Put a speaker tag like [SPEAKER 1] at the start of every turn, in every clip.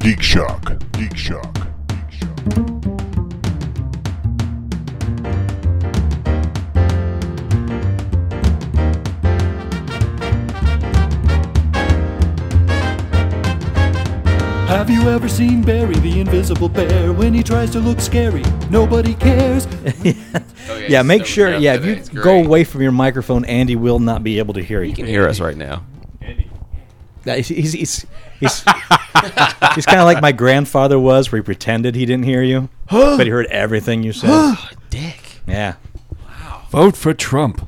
[SPEAKER 1] Geek Shock. Geek Shock. Geek Shock.
[SPEAKER 2] Have you ever seen Barry the Invisible Bear? When he tries to look scary, nobody cares.
[SPEAKER 3] Oh,
[SPEAKER 4] Yeah,
[SPEAKER 3] he's
[SPEAKER 4] make
[SPEAKER 3] so
[SPEAKER 4] sure.
[SPEAKER 3] deaf
[SPEAKER 4] Yeah,
[SPEAKER 3] today.
[SPEAKER 4] if
[SPEAKER 3] It's
[SPEAKER 4] you
[SPEAKER 3] great.
[SPEAKER 4] go away from your microphone, Andy will not be able to hear
[SPEAKER 3] You
[SPEAKER 4] you.
[SPEAKER 3] can hear us right now.
[SPEAKER 4] That- He's he's he's, he's kind of like my grandfather was, where he pretended he didn't hear you, but he heard everything you said.
[SPEAKER 3] Dick.
[SPEAKER 4] yeah,
[SPEAKER 5] Vote for Trump.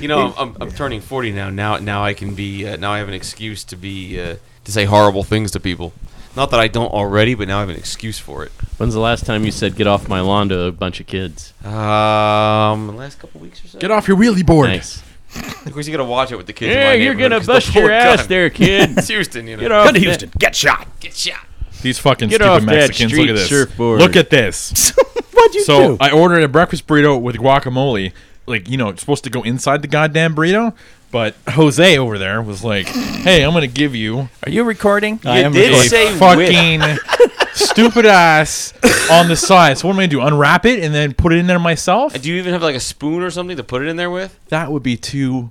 [SPEAKER 3] You know, I'm, I'm, I'm turning 40 now. Now, now I can be. Uh, now I have an excuse to be uh, to say horrible things to people. Not that I don't already, but now I have an excuse for it.
[SPEAKER 6] When's the last time you said "get off my lawn" to a bunch of kids?
[SPEAKER 3] Um, the last couple weeks or so.
[SPEAKER 5] Get off your wheelie board.
[SPEAKER 6] Nice.
[SPEAKER 3] Of course, you gotta watch it with the kids. in my
[SPEAKER 6] Yeah, you're
[SPEAKER 3] neighborhood 'cause
[SPEAKER 6] gonna
[SPEAKER 3] they'll
[SPEAKER 6] bust
[SPEAKER 3] pull a
[SPEAKER 6] your ass
[SPEAKER 3] gun.
[SPEAKER 6] there, kid.
[SPEAKER 3] It's Houston, you know.
[SPEAKER 6] Get off
[SPEAKER 4] Good Houston, get shot.
[SPEAKER 3] Get shot.
[SPEAKER 5] These fucking
[SPEAKER 6] Get off
[SPEAKER 5] stupid
[SPEAKER 6] that
[SPEAKER 5] Mexicans. Look
[SPEAKER 6] street
[SPEAKER 5] at this.
[SPEAKER 6] surfboard.
[SPEAKER 5] Look at this.
[SPEAKER 4] What'd you
[SPEAKER 5] So
[SPEAKER 4] do?
[SPEAKER 5] I ordered a breakfast burrito with guacamole. Like, you know, it's supposed to go inside the goddamn burrito. But Jose over there was like, hey, I'm going to give you
[SPEAKER 6] Are you recording?
[SPEAKER 4] I am
[SPEAKER 3] did
[SPEAKER 5] a
[SPEAKER 4] recording.
[SPEAKER 3] say- with.
[SPEAKER 5] fucking stupid ass on the side. So what am I going to do? Unwrap it and then put it in there myself?
[SPEAKER 3] Do you even have like a spoon or something to put it in there with?
[SPEAKER 5] That would be too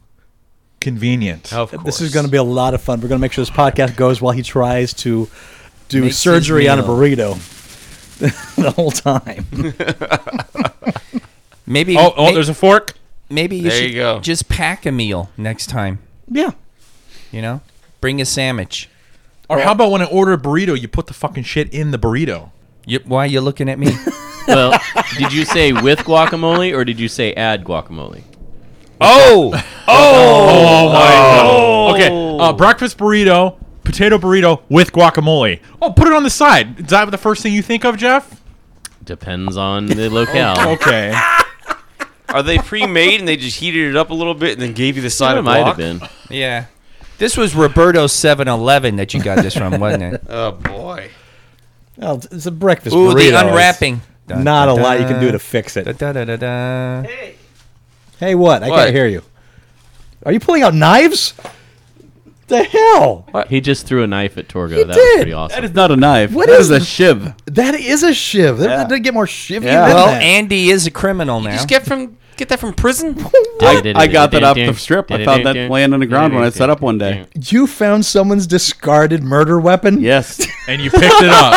[SPEAKER 5] convenient.
[SPEAKER 3] Of
[SPEAKER 4] this is going to be a lot of fun. We're going to make sure this podcast goes while he tries to do
[SPEAKER 6] Makes his
[SPEAKER 4] surgery on a
[SPEAKER 6] meal.
[SPEAKER 4] burrito the whole time.
[SPEAKER 6] Maybe.
[SPEAKER 5] Oh, oh, there's a fork.
[SPEAKER 7] Maybe you
[SPEAKER 3] There
[SPEAKER 7] should
[SPEAKER 3] you go.
[SPEAKER 7] just pack a meal next time.
[SPEAKER 4] yeah,
[SPEAKER 7] You know, bring a sandwich.
[SPEAKER 5] Or how about when I order a burrito, you put the fucking shit in the burrito?
[SPEAKER 7] You, why are you looking at me?
[SPEAKER 6] well, did you say with guacamole or did you say add guacamole?
[SPEAKER 7] oh,
[SPEAKER 5] Oh my god. Okay, uh, breakfast burrito, potato burrito with guacamole. Oh, put it on the side. Is that the first thing you think of, Jeff?
[SPEAKER 6] Depends on the locale.
[SPEAKER 5] Okay.
[SPEAKER 3] Are they pre-made and they just heated it up a little bit and then gave you the side
[SPEAKER 6] It
[SPEAKER 3] of
[SPEAKER 6] might have
[SPEAKER 3] block?
[SPEAKER 6] been.
[SPEAKER 7] yeah. This was Roberto's 7-Eleven that you got this from, wasn't it?
[SPEAKER 3] Oh boy.
[SPEAKER 4] well, Oh, it's- it's a breakfast
[SPEAKER 7] Ooh,
[SPEAKER 4] burrito.
[SPEAKER 7] the
[SPEAKER 4] It's
[SPEAKER 7] unwrapping.
[SPEAKER 4] Not a lot you can do to fix it.
[SPEAKER 7] Da, da, da, da, da.
[SPEAKER 4] Hey, what? I
[SPEAKER 3] What?
[SPEAKER 4] can't hear you. Are you pulling out knives? The hell?
[SPEAKER 6] He just threw a knife at Torgo.
[SPEAKER 4] He
[SPEAKER 6] that
[SPEAKER 4] did.
[SPEAKER 6] was pretty awesome.
[SPEAKER 8] That is not a knife.
[SPEAKER 4] What
[SPEAKER 8] What is
[SPEAKER 4] is
[SPEAKER 8] a shiv?
[SPEAKER 4] That is a shiv. That that doesn't get more shivy
[SPEAKER 8] Yeah.
[SPEAKER 4] than
[SPEAKER 7] Well,
[SPEAKER 4] that.
[SPEAKER 7] Andy is a criminal now.
[SPEAKER 3] Just get from get that from prison.
[SPEAKER 8] I, I got that off the strip. I found that laying on the ground when I set up one day.
[SPEAKER 4] you found someone's discarded murder weapon?
[SPEAKER 8] Yes.
[SPEAKER 5] and you picked it up.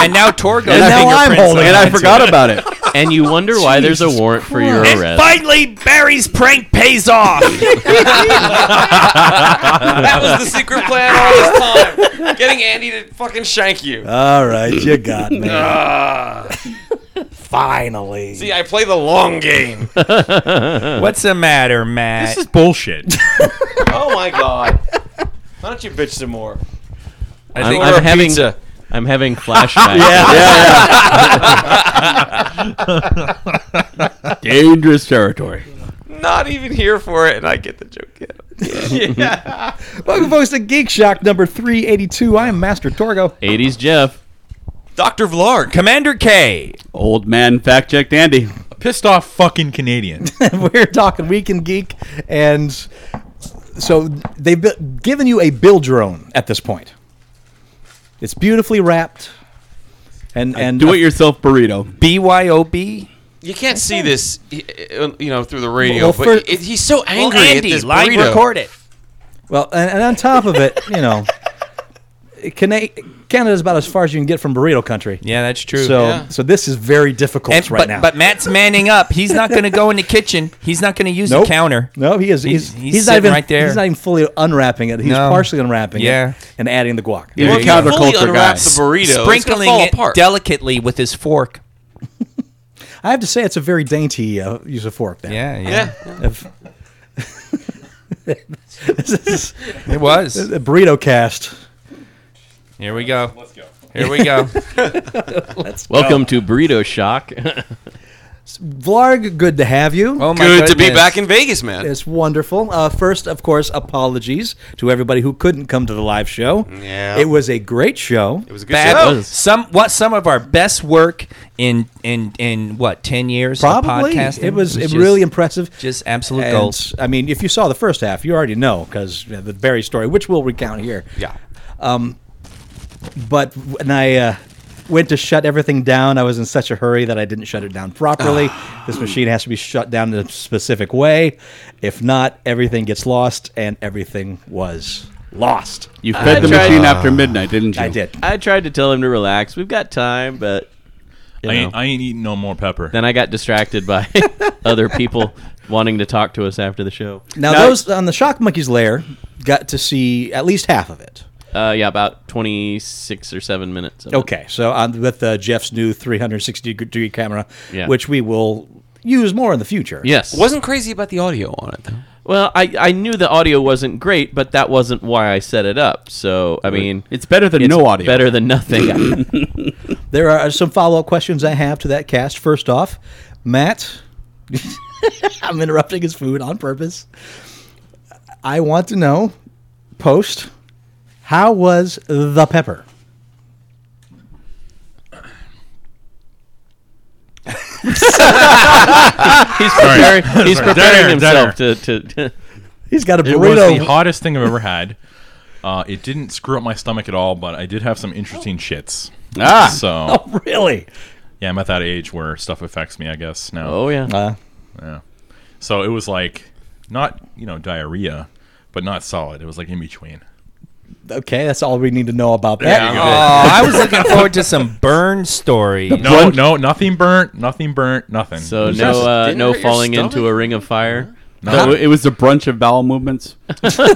[SPEAKER 7] and now Torgo's
[SPEAKER 4] And now I'm
[SPEAKER 7] fingerprints
[SPEAKER 4] holding
[SPEAKER 7] on
[SPEAKER 8] And I
[SPEAKER 7] it.
[SPEAKER 8] forgot about it.
[SPEAKER 6] And you wonder why there's a warrant for your
[SPEAKER 7] And
[SPEAKER 6] arrest.
[SPEAKER 7] finally, Barry's prank pays off.
[SPEAKER 3] that was the secret plan all this time. Getting Andy to fucking shank you.
[SPEAKER 4] All right, you got me. Finally.
[SPEAKER 3] See, I play the long game.
[SPEAKER 7] What's the matter, Matt?
[SPEAKER 5] This is bullshit.
[SPEAKER 3] oh my god. Why don't you bitch some more?
[SPEAKER 6] I'm,
[SPEAKER 3] think
[SPEAKER 6] I'm
[SPEAKER 3] we're a
[SPEAKER 6] having
[SPEAKER 3] pizza.
[SPEAKER 6] I'm having flashbacks.
[SPEAKER 8] Yeah, yeah. Dangerous territory.
[SPEAKER 3] Not even here for it, and I get the joke.
[SPEAKER 4] Welcome, folks, to Geek Shock number 382. I am Master Torgo.
[SPEAKER 6] 80s Jeff.
[SPEAKER 7] Dr. Vlar, Commander K.
[SPEAKER 8] Old man fact checked Andy.
[SPEAKER 5] Pissed off fucking Canadian.
[SPEAKER 4] We're talking Weekend Geek, and so they've bu- given you a build drone at this point. It's beautifully wrapped. And, and
[SPEAKER 8] Do it yourself burrito.
[SPEAKER 7] BYOB.
[SPEAKER 3] You can't see this, y- uh, you know, through the radio.
[SPEAKER 4] Well,
[SPEAKER 3] but
[SPEAKER 4] fir-
[SPEAKER 3] it, he's so angry at this
[SPEAKER 7] live
[SPEAKER 3] burrito.
[SPEAKER 7] record it.
[SPEAKER 4] Well, and, and on top of it, you know, Cana- Canada's about as far as you can get from burrito country.
[SPEAKER 7] Yeah, that's true.
[SPEAKER 4] So,
[SPEAKER 3] Yeah.
[SPEAKER 4] so this is very difficult
[SPEAKER 7] And-
[SPEAKER 4] right
[SPEAKER 7] but,
[SPEAKER 4] now.
[SPEAKER 7] but Matt's manning up. He's not going to go in the kitchen. He's not going to use
[SPEAKER 4] Nope.
[SPEAKER 7] the counter.
[SPEAKER 4] no, he is. He's,
[SPEAKER 7] He's-
[SPEAKER 4] he's,
[SPEAKER 7] he's
[SPEAKER 4] not
[SPEAKER 7] sitting
[SPEAKER 4] even
[SPEAKER 7] right there.
[SPEAKER 4] He's not even fully unwrapping it. He's
[SPEAKER 7] No.
[SPEAKER 4] partially unwrapping
[SPEAKER 7] Yeah.
[SPEAKER 4] it and adding the guac.
[SPEAKER 8] He's
[SPEAKER 3] Well,
[SPEAKER 8] a
[SPEAKER 3] if you fully
[SPEAKER 8] counterculture guy.
[SPEAKER 3] unwrap the burrito,
[SPEAKER 7] Sprinkling
[SPEAKER 3] it's gonna fall
[SPEAKER 7] it
[SPEAKER 3] apart.
[SPEAKER 7] delicately with his fork.
[SPEAKER 4] I have to say, it's a very dainty uh, use of fork. There.
[SPEAKER 7] Yeah, yeah.
[SPEAKER 3] yeah.
[SPEAKER 4] If- This is
[SPEAKER 7] It was.
[SPEAKER 4] a burrito cast.
[SPEAKER 7] Here we go. Let's go. Here we go.
[SPEAKER 6] Welcome to Burrito Shock.
[SPEAKER 4] Vlarg, good to have you.
[SPEAKER 7] Oh my
[SPEAKER 3] Good to be
[SPEAKER 7] goodness.
[SPEAKER 3] back in Vegas, man.
[SPEAKER 4] It's wonderful. Uh, first, of course, apologies to everybody who couldn't come to the live show.
[SPEAKER 3] Yeah.
[SPEAKER 4] It was a great show.
[SPEAKER 3] It was a good
[SPEAKER 7] Bad-
[SPEAKER 3] show.
[SPEAKER 6] was.
[SPEAKER 7] Some what? Some of our best work in in in what? Ten years. of
[SPEAKER 4] Probably.
[SPEAKER 7] podcasting?
[SPEAKER 4] It was,
[SPEAKER 7] just-
[SPEAKER 4] really impressive.
[SPEAKER 7] Just absolute
[SPEAKER 4] And,
[SPEAKER 7] gold.
[SPEAKER 4] I mean, if you saw the first half, you already know because the Barry story, which we'll recount here.
[SPEAKER 3] Yeah.
[SPEAKER 4] Um, but when I uh, went to shut everything down, I was in such a hurry that I didn't shut it down properly. this machine has to be shut down in a specific way. If not, everything gets lost, and everything was lost.
[SPEAKER 6] You
[SPEAKER 8] Fed the
[SPEAKER 6] tried,
[SPEAKER 8] machine after midnight, didn't you?
[SPEAKER 4] I did.
[SPEAKER 6] I tried to tell him to relax. We've got time, but you
[SPEAKER 5] I ain't,
[SPEAKER 6] know.
[SPEAKER 5] I ain't eating no more pepper.
[SPEAKER 6] then I got distracted by other people wanting to talk to us after the show.
[SPEAKER 4] Now, those on the Shock Monkey's lair got to see at least half of it.
[SPEAKER 6] Uh, yeah, about twenty six or seven minutes. of it.
[SPEAKER 4] Okay, so on with uh, Jeff's new 360 degree camera,
[SPEAKER 6] Yeah.
[SPEAKER 4] which we will use more in the future.
[SPEAKER 6] Yes.
[SPEAKER 3] Wasn't crazy about the audio on it though.
[SPEAKER 6] Well, I, I knew the audio wasn't great, but that wasn't why I set it up. So I mean,
[SPEAKER 8] It's better than
[SPEAKER 6] it's
[SPEAKER 8] no audio.
[SPEAKER 6] Better than nothing.
[SPEAKER 4] There are some follow up questions I have to that cast. First off, Matt, I'm interrupting his food on purpose. I want to know, post, how was the pepper?
[SPEAKER 6] he's preparing, he's
[SPEAKER 5] Sorry.
[SPEAKER 6] preparing
[SPEAKER 5] Dinner,
[SPEAKER 6] himself to, to,
[SPEAKER 4] He's got a
[SPEAKER 5] It was the
[SPEAKER 4] burrito.
[SPEAKER 5] hottest thing I've ever had. Uh, it didn't screw up my stomach at all, but I did have some interesting shits.
[SPEAKER 8] Ah.
[SPEAKER 5] So
[SPEAKER 4] oh, really?
[SPEAKER 5] yeah, I'm at that age where stuff affects me, I guess now.
[SPEAKER 6] Oh yeah.
[SPEAKER 4] Uh,
[SPEAKER 5] So it was like not you know diarrhea, but not solid. It was like in between.
[SPEAKER 4] okay, that's all we need to know about that.
[SPEAKER 7] Oh, I was looking forward to some burn story.
[SPEAKER 5] No, no, nothing burnt, nothing burnt, nothing.
[SPEAKER 6] So
[SPEAKER 5] It was
[SPEAKER 6] no
[SPEAKER 5] just-
[SPEAKER 6] uh,
[SPEAKER 3] dinner
[SPEAKER 6] no
[SPEAKER 3] at your
[SPEAKER 6] falling into
[SPEAKER 3] stomach?
[SPEAKER 6] a ring of fire.
[SPEAKER 8] So it was a brunch of bowel movements.
[SPEAKER 5] pretty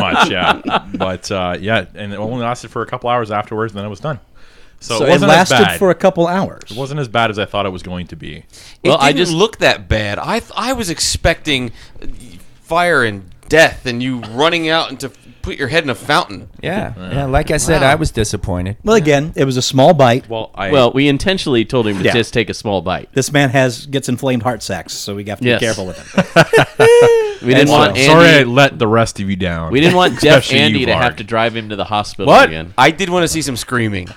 [SPEAKER 5] much, yeah. But uh, yeah, and it only lasted for a couple hours afterwards, and then it was done. So,
[SPEAKER 4] So
[SPEAKER 5] it
[SPEAKER 4] it
[SPEAKER 5] wasn't as
[SPEAKER 4] lasted
[SPEAKER 5] bad.
[SPEAKER 4] for a couple hours.
[SPEAKER 5] it wasn't as bad as I thought it was going to be.
[SPEAKER 6] Well,
[SPEAKER 3] it
[SPEAKER 6] I
[SPEAKER 3] didn't
[SPEAKER 6] just-
[SPEAKER 3] look that bad. I th- I was expecting uh, fire and death and you running out and to f- put your head in a fountain.
[SPEAKER 7] Yeah, yeah. Like I said, I was disappointed.
[SPEAKER 4] Well, again, it was a small bite.
[SPEAKER 5] Well, I
[SPEAKER 6] Well, we intentionally told him to
[SPEAKER 4] Yeah.
[SPEAKER 6] just take a small bite.
[SPEAKER 4] This man has gets inflamed heart sacs, so we have to
[SPEAKER 6] Yes.
[SPEAKER 4] be careful with him.
[SPEAKER 6] We didn't
[SPEAKER 4] so-
[SPEAKER 6] want Andy,
[SPEAKER 5] sorry I let the rest of you down.
[SPEAKER 6] we didn't want Jeff
[SPEAKER 5] Especially
[SPEAKER 6] Andy
[SPEAKER 5] you,
[SPEAKER 6] to have
[SPEAKER 5] Mark.
[SPEAKER 6] to drive him to the hospital
[SPEAKER 3] But
[SPEAKER 6] again.
[SPEAKER 3] I did want to see some screaming.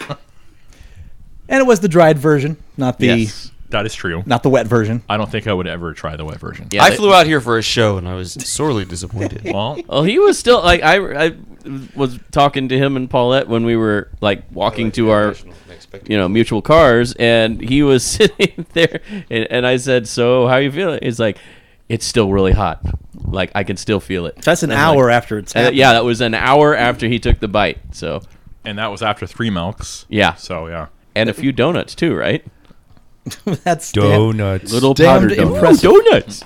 [SPEAKER 4] And it was the dried version, not the
[SPEAKER 6] Yes.
[SPEAKER 5] That is true.
[SPEAKER 4] not the wet version.
[SPEAKER 5] I don't think I would ever try the wet version.
[SPEAKER 6] Yeah,
[SPEAKER 3] I
[SPEAKER 6] they-
[SPEAKER 3] flew out here for a show and I was sorely disappointed.
[SPEAKER 5] Well,
[SPEAKER 6] Well, he was still like I, I was talking to him and Paulette when we were like walking to our you know mutual cars, and he was sitting there, and, and I said, "So how you feeling?" He's like, "It's still really hot. Like I can still feel it."
[SPEAKER 4] That's an
[SPEAKER 6] And I'm
[SPEAKER 4] hour
[SPEAKER 6] like-
[SPEAKER 4] after it's
[SPEAKER 5] Uh,
[SPEAKER 6] And
[SPEAKER 4] happened.
[SPEAKER 6] yeah, that was an hour after he took the bite. So
[SPEAKER 5] and that was after three milks.
[SPEAKER 6] Yeah.
[SPEAKER 5] So yeah.
[SPEAKER 6] and a few donuts too, right?
[SPEAKER 4] That's damn-
[SPEAKER 7] Donuts.
[SPEAKER 6] Little
[SPEAKER 4] damned
[SPEAKER 6] powdered donuts.
[SPEAKER 4] impressive.
[SPEAKER 6] donuts.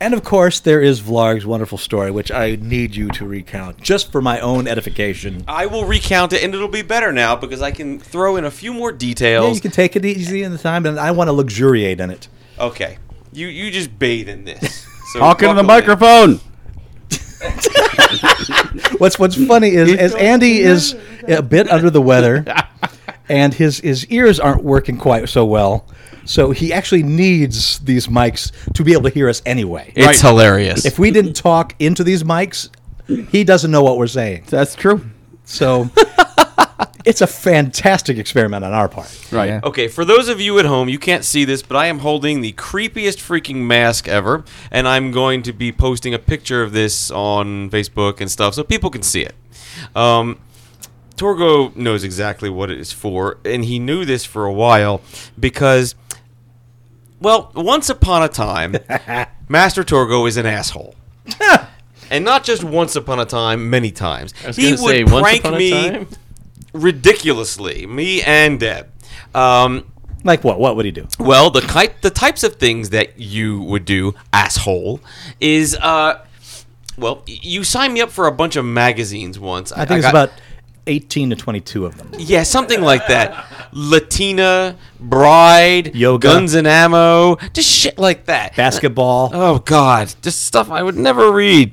[SPEAKER 4] And of course, there is Vlog's wonderful story, which I need you to recount just for my own edification.
[SPEAKER 3] I will recount it and it'll be better now because I can throw in a few more
[SPEAKER 4] Yeah,
[SPEAKER 3] details.
[SPEAKER 4] you can take it easy in the time, and I want to luxuriate in it.
[SPEAKER 3] okay. You you just bathe in this. So
[SPEAKER 8] Talking to the
[SPEAKER 3] buckle in.
[SPEAKER 8] microphone.
[SPEAKER 4] What's What's funny is, as Andy is a bit under the weather, and his his ears aren't working quite so well, so he actually needs these mics to be able to hear us anyway.
[SPEAKER 3] It's hilarious.
[SPEAKER 4] If we didn't talk into these mics, he doesn't know what we're saying.
[SPEAKER 8] That's true.
[SPEAKER 4] So it's a fantastic experiment on our part.
[SPEAKER 8] Right.
[SPEAKER 3] Okay, for those of you at home, you can't see this, but I am holding the creepiest freaking mask ever, and I'm going to be posting a picture of this on Facebook and stuff so people can see it. Um, Torgo knows exactly what it is for, and he knew this for a while because, well, once upon a time, Master Torgo is an asshole. and not just once upon a time, many times.
[SPEAKER 6] I was
[SPEAKER 3] he
[SPEAKER 6] gonna
[SPEAKER 3] would
[SPEAKER 6] say once
[SPEAKER 3] prank
[SPEAKER 6] upon a
[SPEAKER 3] me
[SPEAKER 6] time.
[SPEAKER 3] ridiculously, me and Deb. Um,
[SPEAKER 4] Like what? What would he do?
[SPEAKER 3] well, the type the types of things that you would do, asshole, is uh, well, y- you signed me up for a bunch of magazines once.
[SPEAKER 4] I think it's
[SPEAKER 3] got-
[SPEAKER 4] about 18 to 22 of them.
[SPEAKER 3] yeah, something like that. Latina, bride,
[SPEAKER 4] Yoga.
[SPEAKER 3] guns and ammo, just shit like that.
[SPEAKER 4] Basketball.
[SPEAKER 3] Oh God, just stuff I would never read.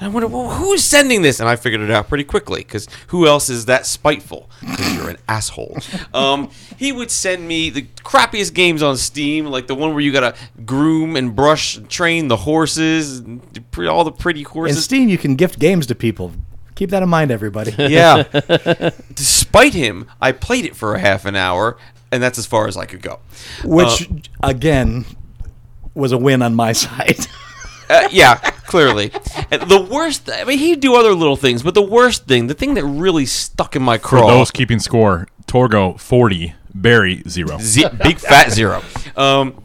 [SPEAKER 3] And I wonder well, who's sending this, and I figured it out pretty quickly because who else is that spiteful? 'Cause you're an asshole. Um, he would send me the crappiest games on Steam, like the one where you gotta groom and brush, and train the horses, and pre- all the pretty
[SPEAKER 4] In
[SPEAKER 3] horses.
[SPEAKER 4] Steam, you can gift games to people. Keep that in mind, everybody.
[SPEAKER 3] yeah. Despite him, I played it for a half an hour, and that's as far as I could go.
[SPEAKER 4] Uh, Which, again, was a win on my side.
[SPEAKER 3] Uh, yeah, clearly. And the worst, I mean, he'd do other little things, but the worst thing, the thing that really stuck in my
[SPEAKER 5] For
[SPEAKER 3] craw.
[SPEAKER 5] those keeping score, Torgo 40, Barry 0.
[SPEAKER 3] Ze- big fat zero. Um,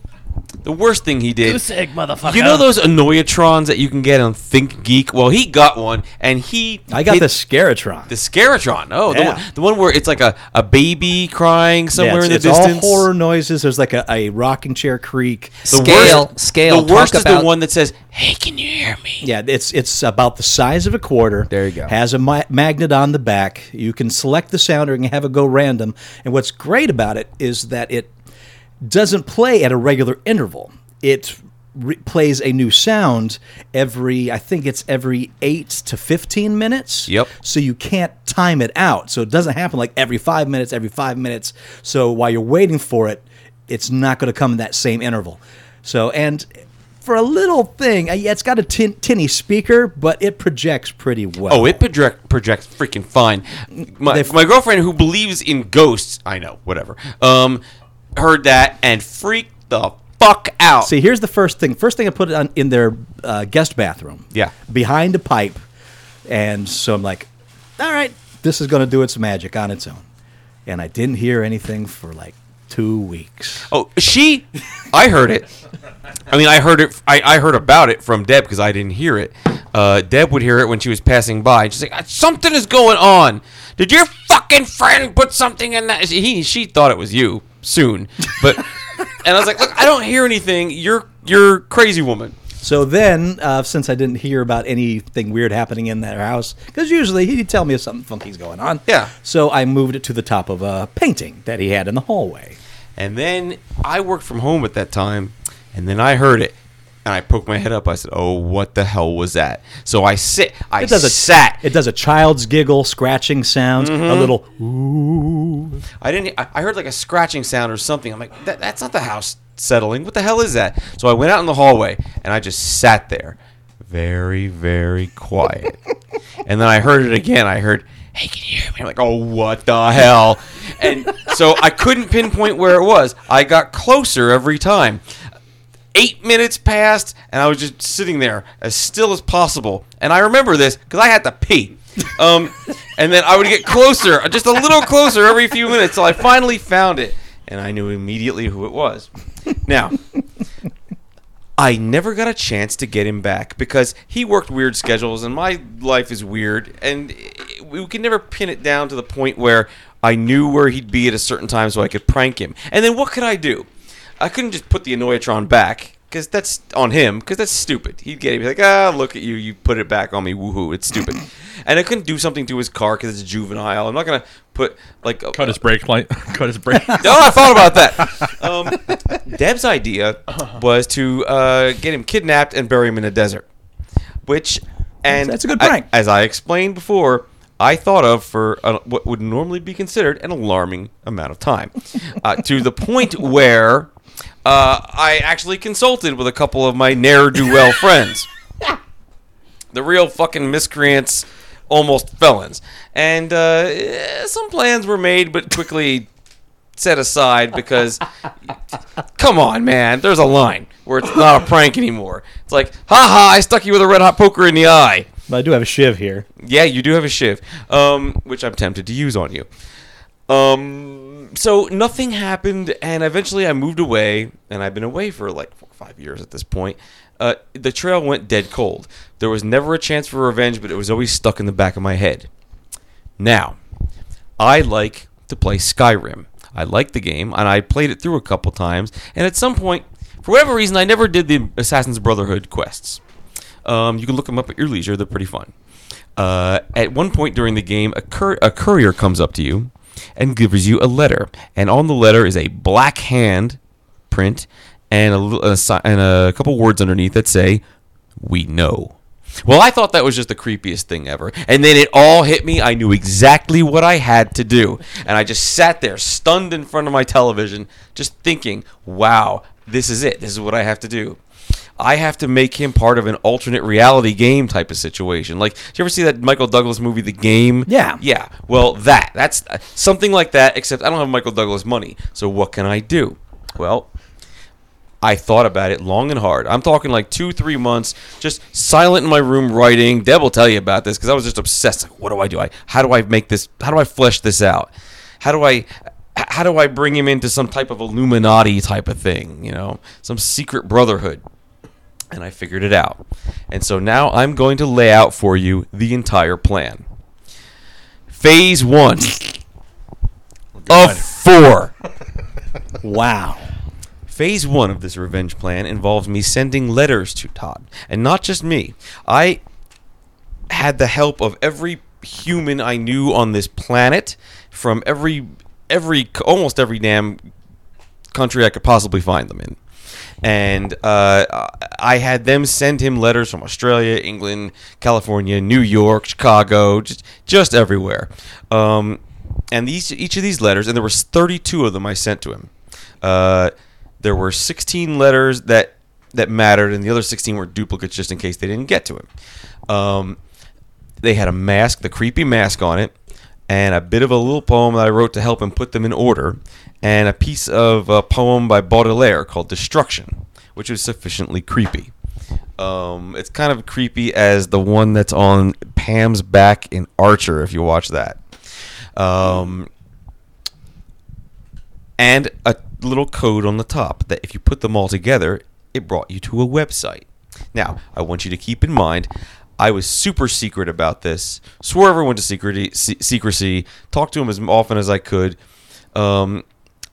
[SPEAKER 3] the worst thing he did.
[SPEAKER 6] egg, motherfucker.
[SPEAKER 3] You know those Annoyatrons that you can get on Think Geek? Well, he got one, and he
[SPEAKER 4] I got
[SPEAKER 3] hit
[SPEAKER 4] the Scaratron.
[SPEAKER 3] the Scaratron. Oh, the,
[SPEAKER 4] Yeah.
[SPEAKER 3] one, the one where it's like a, a baby crying somewhere
[SPEAKER 4] yeah,
[SPEAKER 3] in the
[SPEAKER 4] it's, it's
[SPEAKER 3] distance.
[SPEAKER 4] all horror noises. There's like a, a rocking chair creak.
[SPEAKER 3] The
[SPEAKER 7] Scale, scale,
[SPEAKER 3] The worst
[SPEAKER 7] talk
[SPEAKER 3] is
[SPEAKER 7] about-
[SPEAKER 3] the one that says, "Hey, can you hear me?"
[SPEAKER 4] Yeah, it's it's about the size of a quarter.
[SPEAKER 7] There you go.
[SPEAKER 4] Has a mi- magnet on the back. You can select the sounder and have it go random. And what's great about it is that it doesn't play at a regular interval. It re- plays a new sound every I think it's every 8 to 15 minutes.
[SPEAKER 3] Yep.
[SPEAKER 4] So you can't time it out. So it doesn't happen like every 5 minutes, every 5 minutes. So while you're waiting for it, it's not going to come in that same interval. So and for a little thing, uh, yeah, it's got a tin, tinny speaker, but it projects pretty well.
[SPEAKER 3] Oh, it project, projects freaking fine. My,
[SPEAKER 4] They've-
[SPEAKER 3] my girlfriend, who believes in ghosts, I know, whatever, um, heard that and freaked the fuck out.
[SPEAKER 4] See, here's the first thing. First thing I put it on in their uh, guest bathroom.
[SPEAKER 3] Yeah.
[SPEAKER 4] Behind a pipe. And so I'm like, all right, this is going to do its magic on its own. And I didn't hear anything for like two weeks.
[SPEAKER 3] Oh, she, I heard it. I mean, I heard it. I, I heard about it from Deb because I didn't hear it. Uh, Deb would hear it when she was passing by. She's like, "Uh, "Something is going on. Did your fucking friend put something in that?" He, she thought it was you. Soon, but and I was like, "Look, I don't hear anything. You're you're crazy woman."
[SPEAKER 4] So then, uh, since I didn't hear about anything weird happening in their house, because usually he'd tell me if something funky's going on.
[SPEAKER 3] Yeah.
[SPEAKER 4] So I moved it to the top of a painting that he had in the hallway.
[SPEAKER 3] And then I worked from home at that time, and then I heard it, and I poked my head up. I said, "Oh, what the hell was that?" So I sit, I
[SPEAKER 4] It does a
[SPEAKER 3] sat. Mm-hmm.
[SPEAKER 4] It does a child's giggle, scratching sounds, a little
[SPEAKER 3] I didn't. I I heard like a scratching sound or something. I'm like, that, that's not the house settling. What the hell is that? So I went out in the hallway and I just sat there, very, very quiet. and then I heard it again. I heard, "Hey, can you hear me?" I'm like, "Oh, what the hell?" And so I couldn't pinpoint where it was. I got closer every time. Eight minutes passed, and I was just sitting there as still as possible. And I remember this because I had to pee. Um, and then I would get closer, just a little closer every few minutes, till I finally found it, and I knew immediately who it was. Now, I never got a chance to get him back because he worked weird schedules, and my life is weird, and it- we can never pin it down to the point where I knew where he'd be at a certain time, so I could prank him. And then what could I do? I couldn't just put the Annoyatron back because that's on him because that's stupid. He'd get it, be like, ah, look at you, you put it back on me, woohoo, it's stupid. and I couldn't do something to his car because it's juvenile. I'm not gonna put like a,
[SPEAKER 5] Cut his brake light. Cut his brake.
[SPEAKER 3] no, Oh, I thought about that. Um, Deb's idea was to uh, get him kidnapped and bury him in a desert, which and
[SPEAKER 4] That's a good
[SPEAKER 3] I-
[SPEAKER 4] prank.
[SPEAKER 3] as I explained before, I thought of for uh what would normally be considered an alarming amount of time, uh, to the point where uh, I actually consulted with a couple of my ne'er do well friends the real fucking miscreants, almost felons. And uh, eh, some plans were made, but quickly set aside because, come on, man, there's a line where it's not a prank anymore. It's like, haha, I stuck you with a red hot poker in the eye.
[SPEAKER 4] But I do have a shiv here.
[SPEAKER 3] Yeah, you do have a shiv, um, which I'm tempted to use on you. Um, so nothing happened, and eventually I moved away, and I've been away for like four or five years at this point. Uh, the trail went dead cold. There was never a chance for revenge, but it was always stuck in the back of my head. Now, I like to play Skyrim. I like the game, and I played it through a couple times. And at some point, for whatever reason, I never did the Assassin's Brotherhood quests. Um, you can look them up at your leisure; they're pretty fun. Uh, at one point during the game, a, cur- a courier comes up to you and gives you a letter, and on the letter is a black hand print and a, li- a, si- and a couple words underneath that say, "We know." Well, I thought that was just the creepiest thing ever. And then it all hit me. I knew exactly what I had to do. And I just sat there, stunned in front of my television, just thinking, wow, this is it. This is what I have to do. I have to make him part of an alternate reality game type of situation. Like, did you ever see that Michael Douglas movie, The Game?
[SPEAKER 4] Yeah.
[SPEAKER 3] Yeah. Well, that. That's uh, something like that, except I don't have Michael Douglas money. So what can I do? Well, I thought about it long and hard. I'm talking like two, three months, just silent in my room writing. Deb will tell you about this because I was just obsessed. Like, what do I do? I how do I make this? How do I flesh this out? How do I? h- How do I bring him into some type of Illuminati type of thing? You know, some secret brotherhood. And I figured it out. And so now I'm going to lay out for you the entire plan. Phase one of four.
[SPEAKER 4] Wow.
[SPEAKER 3] Phase one of this revenge plan involves me sending letters to Todd, and not just me. I had the help of every human I knew on this planet, from every, every, almost every damn country I could possibly find them in. And uh, I had them send him letters from Australia, England, California, New York, Chicago, just just everywhere. Um, and these each of these letters, and there was 32 of them I sent to him. Uh, there were 16 letters that that mattered, and the other 16 were duplicates just in case they didn't get to him. Um, they had a mask, the creepy mask on it, and a bit of a little poem that I wrote to help him put them in order, and a piece of a poem by Baudelaire called Destruction, which was sufficiently creepy. Um, it's kind of creepy as the one that's on Pam's back in Archer, if you watch that. Um, and a little code on the top that if you put them all together, it brought you to a website. Now, I want you to keep in mind, I was super secret about this. Swore everyone to secrecy, se- secrecy talked to them as often as I could. Um,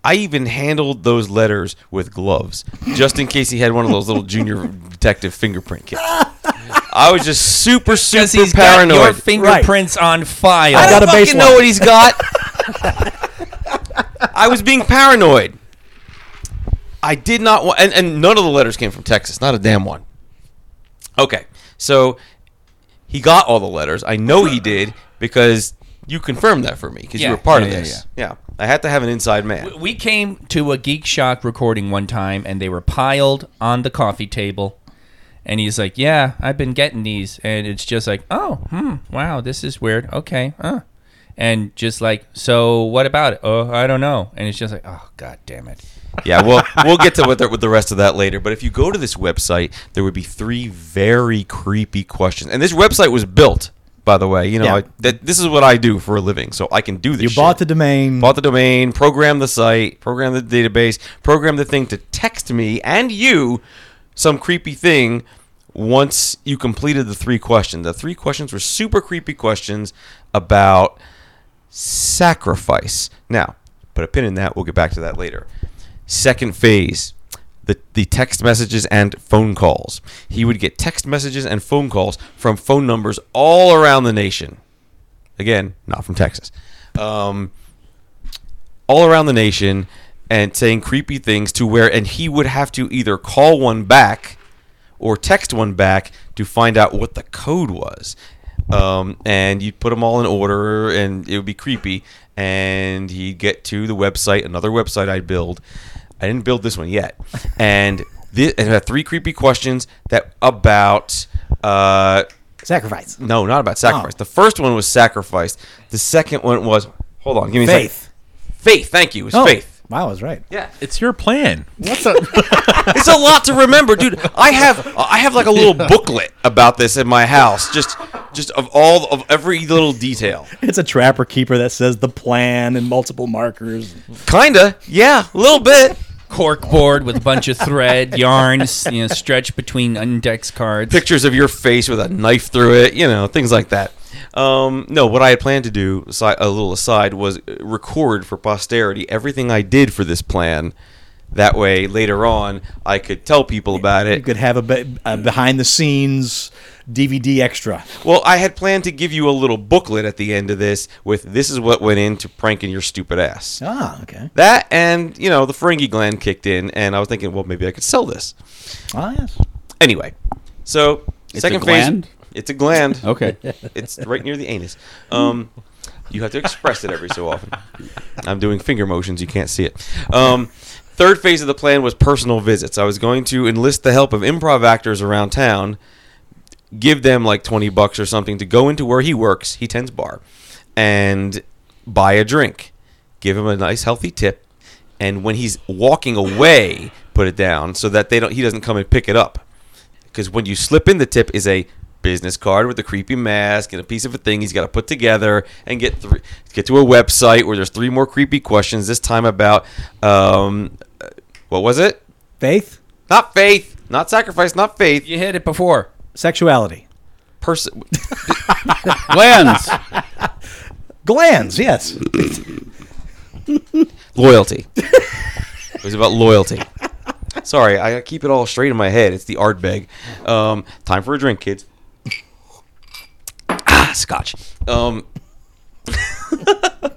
[SPEAKER 3] I even handled those letters with gloves, just in case he had one of those little junior detective fingerprint kits. I was just super,
[SPEAKER 7] Because
[SPEAKER 3] super
[SPEAKER 7] he's
[SPEAKER 3] paranoid.
[SPEAKER 7] got your fingerprints on file.
[SPEAKER 4] I got a
[SPEAKER 3] fucking
[SPEAKER 4] baseline.
[SPEAKER 3] know what he's got. I was being paranoid. I did not want, and, and none of the letters came from Texas. Not a damn one. Okay, so he got all the letters. I know he did because you confirmed that for me because
[SPEAKER 7] Yeah.
[SPEAKER 3] you were part of
[SPEAKER 7] Yeah, yeah,
[SPEAKER 3] this. Yeah, I had to have an inside man.
[SPEAKER 7] We came to a Geek Shock recording one time, and they were piled on the coffee table. And he's like, "Yeah, I've been getting these, and it's just like, oh, hmm, wow, this is weird. Okay, huh." And just like, so what about it? Oh, I don't know. And it's just like, oh, god damn it.
[SPEAKER 3] yeah, well, we'll get to with the, with the rest of that later. But if you go to this website, there would be three very creepy questions. And this website was built, by the way. You know,
[SPEAKER 4] Yeah.
[SPEAKER 3] I, that this is what I do for a living, so I can do this.
[SPEAKER 4] You
[SPEAKER 3] shit.
[SPEAKER 4] bought the domain.
[SPEAKER 3] bought the domain, programmed the site, programmed the database, programmed the thing to text me and you some creepy thing once you completed the three questions. The three questions were super creepy questions about sacrifice. Now, put a pin in that. We'll get back to that later. Second phase. The, the text messages and phone calls. He would get text messages and phone calls from phone numbers all around the nation. Again, not from Texas. Um, all around the nation and saying creepy things to where and he would have to either call one back or text one back to find out what the code was um, and you'd put them all in order and it would be creepy and he'd get to the website another website i'd build i didn't build this one yet and this it had three creepy questions that about uh,
[SPEAKER 4] Sacrifice.
[SPEAKER 3] no not about sacrifice the first one was sacrifice the second one was hold on give me a second
[SPEAKER 4] Faith. Oh,
[SPEAKER 3] faith thank you it was faith
[SPEAKER 4] Wow, I was right.
[SPEAKER 5] It's your plan.
[SPEAKER 3] it's a lot to remember, dude. I have I have like a little booklet about this in my house, just just of all of every little detail.
[SPEAKER 4] It's a trapper keeper that says the plan and multiple markers.
[SPEAKER 3] Kinda, yeah, a little bit.
[SPEAKER 7] Cork board with a bunch of thread, yarns, you know, stretched between index cards.
[SPEAKER 3] Pictures of your face with a knife through it, you know, things like that. Um, no, what I had planned to do, si- a little aside, was uh, record for posterity everything I did for this plan. That way, later on, I could tell people about it.
[SPEAKER 4] You could have a, be- a behind the scenes DVD extra.
[SPEAKER 3] Well, I had planned to give you a little booklet at the end of this with this is what went into pranking your stupid ass.
[SPEAKER 4] Ah, okay.
[SPEAKER 3] That and you know the Ferengi gland kicked in, and I was thinking, well, maybe I could sell this.
[SPEAKER 4] Ah, yes.
[SPEAKER 3] Anyway, so second phase.
[SPEAKER 8] gland?
[SPEAKER 3] It's a gland.
[SPEAKER 8] Okay.
[SPEAKER 3] It's right near the anus. Um, you have to express it every so often. I'm doing finger motions. You can't see it. Um, third phase of the plan was personal visits. I was going to enlist the help of improv actors around town, give them like 20 bucks or something to go into where he works, he tends bar, and buy a drink. Give him a nice healthy tip and when he's walking away, put it down so that they don't he doesn't come and pick it up. Because when you slip in, the tip is a business card with a creepy mask and a piece of a thing he's got to put together and get three, get to a website where there's three more creepy questions. This time about um, uh, what was it?
[SPEAKER 4] Faith,
[SPEAKER 3] Not faith, not sacrifice, not faith.
[SPEAKER 7] You hit it before.
[SPEAKER 4] sexuality,
[SPEAKER 3] Person.
[SPEAKER 8] Glands.
[SPEAKER 4] glands. Yes.
[SPEAKER 3] Loyalty. it was about loyalty. Sorry, I keep it all straight in my head. It's the Ardbeg. Um, time for a drink, kids. ah, scotch. Um, the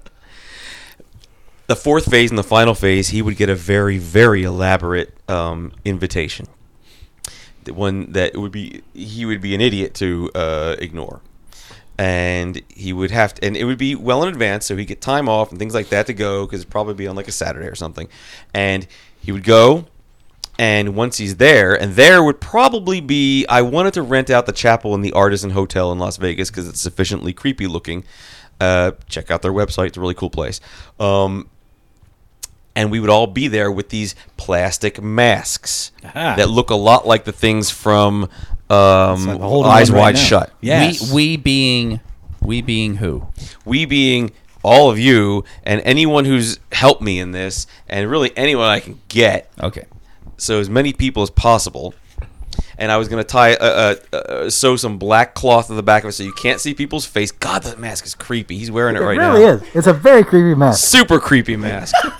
[SPEAKER 3] fourth phase and the final phase, he would get a very, very elaborate um, invitation. The one that would be he would be an idiot to uh, ignore, and he would have to, and it would be well in advance, so he'd get time off and things like that to go because it'd probably be on like a Saturday or something, and he would go. And once he's there, and there would probably be, I wanted to rent out the chapel in the Artisan Hotel in Las Vegas because it's sufficiently creepy looking. Uh, check out their website; it's a really cool place. Um, and we would all be there with these plastic masks that look a lot like the things from um,
[SPEAKER 4] I'm holding
[SPEAKER 3] Eyes
[SPEAKER 4] one right
[SPEAKER 3] Wide
[SPEAKER 4] now.
[SPEAKER 3] Shut.
[SPEAKER 4] Yes.
[SPEAKER 7] We, we being we being who?
[SPEAKER 3] We being all of you and anyone who's helped me in this, and really anyone I can get.
[SPEAKER 7] Okay.
[SPEAKER 3] so as many people as possible. And I was gonna tie, uh, uh, uh, sew some black cloth to the back of it so you can't see people's face. God, that mask is creepy. He's wearing it, right now.
[SPEAKER 9] is. It's a very creepy mask.
[SPEAKER 3] Super creepy mask.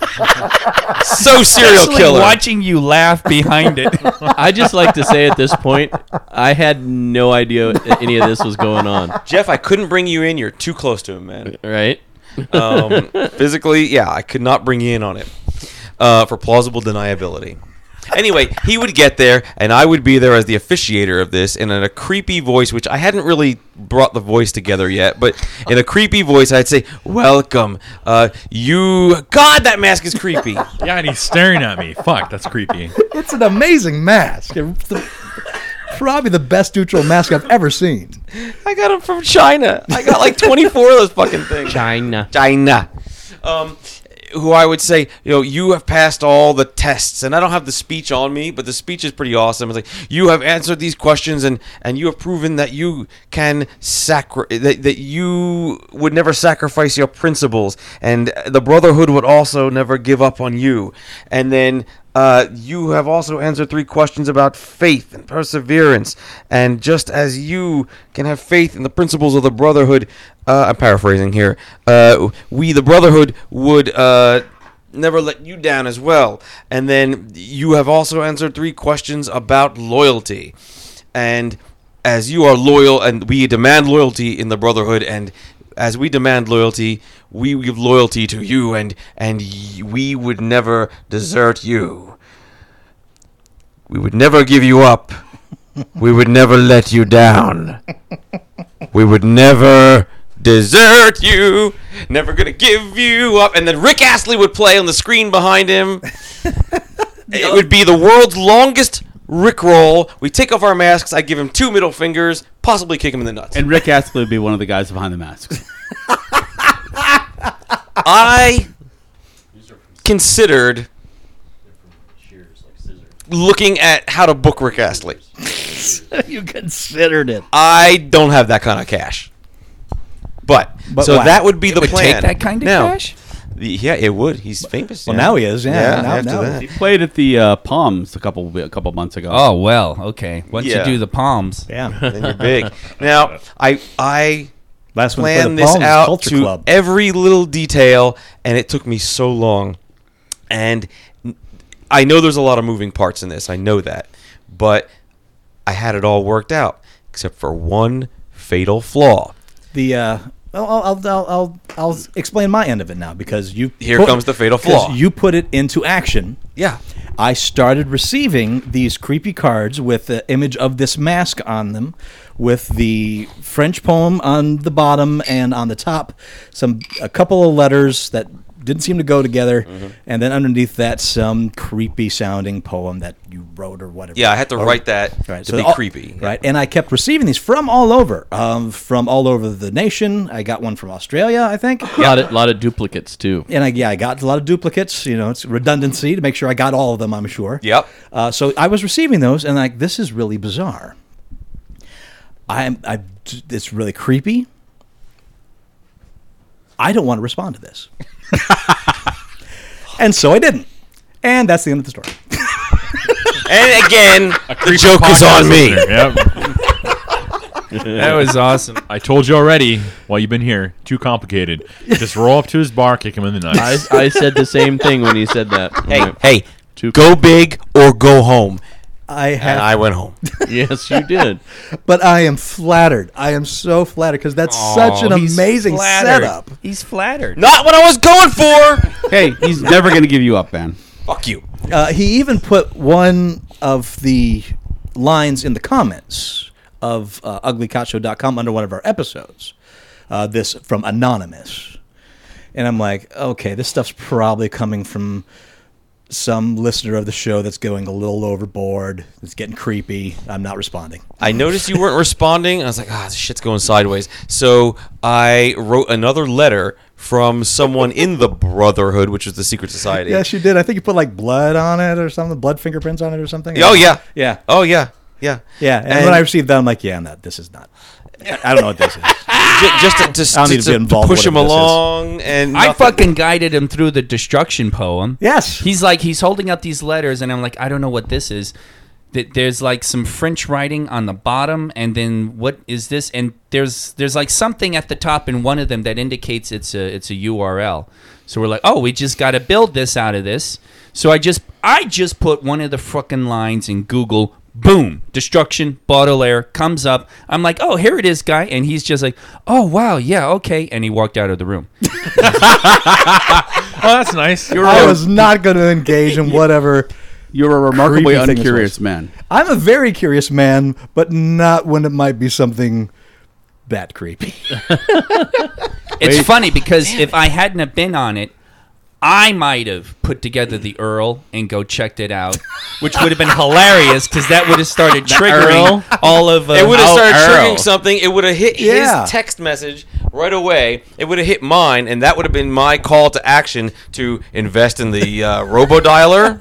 [SPEAKER 3] so serial
[SPEAKER 7] Actually
[SPEAKER 3] killer.
[SPEAKER 7] Watching you laugh behind it.
[SPEAKER 6] I just like to say at this point, I had no idea that any of this was going on.
[SPEAKER 3] Jeff, I couldn't bring you in. You're too close to him, man.
[SPEAKER 6] Right?
[SPEAKER 3] Um, physically, yeah, I could not bring you in on it uh, for plausible deniability. Anyway, he would get there, and I would be there as the officiator of this, and in a creepy voice, which I hadn't really brought the voice together yet, but in a creepy voice, I'd say, "Welcome, uh, you." God, that mask is creepy.
[SPEAKER 5] Yeah, and he's staring at me. Fuck, that's creepy.
[SPEAKER 9] It's an amazing mask. It's the- probably the best neutral mask I've ever seen.
[SPEAKER 3] I got them from China. I got like 24 of those fucking things.
[SPEAKER 6] China.
[SPEAKER 3] China. Um, who I would say, you know, you have passed all the tests, and I don't have the speech on me, but the speech is pretty awesome. It's like you have answered these questions, and and you have proven that you can sacri- that, that you would never sacrifice your principles, and the Brotherhood would also never give up on you. And then uh, you have also answered three questions about faith and perseverance. And just as you can have faith in the principles of the Brotherhood, uh, I'm paraphrasing here, uh, we, the Brotherhood, would. Uh, Never let you down as well. And then you have also answered three questions about loyalty. And as you are loyal, and we demand loyalty in the Brotherhood, and as we demand loyalty, we give loyalty to you, and and y- we would never desert you. We would never give you up. We would never let you down. We would never desert you. Never gonna give you up. And then Rick Astley would play on the screen behind him. It would be the world's longest Rick roll. We take off our masks. I give him two middle fingers, possibly kick him in the nuts.
[SPEAKER 8] And Rick Astley would be one of the guys behind the mask.
[SPEAKER 3] I considered looking at how to book Rick Astley.
[SPEAKER 4] you considered it.
[SPEAKER 3] I don't have that kind of cash. But,
[SPEAKER 4] But
[SPEAKER 3] so
[SPEAKER 4] wow.
[SPEAKER 3] that would be the
[SPEAKER 7] would take
[SPEAKER 3] plan.
[SPEAKER 7] that kind of
[SPEAKER 3] Now,
[SPEAKER 7] cash?
[SPEAKER 3] the- Yeah, it would. He's famous.
[SPEAKER 4] Well,
[SPEAKER 3] yeah.
[SPEAKER 4] now he is. Yeah.
[SPEAKER 3] Yeah,
[SPEAKER 4] now,
[SPEAKER 3] after
[SPEAKER 4] now-
[SPEAKER 3] that.
[SPEAKER 8] He played at the uh, Palms a couple a couple months ago.
[SPEAKER 7] Oh well, okay. Once
[SPEAKER 3] Yeah.
[SPEAKER 7] you do the palms,
[SPEAKER 4] Yeah.
[SPEAKER 3] Then you're big. now, I I
[SPEAKER 4] Last one.
[SPEAKER 3] plan
[SPEAKER 4] Plan
[SPEAKER 3] this out
[SPEAKER 4] Culture
[SPEAKER 3] to
[SPEAKER 4] Club.
[SPEAKER 3] every little detail, and it took me so long. And n- I know there's a lot of moving parts in this. I know that, but I had it all worked out except for one fatal flaw.
[SPEAKER 4] the uh, I'll, I'll, I'll, I'll, I'll explain my end of it now because you
[SPEAKER 3] Here comes the fatal
[SPEAKER 4] 'cause
[SPEAKER 3] flaw.
[SPEAKER 4] You put it into action.
[SPEAKER 3] Yeah.
[SPEAKER 4] I started receiving these creepy cards with the image of this mask on them, with the French poem on the bottom and on the top, some a couple of letters that didn't seem to go together.
[SPEAKER 3] Mm-hmm.
[SPEAKER 4] And then underneath that, some creepy sounding poem that you wrote or whatever.
[SPEAKER 3] Yeah, I had to
[SPEAKER 4] Or-
[SPEAKER 3] write that to be
[SPEAKER 4] all-
[SPEAKER 3] creepy.
[SPEAKER 4] Oh. Right, and I kept receiving these from all over, um, from all over the nation. I got one from Australia, I think.
[SPEAKER 6] A lot of, lot of duplicates too.
[SPEAKER 4] and I, yeah, I got a lot of duplicates. You know, it's redundancy to make sure I got all of them. I'm sure.
[SPEAKER 3] Yep.
[SPEAKER 4] Uh, so I was receiving those, and like, this is really bizarre. I'm, I, it's really creepy. I don't want to respond to this, and so I didn't. And that's the end of the story.
[SPEAKER 3] And again, the joke is
[SPEAKER 5] Podcast
[SPEAKER 3] on me.
[SPEAKER 5] listener, Yep.
[SPEAKER 7] That was awesome.
[SPEAKER 5] I told you already while you've been here. Too complicated. Just roll up to his bar, kick him in the
[SPEAKER 6] I,
[SPEAKER 5] nuts.
[SPEAKER 6] I said the same thing when he said that.
[SPEAKER 3] Hey,
[SPEAKER 6] Right.
[SPEAKER 3] hey,
[SPEAKER 6] Too-
[SPEAKER 3] go big or go home.
[SPEAKER 4] I have
[SPEAKER 3] And I went home.
[SPEAKER 6] yes, you did.
[SPEAKER 9] But I am flattered. I am so flattered because that's such an amazing setup.
[SPEAKER 7] He's flattered.
[SPEAKER 3] Not what I was going for.
[SPEAKER 8] Hey, he's never going to give you up, man.
[SPEAKER 3] Fuck you.
[SPEAKER 4] Uh, he even put one of the lines in the comments of uh, uglycotshow.com under one of our episodes. Uh, this from Anonymous. And I'm like, okay, this stuff's probably coming from some listener of the show that's going a little overboard. It's getting creepy. I'm not responding.
[SPEAKER 3] I noticed you weren't responding, and I was like, ah, this shit's going sideways. So I wrote another letter from someone in the Brotherhood, which is the secret society.
[SPEAKER 4] Yes, you did. I think you put like blood on it or something, blood fingerprints on it or something.
[SPEAKER 3] Oh yeah,
[SPEAKER 4] Yeah.
[SPEAKER 3] Oh yeah, yeah,
[SPEAKER 4] Yeah. And, when I received that, I'm like, yeah, I'm not. This is not. I I don't know what this is.
[SPEAKER 3] J- just to, to,
[SPEAKER 4] don't
[SPEAKER 3] to-
[SPEAKER 4] need to
[SPEAKER 3] to
[SPEAKER 4] be involved with
[SPEAKER 3] push him
[SPEAKER 4] whatever this is.
[SPEAKER 3] along, and
[SPEAKER 7] I
[SPEAKER 3] nothing.
[SPEAKER 7] fucking guided him through the destruction poem.
[SPEAKER 4] Yes.
[SPEAKER 7] He's like, he's holding up these letters, and I'm like, I don't know what this is. Th- There's like some French writing on the bottom, and then what is this? And there's there's like something at the top in one of them that indicates it's a it's a URL. So we're like, oh, we just got to build this out of this. So I just I just put one of the fucking lines in Google. Boom! Destruction Baudelaire comes up. I'm like, oh, here it is, guy, and he's just like, oh wow, yeah, okay, and he walked out of the room.
[SPEAKER 5] oh, that's nice. You're
[SPEAKER 9] I was not going to engage in whatever.
[SPEAKER 8] You're a remarkably
[SPEAKER 9] Creepy thing as
[SPEAKER 8] uncurious man.
[SPEAKER 9] I'm a very curious man, but not when it might be something that creepy.
[SPEAKER 7] It's funny because if I hadn't have been on it, I might have put together the Earl and go checked it out, which would have been hilarious because that would have started triggering all of. Uh,
[SPEAKER 3] It would have
[SPEAKER 7] our
[SPEAKER 3] started
[SPEAKER 7] Earl.
[SPEAKER 3] triggering something. It would have hit
[SPEAKER 9] Yeah.
[SPEAKER 3] his text message right away. It would have hit mine, and that would have been my call to action to invest in the uh, robodialer,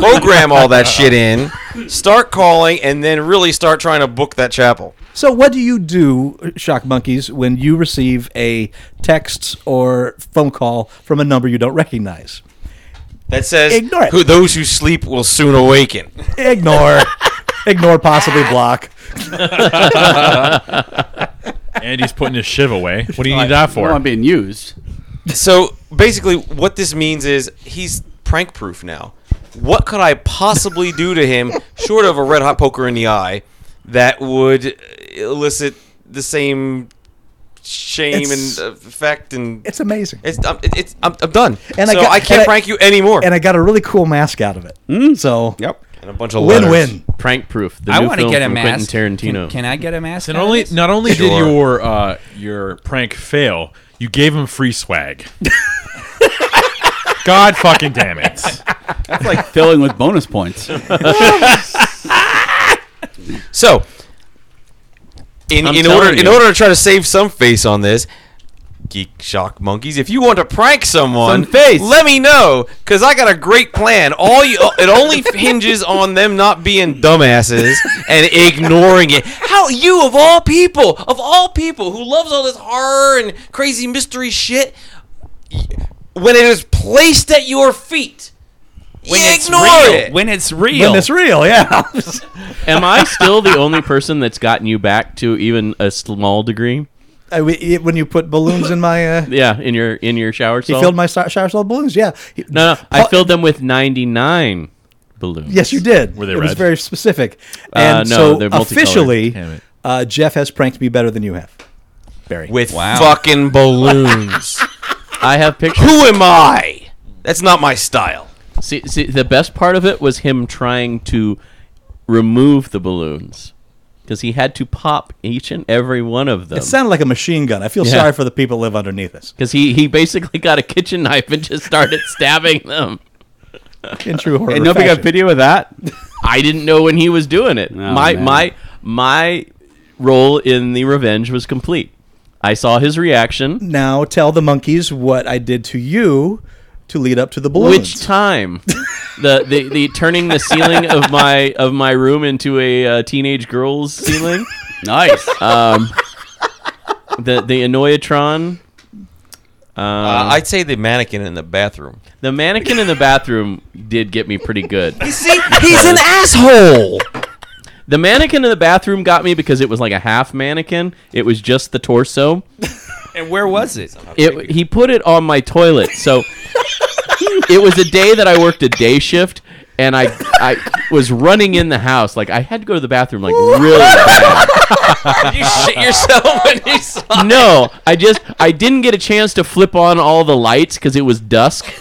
[SPEAKER 3] program all that shit in, start calling, and then really start trying to book that chapel.
[SPEAKER 4] So, what do you do, shock monkeys, when you receive a text or phone call from a number you don't recognize?
[SPEAKER 3] That says,
[SPEAKER 4] Ignore it.
[SPEAKER 3] Who, "Those who sleep will soon awaken."
[SPEAKER 4] Ignore, ignore, possibly block.
[SPEAKER 5] Andy's putting his shiv away. What do you need
[SPEAKER 8] I
[SPEAKER 5] that
[SPEAKER 8] don't want
[SPEAKER 5] for?
[SPEAKER 8] being used.
[SPEAKER 3] So basically, what this means is he's prank proof now. What could I possibly do to him, short of a red hot poker in the eye, that would elicit the same shame
[SPEAKER 4] It's-
[SPEAKER 3] and uh, effect? And
[SPEAKER 4] It's amazing,
[SPEAKER 3] it's, I'm, it's, I'm, I'm done.
[SPEAKER 4] And I
[SPEAKER 3] so I,
[SPEAKER 4] got-
[SPEAKER 3] can't
[SPEAKER 4] and I-
[SPEAKER 3] prank you anymore.
[SPEAKER 4] and I got a really cool mask out of it. So,
[SPEAKER 8] Yep.
[SPEAKER 3] And a bunch of
[SPEAKER 4] win-win.
[SPEAKER 3] letters.
[SPEAKER 6] Prank proof. The
[SPEAKER 7] I
[SPEAKER 6] new
[SPEAKER 7] want to
[SPEAKER 6] film
[SPEAKER 7] get a
[SPEAKER 6] from
[SPEAKER 7] mask.
[SPEAKER 6] Quentin Tarantino.
[SPEAKER 7] Can, can I get a mask?
[SPEAKER 5] And
[SPEAKER 7] out of
[SPEAKER 5] only
[SPEAKER 7] this?
[SPEAKER 5] not only did
[SPEAKER 3] Sure.
[SPEAKER 5] your uh, your prank fail, you gave him free swag. God fucking damn it!
[SPEAKER 8] That's like filling with bonus points.
[SPEAKER 3] So, in,
[SPEAKER 6] I'm
[SPEAKER 3] in order
[SPEAKER 6] telling
[SPEAKER 3] in
[SPEAKER 6] you.
[SPEAKER 3] order to try to save some face on this, geek shock monkeys, if you want to prank someone,
[SPEAKER 8] Some face.
[SPEAKER 3] let me know because I got a great plan. All you, uh, it only hinges on them not being dumbasses and ignoring it. How you of all people, of all people who loves all this horror and crazy mystery shit, y- when it is placed at your feet,
[SPEAKER 7] When
[SPEAKER 3] you
[SPEAKER 7] it's
[SPEAKER 3] ignore
[SPEAKER 7] real.
[SPEAKER 3] it.
[SPEAKER 7] When it's real.
[SPEAKER 4] and it's real, yeah.
[SPEAKER 6] Am I still the only person that's gotten you back to even a small degree?
[SPEAKER 4] I, we- it- when you put balloons in my, uh,
[SPEAKER 6] Yeah, in your in your shower
[SPEAKER 4] he
[SPEAKER 6] stall.
[SPEAKER 4] filled my sho- shower stall balloons. Yeah. He-
[SPEAKER 6] no, no, I
[SPEAKER 4] Paul-
[SPEAKER 6] filled them with ninety nine balloons.
[SPEAKER 4] Yes, you did.
[SPEAKER 5] Were they
[SPEAKER 4] it was
[SPEAKER 5] red?
[SPEAKER 4] very specific.
[SPEAKER 6] Uh,
[SPEAKER 4] And
[SPEAKER 6] no,
[SPEAKER 4] so
[SPEAKER 6] they're multicolored.
[SPEAKER 4] officially,
[SPEAKER 5] Damn it.
[SPEAKER 4] uh, Jeff has pranked me better than you have. Barry.
[SPEAKER 3] with
[SPEAKER 7] Wow.
[SPEAKER 3] fucking balloons.
[SPEAKER 6] I have pictures.
[SPEAKER 3] Who am I? That's not my style.
[SPEAKER 6] see, see, the best part of it was him trying to remove the balloons. because he had to pop each and every one of them.
[SPEAKER 4] It sounded like a machine gun. I feel
[SPEAKER 6] Um, Yeah.
[SPEAKER 4] sorry for the people who live underneath us.
[SPEAKER 6] Because he, he basically got a kitchen knife and just started stabbing them.
[SPEAKER 4] In true horror.
[SPEAKER 8] And nobody got
[SPEAKER 4] fashion.
[SPEAKER 8] video of that.
[SPEAKER 6] I didn't know when he was doing it.
[SPEAKER 8] Oh,
[SPEAKER 6] my
[SPEAKER 8] man.
[SPEAKER 6] my my role in the revenge was complete. I saw his reaction.
[SPEAKER 4] Now tell the monkeys what I did to you to lead up to the balloons.
[SPEAKER 6] Which time? the, the the turning the ceiling of my of my room into a uh, teenage girl's ceiling.
[SPEAKER 8] Nice.
[SPEAKER 6] Um, the the annoyatron.
[SPEAKER 7] Uh-huh.
[SPEAKER 3] Uh, I'd say the mannequin in the bathroom.
[SPEAKER 6] The mannequin in the bathroom did get me pretty good.
[SPEAKER 3] See, he's an asshole.
[SPEAKER 6] The mannequin in the bathroom got me because it was like a half mannequin. It was just the torso.
[SPEAKER 7] And where was it?
[SPEAKER 6] It, he put it on my toilet. So it was a day that I worked a day shift and I I was running in the house like I had to go to the bathroom like really bad.
[SPEAKER 3] you shit yourself when you saw.
[SPEAKER 6] No, I just I didn't get a chance to flip on all the lights cuz it was dusk.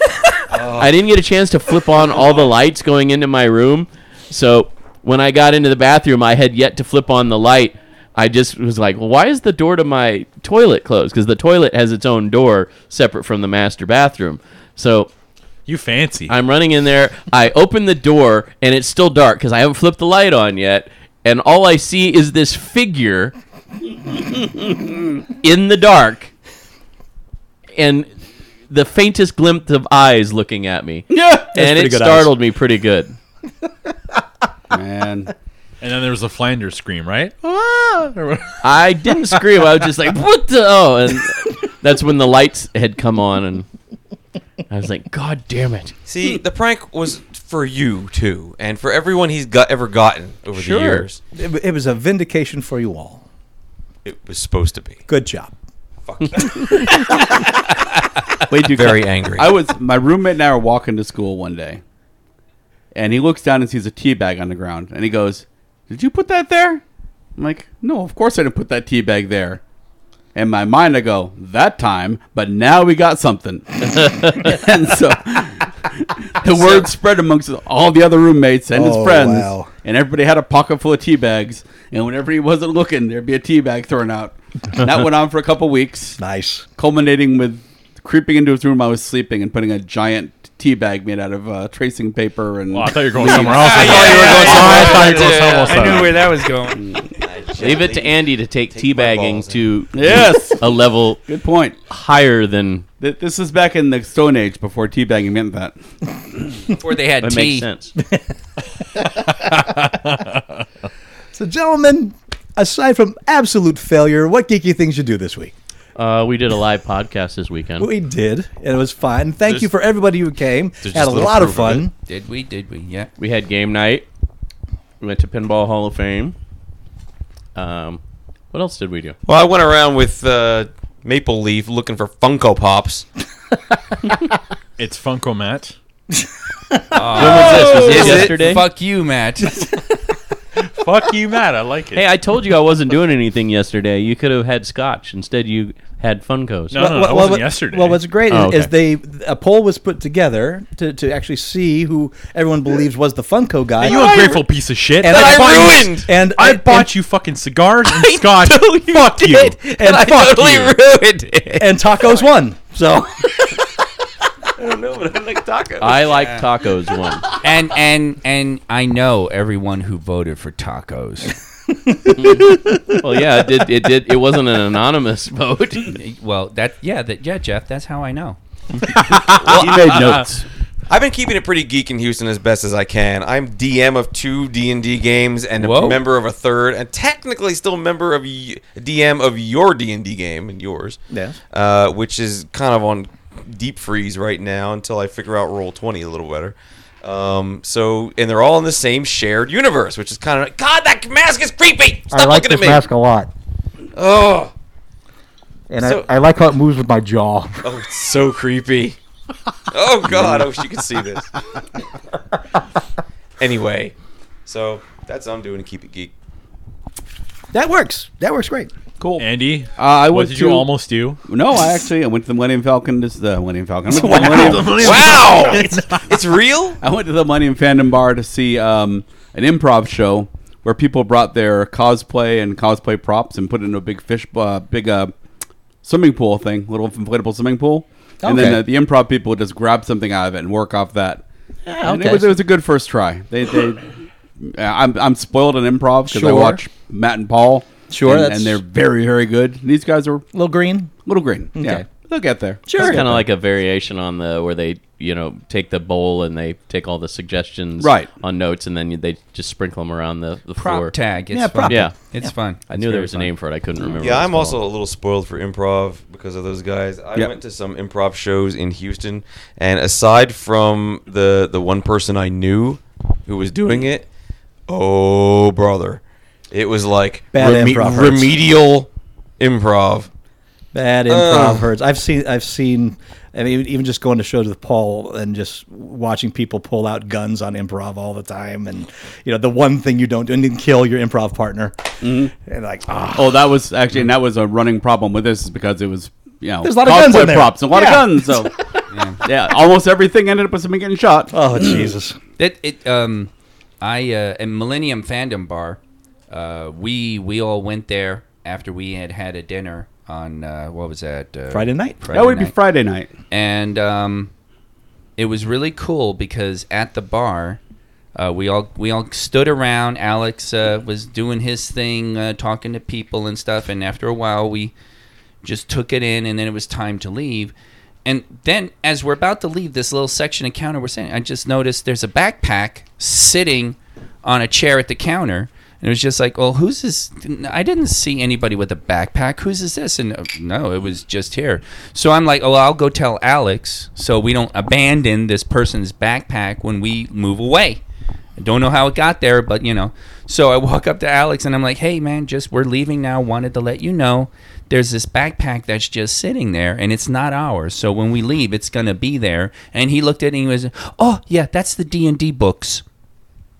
[SPEAKER 6] I didn't get a chance to flip on all the lights going into my room. So when I got into the bathroom, I had yet to flip on the light. I just was like, why is the door to my toilet closed? Because the toilet has its own door separate from the master bathroom. So
[SPEAKER 5] You fancy.
[SPEAKER 6] I'm running in there. I open the door and it's still dark because I haven't flipped the light on yet. And all I see is this figure in the dark and the faintest glimpse of eyes looking at me.
[SPEAKER 8] yeah.
[SPEAKER 6] and
[SPEAKER 4] pretty
[SPEAKER 6] it
[SPEAKER 4] good
[SPEAKER 6] startled me pretty good.
[SPEAKER 8] Man.
[SPEAKER 5] and then there was a Flanders scream, right?
[SPEAKER 6] I didn't scream. I was just like, what the? Oh, and that's when the lights had come on. And I was like, God damn it.
[SPEAKER 3] See, the prank was for you too, and for everyone he's got ever gotten over
[SPEAKER 6] Sure.
[SPEAKER 3] the years.
[SPEAKER 4] It, it was a vindication for you all.
[SPEAKER 3] It was supposed to be.
[SPEAKER 4] Good job.
[SPEAKER 3] Fuck you.
[SPEAKER 8] Wait, dude.
[SPEAKER 3] Very angry.
[SPEAKER 8] I was my roommate and I were walking to school one day, and he looks down and sees a tea bag on the ground, and he goes, "Did you put that there?" I'm like, "No, of course I didn't put that tea bag there." In my mind, I go, "That time," but now we got something, and so the word spread amongst all the other roommates and his
[SPEAKER 4] Oh,
[SPEAKER 8] friends,
[SPEAKER 4] wow.
[SPEAKER 8] and everybody had a pocket full of tea bags, and whenever he wasn't looking, there'd be a tea bag thrown out. And that went on for a couple weeks
[SPEAKER 4] Nice.
[SPEAKER 8] culminating with creeping into his room. I was sleeping and putting a giant tea bag made out of uh, tracing paper and
[SPEAKER 5] Well, I thought Oh, you were going somewhere else.
[SPEAKER 3] yeah, yeah, yeah,
[SPEAKER 5] I
[SPEAKER 3] yeah,
[SPEAKER 5] thought you were going
[SPEAKER 3] yeah,
[SPEAKER 5] somewhere
[SPEAKER 3] yeah.
[SPEAKER 5] else.
[SPEAKER 7] I knew where that was going.
[SPEAKER 6] Leave it to Andy to take,
[SPEAKER 3] my
[SPEAKER 6] teabagging
[SPEAKER 3] balls
[SPEAKER 6] to
[SPEAKER 8] yes.
[SPEAKER 6] a level
[SPEAKER 8] Good point.
[SPEAKER 6] higher than
[SPEAKER 8] Th- This is back in the Stone Age before teabagging meant that.
[SPEAKER 7] Before they had
[SPEAKER 6] that
[SPEAKER 7] tea.
[SPEAKER 6] makes sense.
[SPEAKER 4] So, gentlemen, aside from absolute failure, what geeky things you do this week?
[SPEAKER 6] Uh, we did a live podcast this weekend.
[SPEAKER 4] We did, and it was fun. Thank you for everybody who came. Had
[SPEAKER 3] there's just
[SPEAKER 4] a
[SPEAKER 3] little
[SPEAKER 4] lot of
[SPEAKER 3] proof of
[SPEAKER 4] fun.
[SPEAKER 7] Did we? Did we? Yeah.
[SPEAKER 6] We had game night. We went to Pinball Hall of Fame. Um, what else did we do?
[SPEAKER 3] Well, I went around with uh, Maple Leaf looking for Funko Pops.
[SPEAKER 5] It's Funko Matt.
[SPEAKER 6] When was this? Was this
[SPEAKER 7] Is it?
[SPEAKER 6] yesterday?
[SPEAKER 7] Fuck you, Matt.
[SPEAKER 5] Fuck you, Matt. I like it.
[SPEAKER 6] Hey, I told you I wasn't doing anything yesterday. You could have had scotch. Instead, you had Funkos.
[SPEAKER 5] No, no, no, that wasn't yesterday.
[SPEAKER 4] Well, what's great
[SPEAKER 6] Oh,
[SPEAKER 4] is, is
[SPEAKER 6] okay.
[SPEAKER 4] they a poll was put together to, to actually see who everyone believes was the Funko guy.
[SPEAKER 5] you ungrateful piece of shit.
[SPEAKER 4] I
[SPEAKER 5] bought you-
[SPEAKER 3] ruined!
[SPEAKER 4] And
[SPEAKER 5] I
[SPEAKER 4] and-
[SPEAKER 5] bought you fucking cigars and scotch. Fuck you.
[SPEAKER 4] and, and
[SPEAKER 3] I
[SPEAKER 4] fuck
[SPEAKER 3] totally
[SPEAKER 4] you.
[SPEAKER 3] ruined it.
[SPEAKER 4] and tacos won. So
[SPEAKER 6] I like tacos one.
[SPEAKER 7] and and and I know everyone who voted for tacos.
[SPEAKER 6] Well, yeah, it did. It did. It wasn't an anonymous vote.
[SPEAKER 7] well, that yeah, that yeah, Jeff. That's how I know.
[SPEAKER 8] he made notes.
[SPEAKER 3] I've been keeping it pretty geek in Houston as best as I can. I'm DM of two D and D games and a
[SPEAKER 7] Whoa.
[SPEAKER 3] member of a third, and technically still a member of y- DM of your D and D game and yours.
[SPEAKER 4] Yes.
[SPEAKER 3] Uh, which is kind of on deep freeze right now until I figure out roll twenty a little better. Um, so and they're all in the same shared universe, which is kind of God. That mask is creepy. Stop
[SPEAKER 10] I like
[SPEAKER 3] looking
[SPEAKER 10] this
[SPEAKER 3] at me.
[SPEAKER 10] mask a lot,
[SPEAKER 3] Oh,
[SPEAKER 10] and
[SPEAKER 3] So-
[SPEAKER 10] I, I like how it moves with my jaw.
[SPEAKER 3] oh, it's so creepy. Oh God, I wish you could see this. anyway, so that's what I'm doing to keep it geek.
[SPEAKER 4] that works. That works great.
[SPEAKER 8] Cool.
[SPEAKER 5] Andy,
[SPEAKER 8] uh, I
[SPEAKER 5] what
[SPEAKER 8] went
[SPEAKER 5] did
[SPEAKER 8] to,
[SPEAKER 5] you almost do?
[SPEAKER 8] No, I actually I went to the Millennium Falcon. This is the Millennium Falcon. I went, to the Millennium,
[SPEAKER 3] Wow, it's, it's real.
[SPEAKER 8] I went to the Millennium Fandom Bar to see um, an improv show where people brought their cosplay and cosplay props and put it into a big fish, uh, big uh, swimming pool thing, little inflatable swimming pool, and then
[SPEAKER 4] Okay.
[SPEAKER 8] uh, the improv people would just grab something out of it and work off that. Yeah, it
[SPEAKER 4] okay.
[SPEAKER 8] was it was a good first try. They they. Yeah, I'm, I'm spoiled in improv because I
[SPEAKER 4] Sure.
[SPEAKER 8] watch Matt and Paul.
[SPEAKER 4] Sure,
[SPEAKER 8] and,
[SPEAKER 4] that's-
[SPEAKER 8] and they're very very good. These guys are
[SPEAKER 4] Little green.
[SPEAKER 8] little green. Yeah, they'll get there.
[SPEAKER 6] It's kind of like a variation on the where they you know take the bowl and they take all the suggestions
[SPEAKER 8] Right.
[SPEAKER 6] on notes and then they just sprinkle them around the, the
[SPEAKER 7] Prop
[SPEAKER 6] floor.
[SPEAKER 7] tag. It's
[SPEAKER 4] Yeah,
[SPEAKER 7] fun.
[SPEAKER 4] prop.
[SPEAKER 6] Yeah.
[SPEAKER 7] It's fun.
[SPEAKER 6] I knew there was a name for it. I couldn't remember.
[SPEAKER 3] Yeah,
[SPEAKER 6] what
[SPEAKER 3] I'm
[SPEAKER 6] it's
[SPEAKER 3] also a little spoiled for improv because of those guys. I
[SPEAKER 8] Yep.
[SPEAKER 3] went to some improv shows in Houston, and aside from the the one person I knew who was doing it, oh brother, it was like
[SPEAKER 4] Bad improv hurts.
[SPEAKER 3] remedial improv.
[SPEAKER 4] Bad improv hurts. I've seen. I've seen. I mean, even just going to shows with Paul and just watching people pull out guns on improv all the time, and you know the one thing you don't do, and then kill your improv partner,
[SPEAKER 7] Mm-hmm.
[SPEAKER 4] and like ah,
[SPEAKER 8] Oh, that was actually, and that was a running problem with this is because it was, you know,
[SPEAKER 4] There's a lot of guns
[SPEAKER 8] cosplay
[SPEAKER 4] in there.
[SPEAKER 8] props, a lot
[SPEAKER 4] Yeah.
[SPEAKER 8] of guns. So, yeah. almost everything ended up with somebody getting shot.
[SPEAKER 4] oh Jesus.
[SPEAKER 7] That it um, I uh, at Millennium Fandom Bar, uh, we we all went there after we had had a dinner on uh, what was that uh,
[SPEAKER 4] Friday night.
[SPEAKER 7] Friday
[SPEAKER 8] that would be
[SPEAKER 7] night.
[SPEAKER 8] Friday night.
[SPEAKER 7] and um, it was really cool because at the bar, uh, we all we all stood around. Alex uh, was doing his thing, uh, talking to people and stuff. And after a while, we just took it in, and then it was time to leave. And then, as we're about to leave this little section of counter, we're sitting. I just noticed there's a backpack sitting on a chair at the counter. And it was just like, well, who's this? I didn't see anybody with a backpack. Whose is this? And uh, no, it was just here. So I'm like, oh, I'll go tell Alex so we don't abandon this person's backpack when we move away. I don't know how it got there, but you know. So I walk up to Alex and I'm like, hey, man, just we're leaving now. Wanted to let you know there's this backpack that's just sitting there and it's not ours. So when we leave, it's going to be there. And he looked at it and he was, oh, yeah, that's the D&D books.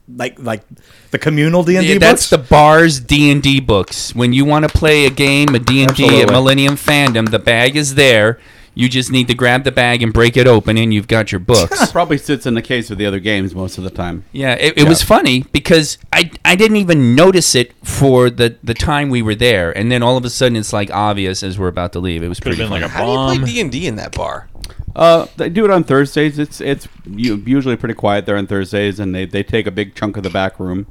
[SPEAKER 4] Like like the communal D and
[SPEAKER 7] Yeah,
[SPEAKER 4] D books.
[SPEAKER 7] that's the bar's D&D books. When you want to play a game, a D&D, at
[SPEAKER 4] Absolutely.
[SPEAKER 7] Millennium Fandom, the bag is there. You just need to grab the bag and break it open and you've got your books.
[SPEAKER 8] Probably sits in the case with the other games most of the time.
[SPEAKER 7] Yeah, it, it was funny because I I didn't even notice it for the, the time we were there, and then all of a sudden it's like obvious as we're about to leave. It was
[SPEAKER 5] Could
[SPEAKER 7] pretty
[SPEAKER 5] have been
[SPEAKER 7] funny.
[SPEAKER 5] like a
[SPEAKER 3] How do you
[SPEAKER 5] bomb.
[SPEAKER 3] play D and D in that bar?
[SPEAKER 8] Uh, they do it on Thursdays. It's it's u- usually pretty quiet there on Thursdays, and they, they take a big chunk of the back room.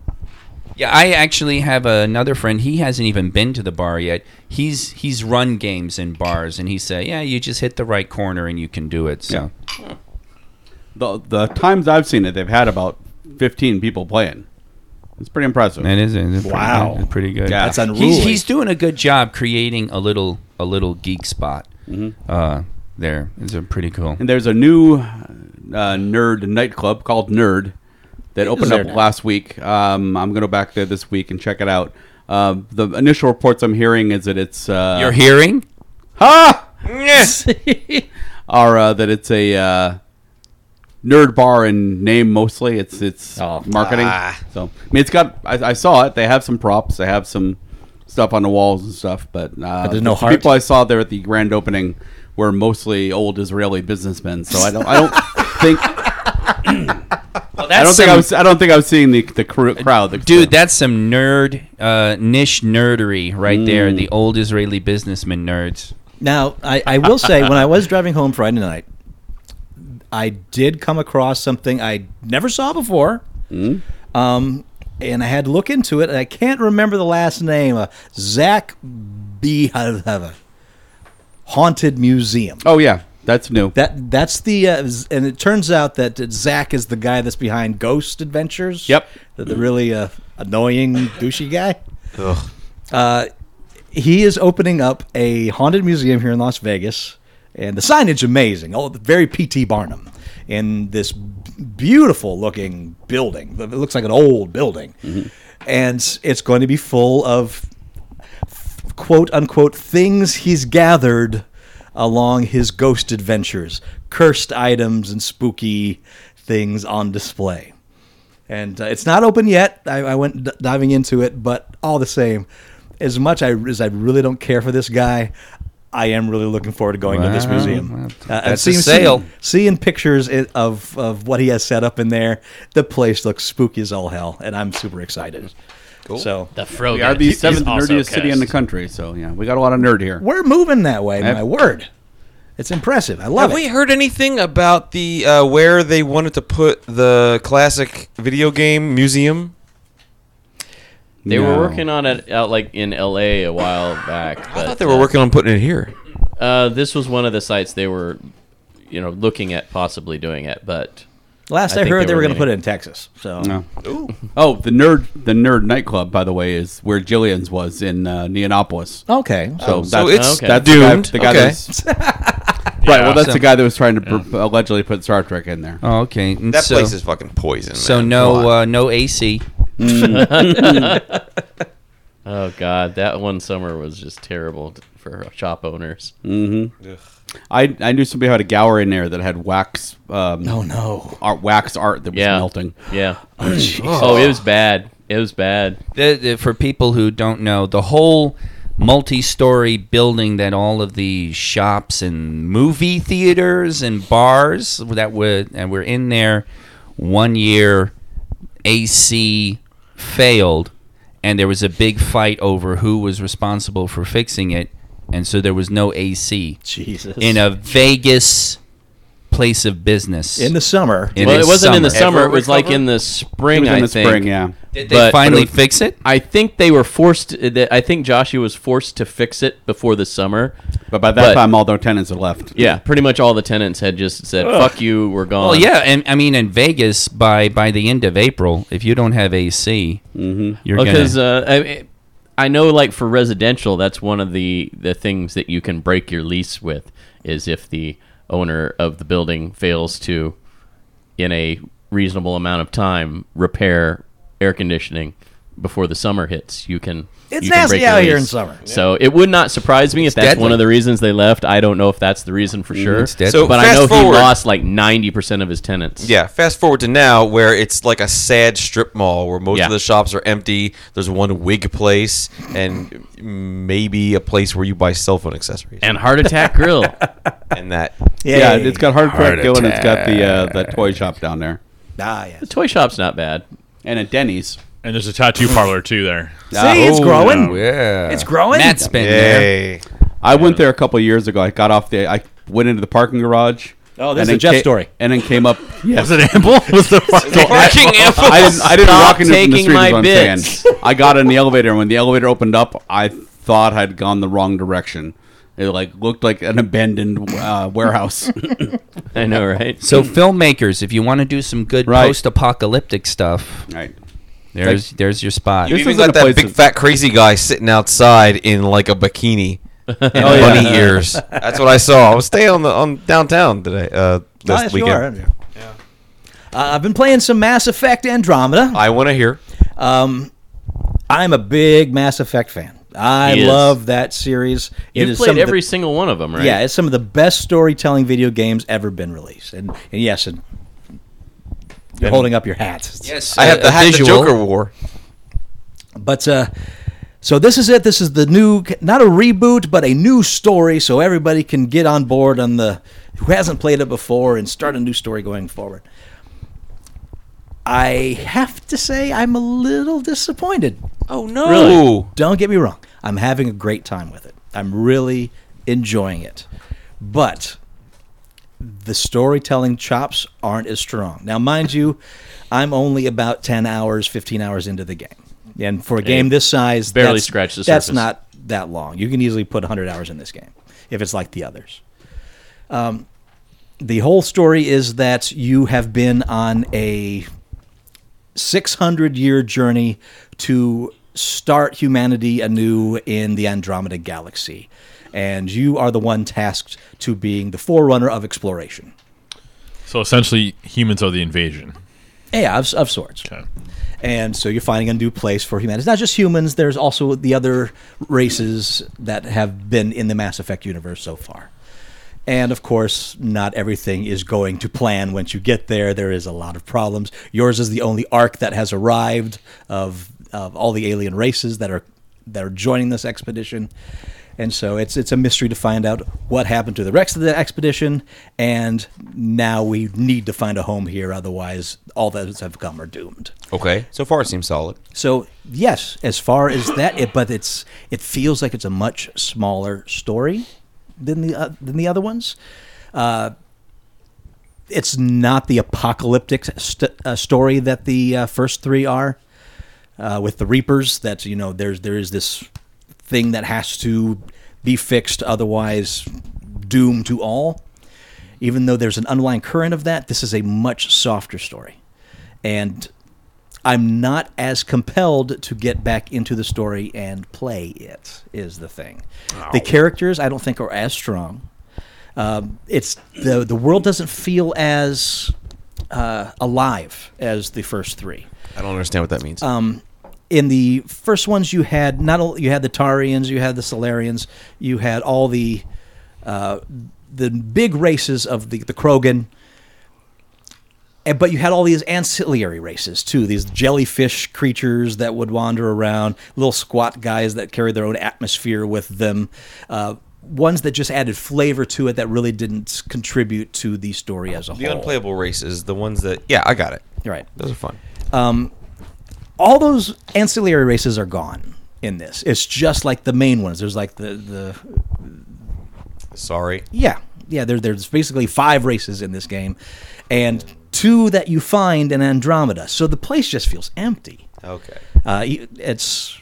[SPEAKER 7] yeah, I actually have another friend. He hasn't even been to the bar yet. He's he's run games in bars, and he said, "Yeah, you just hit the right corner and you can do it." So
[SPEAKER 8] The the times I've seen it, they've had about fifteen people playing. It's pretty impressive.
[SPEAKER 7] it is, it is
[SPEAKER 4] Wow.
[SPEAKER 7] pretty, it's pretty good.
[SPEAKER 8] Yeah.
[SPEAKER 4] that's unruly.
[SPEAKER 7] he's, he's doing a good job creating a little a little geek spot uh, there. It's a pretty cool.
[SPEAKER 8] And there's a new uh, nerd nightclub called Nerd that opened up last week. Um, I'm going to go back there this week and check it out. Uh, the initial reports I'm hearing is that it's uh,
[SPEAKER 7] You're hearing?
[SPEAKER 8] ah are uh, that it's a uh, nerd bar in name mostly. It's it's marketing. So I mean, it's got. I, I saw it. They have some props. They have some stuff on the walls and stuff. But, uh,
[SPEAKER 4] there's no
[SPEAKER 8] the
[SPEAKER 4] heart?
[SPEAKER 8] People I saw there at the grand opening were mostly old Israeli businessmen. So I don't. I don't think. I don't think I was. I don't think I was seeing the the cr- crowd. The,
[SPEAKER 7] Dude, that's some nerd, uh, niche nerdery right there. The old Israeli businessman nerds.
[SPEAKER 4] Now, I, I will say, when I was driving home Friday night, I did come across something I never saw before. Um, and I had to look into it, and I can't remember the last name. Uh, Zach B. Haunted Museum.
[SPEAKER 8] oh yeah, that's new.
[SPEAKER 4] That that's the uh, z- and it turns out that Zach is the guy that's behind Ghost Adventures.
[SPEAKER 8] Yep.
[SPEAKER 4] the, the really uh, annoying douchey guy. Uh, he is opening up a haunted museum here in Las Vegas, and the signage amazing. Oh, very P.T. Barnum in this beautiful looking building. It looks like an old building, and it's going to be full of quote unquote things he's gathered along his ghost adventures, cursed items and spooky things on display. And uh, it's not open yet. I, I went d- diving into it, but all the same, as much I, as I really don't care for this guy, I am really looking forward to going to this
[SPEAKER 7] Wow.
[SPEAKER 4] museum. Uh,
[SPEAKER 7] That's a
[SPEAKER 4] seeing-
[SPEAKER 7] sale.
[SPEAKER 4] Seeing, seeing pictures i- of, of what he has set up in there, the place looks spooky as all hell, and I'm super excited. So
[SPEAKER 6] The Frogan.
[SPEAKER 8] We are the
[SPEAKER 6] He's
[SPEAKER 8] seventh
[SPEAKER 6] also
[SPEAKER 8] nerdiest city in the
[SPEAKER 6] cursed.
[SPEAKER 8] country, so yeah, we got a lot of nerd here.
[SPEAKER 4] we're moving that way.
[SPEAKER 8] Yep.
[SPEAKER 4] My word, it's impressive. I love
[SPEAKER 3] Have
[SPEAKER 4] it.
[SPEAKER 3] we heard anything about the uh, where they wanted to put the classic video game museum?
[SPEAKER 6] They
[SPEAKER 8] No.
[SPEAKER 6] were working on it out like in L.A. a while back. But,
[SPEAKER 3] I thought they were working on putting it here.
[SPEAKER 6] Uh, this was one of the sites they were, you know, looking at possibly doing it, but
[SPEAKER 4] Last
[SPEAKER 6] I
[SPEAKER 4] I,
[SPEAKER 6] think
[SPEAKER 4] heard,
[SPEAKER 6] they
[SPEAKER 4] they
[SPEAKER 6] were
[SPEAKER 4] were going to
[SPEAKER 6] leaning-
[SPEAKER 4] put it in Texas. So
[SPEAKER 8] No. Oh, the nerd, the nerd nightclub, by the way, is where Jillian's was in uh, Neonopolis.
[SPEAKER 4] okay, Oh, so
[SPEAKER 8] So that's,
[SPEAKER 3] So it's
[SPEAKER 6] okay.
[SPEAKER 8] that's the guy-
[SPEAKER 3] doomed.
[SPEAKER 8] The guy,
[SPEAKER 3] Okay.
[SPEAKER 8] that's- right. Well, that's the guy that was trying to pr- allegedly put Star Trek in there.
[SPEAKER 7] Oh, okay. And
[SPEAKER 3] That
[SPEAKER 7] so,
[SPEAKER 3] place is fucking poison.
[SPEAKER 7] so
[SPEAKER 3] man.
[SPEAKER 7] no uh, no AC.
[SPEAKER 6] oh god, that one summer was just terrible t- for shop owners.
[SPEAKER 8] I, I knew somebody who had a gallery in there that had wax. Um,
[SPEAKER 4] oh no,
[SPEAKER 8] art, wax art that was
[SPEAKER 6] Yeah,
[SPEAKER 8] melting.
[SPEAKER 6] Yeah. oh, it was bad. It was bad.
[SPEAKER 7] The, the, for people who don't know, the whole multi-story building that all of the shops and movie theaters and bars that would and were in there one year AC failed and there was a big fight over who was responsible for fixing it and so there was no AC
[SPEAKER 4] Jesus!
[SPEAKER 7] in a Vegas place of business.
[SPEAKER 4] in the summer,
[SPEAKER 7] In
[SPEAKER 6] well,
[SPEAKER 7] the
[SPEAKER 6] it wasn't in the
[SPEAKER 7] summer.
[SPEAKER 6] summer. It was like in the spring.
[SPEAKER 8] It was in
[SPEAKER 6] I
[SPEAKER 8] the
[SPEAKER 6] think.
[SPEAKER 8] spring, yeah.
[SPEAKER 7] Did they
[SPEAKER 6] but-
[SPEAKER 7] finally
[SPEAKER 6] but it was-
[SPEAKER 7] fix it?
[SPEAKER 6] I think they were forced. that- I think Joshua was forced to fix it before the summer.
[SPEAKER 8] But by that
[SPEAKER 6] But-
[SPEAKER 8] time, all their tenants had left.
[SPEAKER 6] Yeah, pretty much all the tenants had just said, "Fuck you, we're gone."
[SPEAKER 7] Well, yeah, and I mean in Vegas by by the end of April, if you don't have AC, you're
[SPEAKER 6] because
[SPEAKER 7] gonna.
[SPEAKER 6] uh, I, I know, like for residential, that's one of the the things that you can break your lease with is if the owner of the building fails to, in a reasonable amount of time, repair air conditioning before the summer hits. You can.
[SPEAKER 4] It's
[SPEAKER 6] you can
[SPEAKER 4] nasty
[SPEAKER 6] break your
[SPEAKER 4] out here
[SPEAKER 6] lease.
[SPEAKER 4] in summer.
[SPEAKER 6] So it would not surprise me if that's
[SPEAKER 7] deadly. Mm,
[SPEAKER 6] one of the reasons they left. I don't know if that's the reason for sure.
[SPEAKER 7] it's deadly.
[SPEAKER 3] So
[SPEAKER 6] but I
[SPEAKER 3] fast
[SPEAKER 6] know
[SPEAKER 3] forward.
[SPEAKER 6] he lost like ninety percent of his tenants.
[SPEAKER 3] Yeah, fast forward to now where it's like a sad strip mall where most
[SPEAKER 6] Yeah.
[SPEAKER 3] of the shops are empty. There's one wig place and maybe a place where you buy cell phone accessories.
[SPEAKER 6] And Heart Attack Grill.
[SPEAKER 3] and that.
[SPEAKER 8] Yeah,
[SPEAKER 4] Yay.
[SPEAKER 8] it's got hard crack going. It's got the uh, the toy shop down there
[SPEAKER 4] ah, yes.
[SPEAKER 6] the toy shop's not bad.
[SPEAKER 8] and a Denny's.
[SPEAKER 5] And there's a tattoo parlor too there.
[SPEAKER 4] See, it's growing.
[SPEAKER 10] Yeah.
[SPEAKER 4] It's growing.
[SPEAKER 7] Matt's been there.
[SPEAKER 3] Yay.
[SPEAKER 8] I went there a couple years ago. I got off the. I went into the parking garage.
[SPEAKER 4] Oh,
[SPEAKER 8] and
[SPEAKER 4] this is a
[SPEAKER 8] then
[SPEAKER 4] Jeff
[SPEAKER 8] ca-
[SPEAKER 4] story.
[SPEAKER 8] And then came up.
[SPEAKER 5] Was it Amble? Was the
[SPEAKER 6] Fucking
[SPEAKER 8] I didn't. I didn't
[SPEAKER 6] Stop
[SPEAKER 8] walk into it from the
[SPEAKER 6] taking
[SPEAKER 8] street.
[SPEAKER 6] my
[SPEAKER 8] Is what I'm
[SPEAKER 6] bits.
[SPEAKER 8] saying. I got in the elevator, and when the elevator opened up, I thought I'd gone the wrong direction. It like looked like an abandoned uh, warehouse.
[SPEAKER 6] I know, right?
[SPEAKER 7] So filmmakers, if you want to do some good
[SPEAKER 8] Right.
[SPEAKER 7] post-apocalyptic stuff,
[SPEAKER 8] right.
[SPEAKER 7] there's there's your spot.
[SPEAKER 3] You
[SPEAKER 8] This
[SPEAKER 3] even
[SPEAKER 8] isn't a
[SPEAKER 3] got that
[SPEAKER 8] place
[SPEAKER 3] big
[SPEAKER 8] that-
[SPEAKER 3] fat crazy guy sitting outside in like a bikini and
[SPEAKER 8] Oh, yeah.
[SPEAKER 3] bunny ears. That's what I saw. I was staying on the on downtown today.
[SPEAKER 4] Ah,
[SPEAKER 3] Uh, last
[SPEAKER 4] yes, you
[SPEAKER 3] weekend.
[SPEAKER 4] are, aren't you? Uh, I've been playing some Mass Effect Andromeda.
[SPEAKER 3] I want to hear.
[SPEAKER 4] Um, I'm a big Mass Effect fan. I
[SPEAKER 6] He is.
[SPEAKER 4] love that series. It
[SPEAKER 6] You
[SPEAKER 4] is
[SPEAKER 6] played
[SPEAKER 4] some of
[SPEAKER 6] every
[SPEAKER 4] The,
[SPEAKER 6] single one of them, right?
[SPEAKER 4] Yeah, it's some of the best storytelling video games ever been released. And, and yes, and you're holding up your hat.
[SPEAKER 7] yes,
[SPEAKER 3] I have
[SPEAKER 7] a-
[SPEAKER 3] the
[SPEAKER 7] a
[SPEAKER 3] hat the
[SPEAKER 7] visual.
[SPEAKER 3] Joker wore.
[SPEAKER 4] But uh, so this is it. This is the new, not a reboot, but a new story, so everybody can get on board on the who hasn't played it before and start a new story going forward. I have to say, I'm a little disappointed.
[SPEAKER 3] Oh no!
[SPEAKER 4] Don't get me wrong. I'm having a great time with it. I'm really enjoying it. But the storytelling chops aren't as strong. Now, mind you, I'm only about 10 hours, 15 hours into the game. And for a game this size,
[SPEAKER 6] barely
[SPEAKER 4] that's-
[SPEAKER 6] scratched the
[SPEAKER 4] That's
[SPEAKER 6] surface.
[SPEAKER 4] not that long. You can easily put 100 hours in this game if it's like the others Um, the whole story is that you have been on a 600 year journey to start humanity anew in the Andromeda galaxy. And you are the one tasked to being the forerunner of exploration.
[SPEAKER 5] So essentially, humans are the invasion.
[SPEAKER 4] Yeah, of, of sorts.
[SPEAKER 5] Okay.
[SPEAKER 4] And so you're finding a new place for humanity. It's not just humans, there's also the other races that have been in the Mass Effect universe so far. And of course, not everything is going to plan once you get there. There is a lot of problems. Yours is the only ark that has arrived of, of all the alien races that are that are joining this expedition. And so it's it's a mystery to find out what happened to the rest of the expedition, and now we need to find a home here. Otherwise, all those have come are doomed.
[SPEAKER 3] Okay. So far, it seems solid.
[SPEAKER 4] So yes, as far as that, it, but it's it feels like it's a much smaller story than the uh, than the other ones. Uh, it's not the apocalyptic st- uh, story that the uh, first three are uh, with the reapers. That you know, there's there is this thing that has to be fixed, otherwise doom to all. Even though there's an underlying current of that, this is a much softer story, and I'm not as compelled to get back into the story and play it. Is the thing. The characters I don't think are as strong. Um, it's the the world doesn't feel as uh, alive as the first three.
[SPEAKER 3] I don't understand what that means.
[SPEAKER 4] Um, In the first ones, you had not only you had the Tarians, you had the Solarians, you had all the uh, the big races of the the Krogan. And, but you had all these ancillary races too, these jellyfish creatures that would wander around, little squat guys that carried their own atmosphere with them, uh, ones that just added flavor to it that really didn't contribute to the story as a
[SPEAKER 3] the
[SPEAKER 4] whole.
[SPEAKER 3] unplayable races, the ones that. Yeah, I got it.
[SPEAKER 4] Right.
[SPEAKER 3] Those are fun.
[SPEAKER 4] all those ancillary races are gone in this. It's just like the main ones. There's like the the
[SPEAKER 3] Sorry.
[SPEAKER 4] yeah yeah. There, there's basically five races in this game, and two that you find in Andromeda. So the place just feels empty.
[SPEAKER 3] Okay.
[SPEAKER 4] Uh, you- it's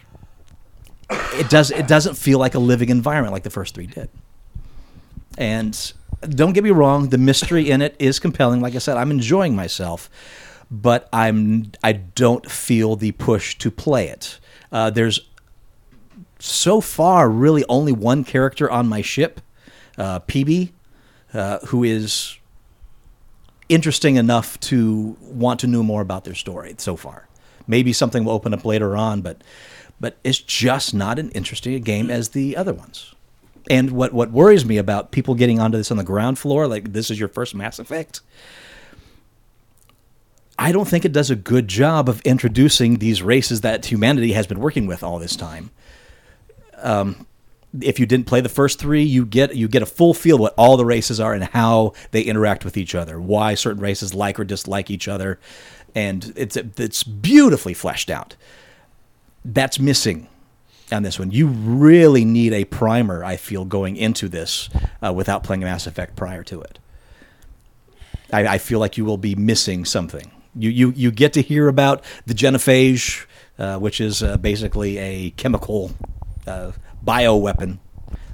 [SPEAKER 4] it does it doesn't feel like a living environment like the first three did. And don't get me wrong, the mystery in it is compelling. Like I said, I'm enjoying myself, but I'm I don't feel the push to play it. Uh, there's so far really only one character on my ship, uh, PB, uh, who is interesting enough to want to know more about their story so far. Maybe something will open up later on, but but it's just not an interesting a game as the other ones. And what what worries me about people getting onto this on the ground floor, like this is your first Mass Effect. I don't think it does a good job of introducing these races that humanity has been working with all this time if you didn't play the first three, you get you get a full feel what all the races are and how they interact with each other, why certain races like or dislike each other, and it's it's beautifully fleshed out. That's missing on this one. You really need a primer, I feel, going into this uh, without playing Mass Effect prior to it. I, I feel like you will be missing something. You you you get to hear about the genophage, uh, which is uh, basically a chemical uh, bioweapon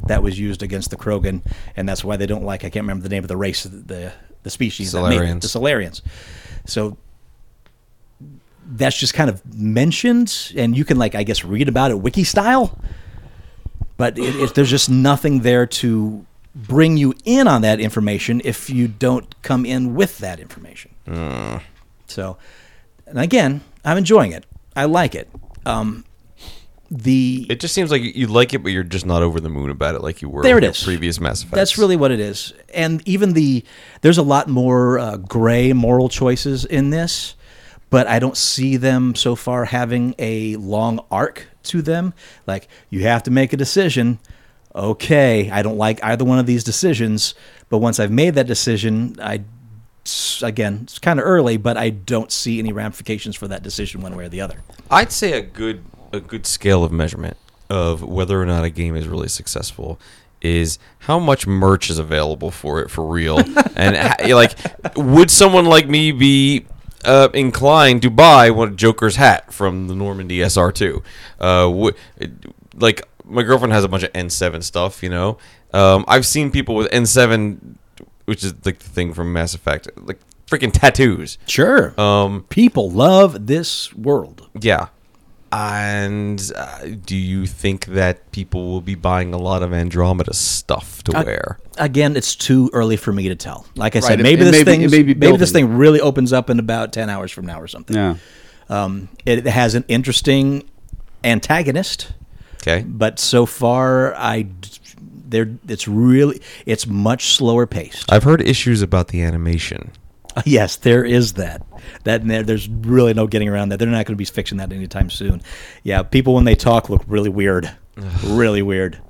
[SPEAKER 4] that was used against the Krogan, and that's why they don't like. I can't remember the name of the race, the the species, that made it,
[SPEAKER 3] Solarians.
[SPEAKER 4] the Solarians. So that's just kind of mentioned, and you can like I guess read about it wiki style, but it, it, there's just nothing there to bring you in on that information if you don't come in with that information. So, and again, I'm enjoying it. I like it. Um, the
[SPEAKER 3] It just seems like you- you like it, but you're just not over the moon about it like you were
[SPEAKER 4] There
[SPEAKER 3] with
[SPEAKER 4] it
[SPEAKER 3] your
[SPEAKER 4] is.
[SPEAKER 3] previous Mass Effect.
[SPEAKER 4] that's really what it is. And even the there's a lot more uh, gray moral choices in this, but I don't see them so far having a long arc to them. Like you have to make a decision. Okay, I don't like either one of these decisions, but once I've made that decision, I again, it's kind of early, but I don't see any ramifications for that decision one way or the other.
[SPEAKER 3] I'd say a good a good scale of measurement of whether or not a game is really successful is how much merch is available for it for real, and ha- like would someone like me be uh, inclined to buy one of Joker's hat from the Normandy SR2? Uh, w- like my girlfriend has a bunch of N7 stuff, you know. Um, I've seen people with N7, which is like the thing from Mass Effect, like freaking tattoos.
[SPEAKER 4] Sure,
[SPEAKER 3] Um,
[SPEAKER 4] people love this world.
[SPEAKER 3] yeah. And uh, do you think that people will be buying a lot of Andromeda stuff to wear?
[SPEAKER 4] again, it's too early for me to tell. Like I
[SPEAKER 8] Right,
[SPEAKER 4] said,
[SPEAKER 8] it-
[SPEAKER 4] maybe
[SPEAKER 8] it
[SPEAKER 4] this
[SPEAKER 8] may be-
[SPEAKER 4] thing
[SPEAKER 8] it may be
[SPEAKER 4] maybe this
[SPEAKER 8] building.
[SPEAKER 4] thing really opens up in about ten hours from now or something.
[SPEAKER 8] Yeah.
[SPEAKER 4] Um, it has an interesting antagonist,
[SPEAKER 3] Okay.
[SPEAKER 4] but so far I d- there it's really it's much slower paced.
[SPEAKER 3] I've heard issues about the animation.
[SPEAKER 4] yes, there is that. That there, there's really no getting around that. They're not going to be fixing that anytime soon. Yeah, people when they talk look really weird, really weird.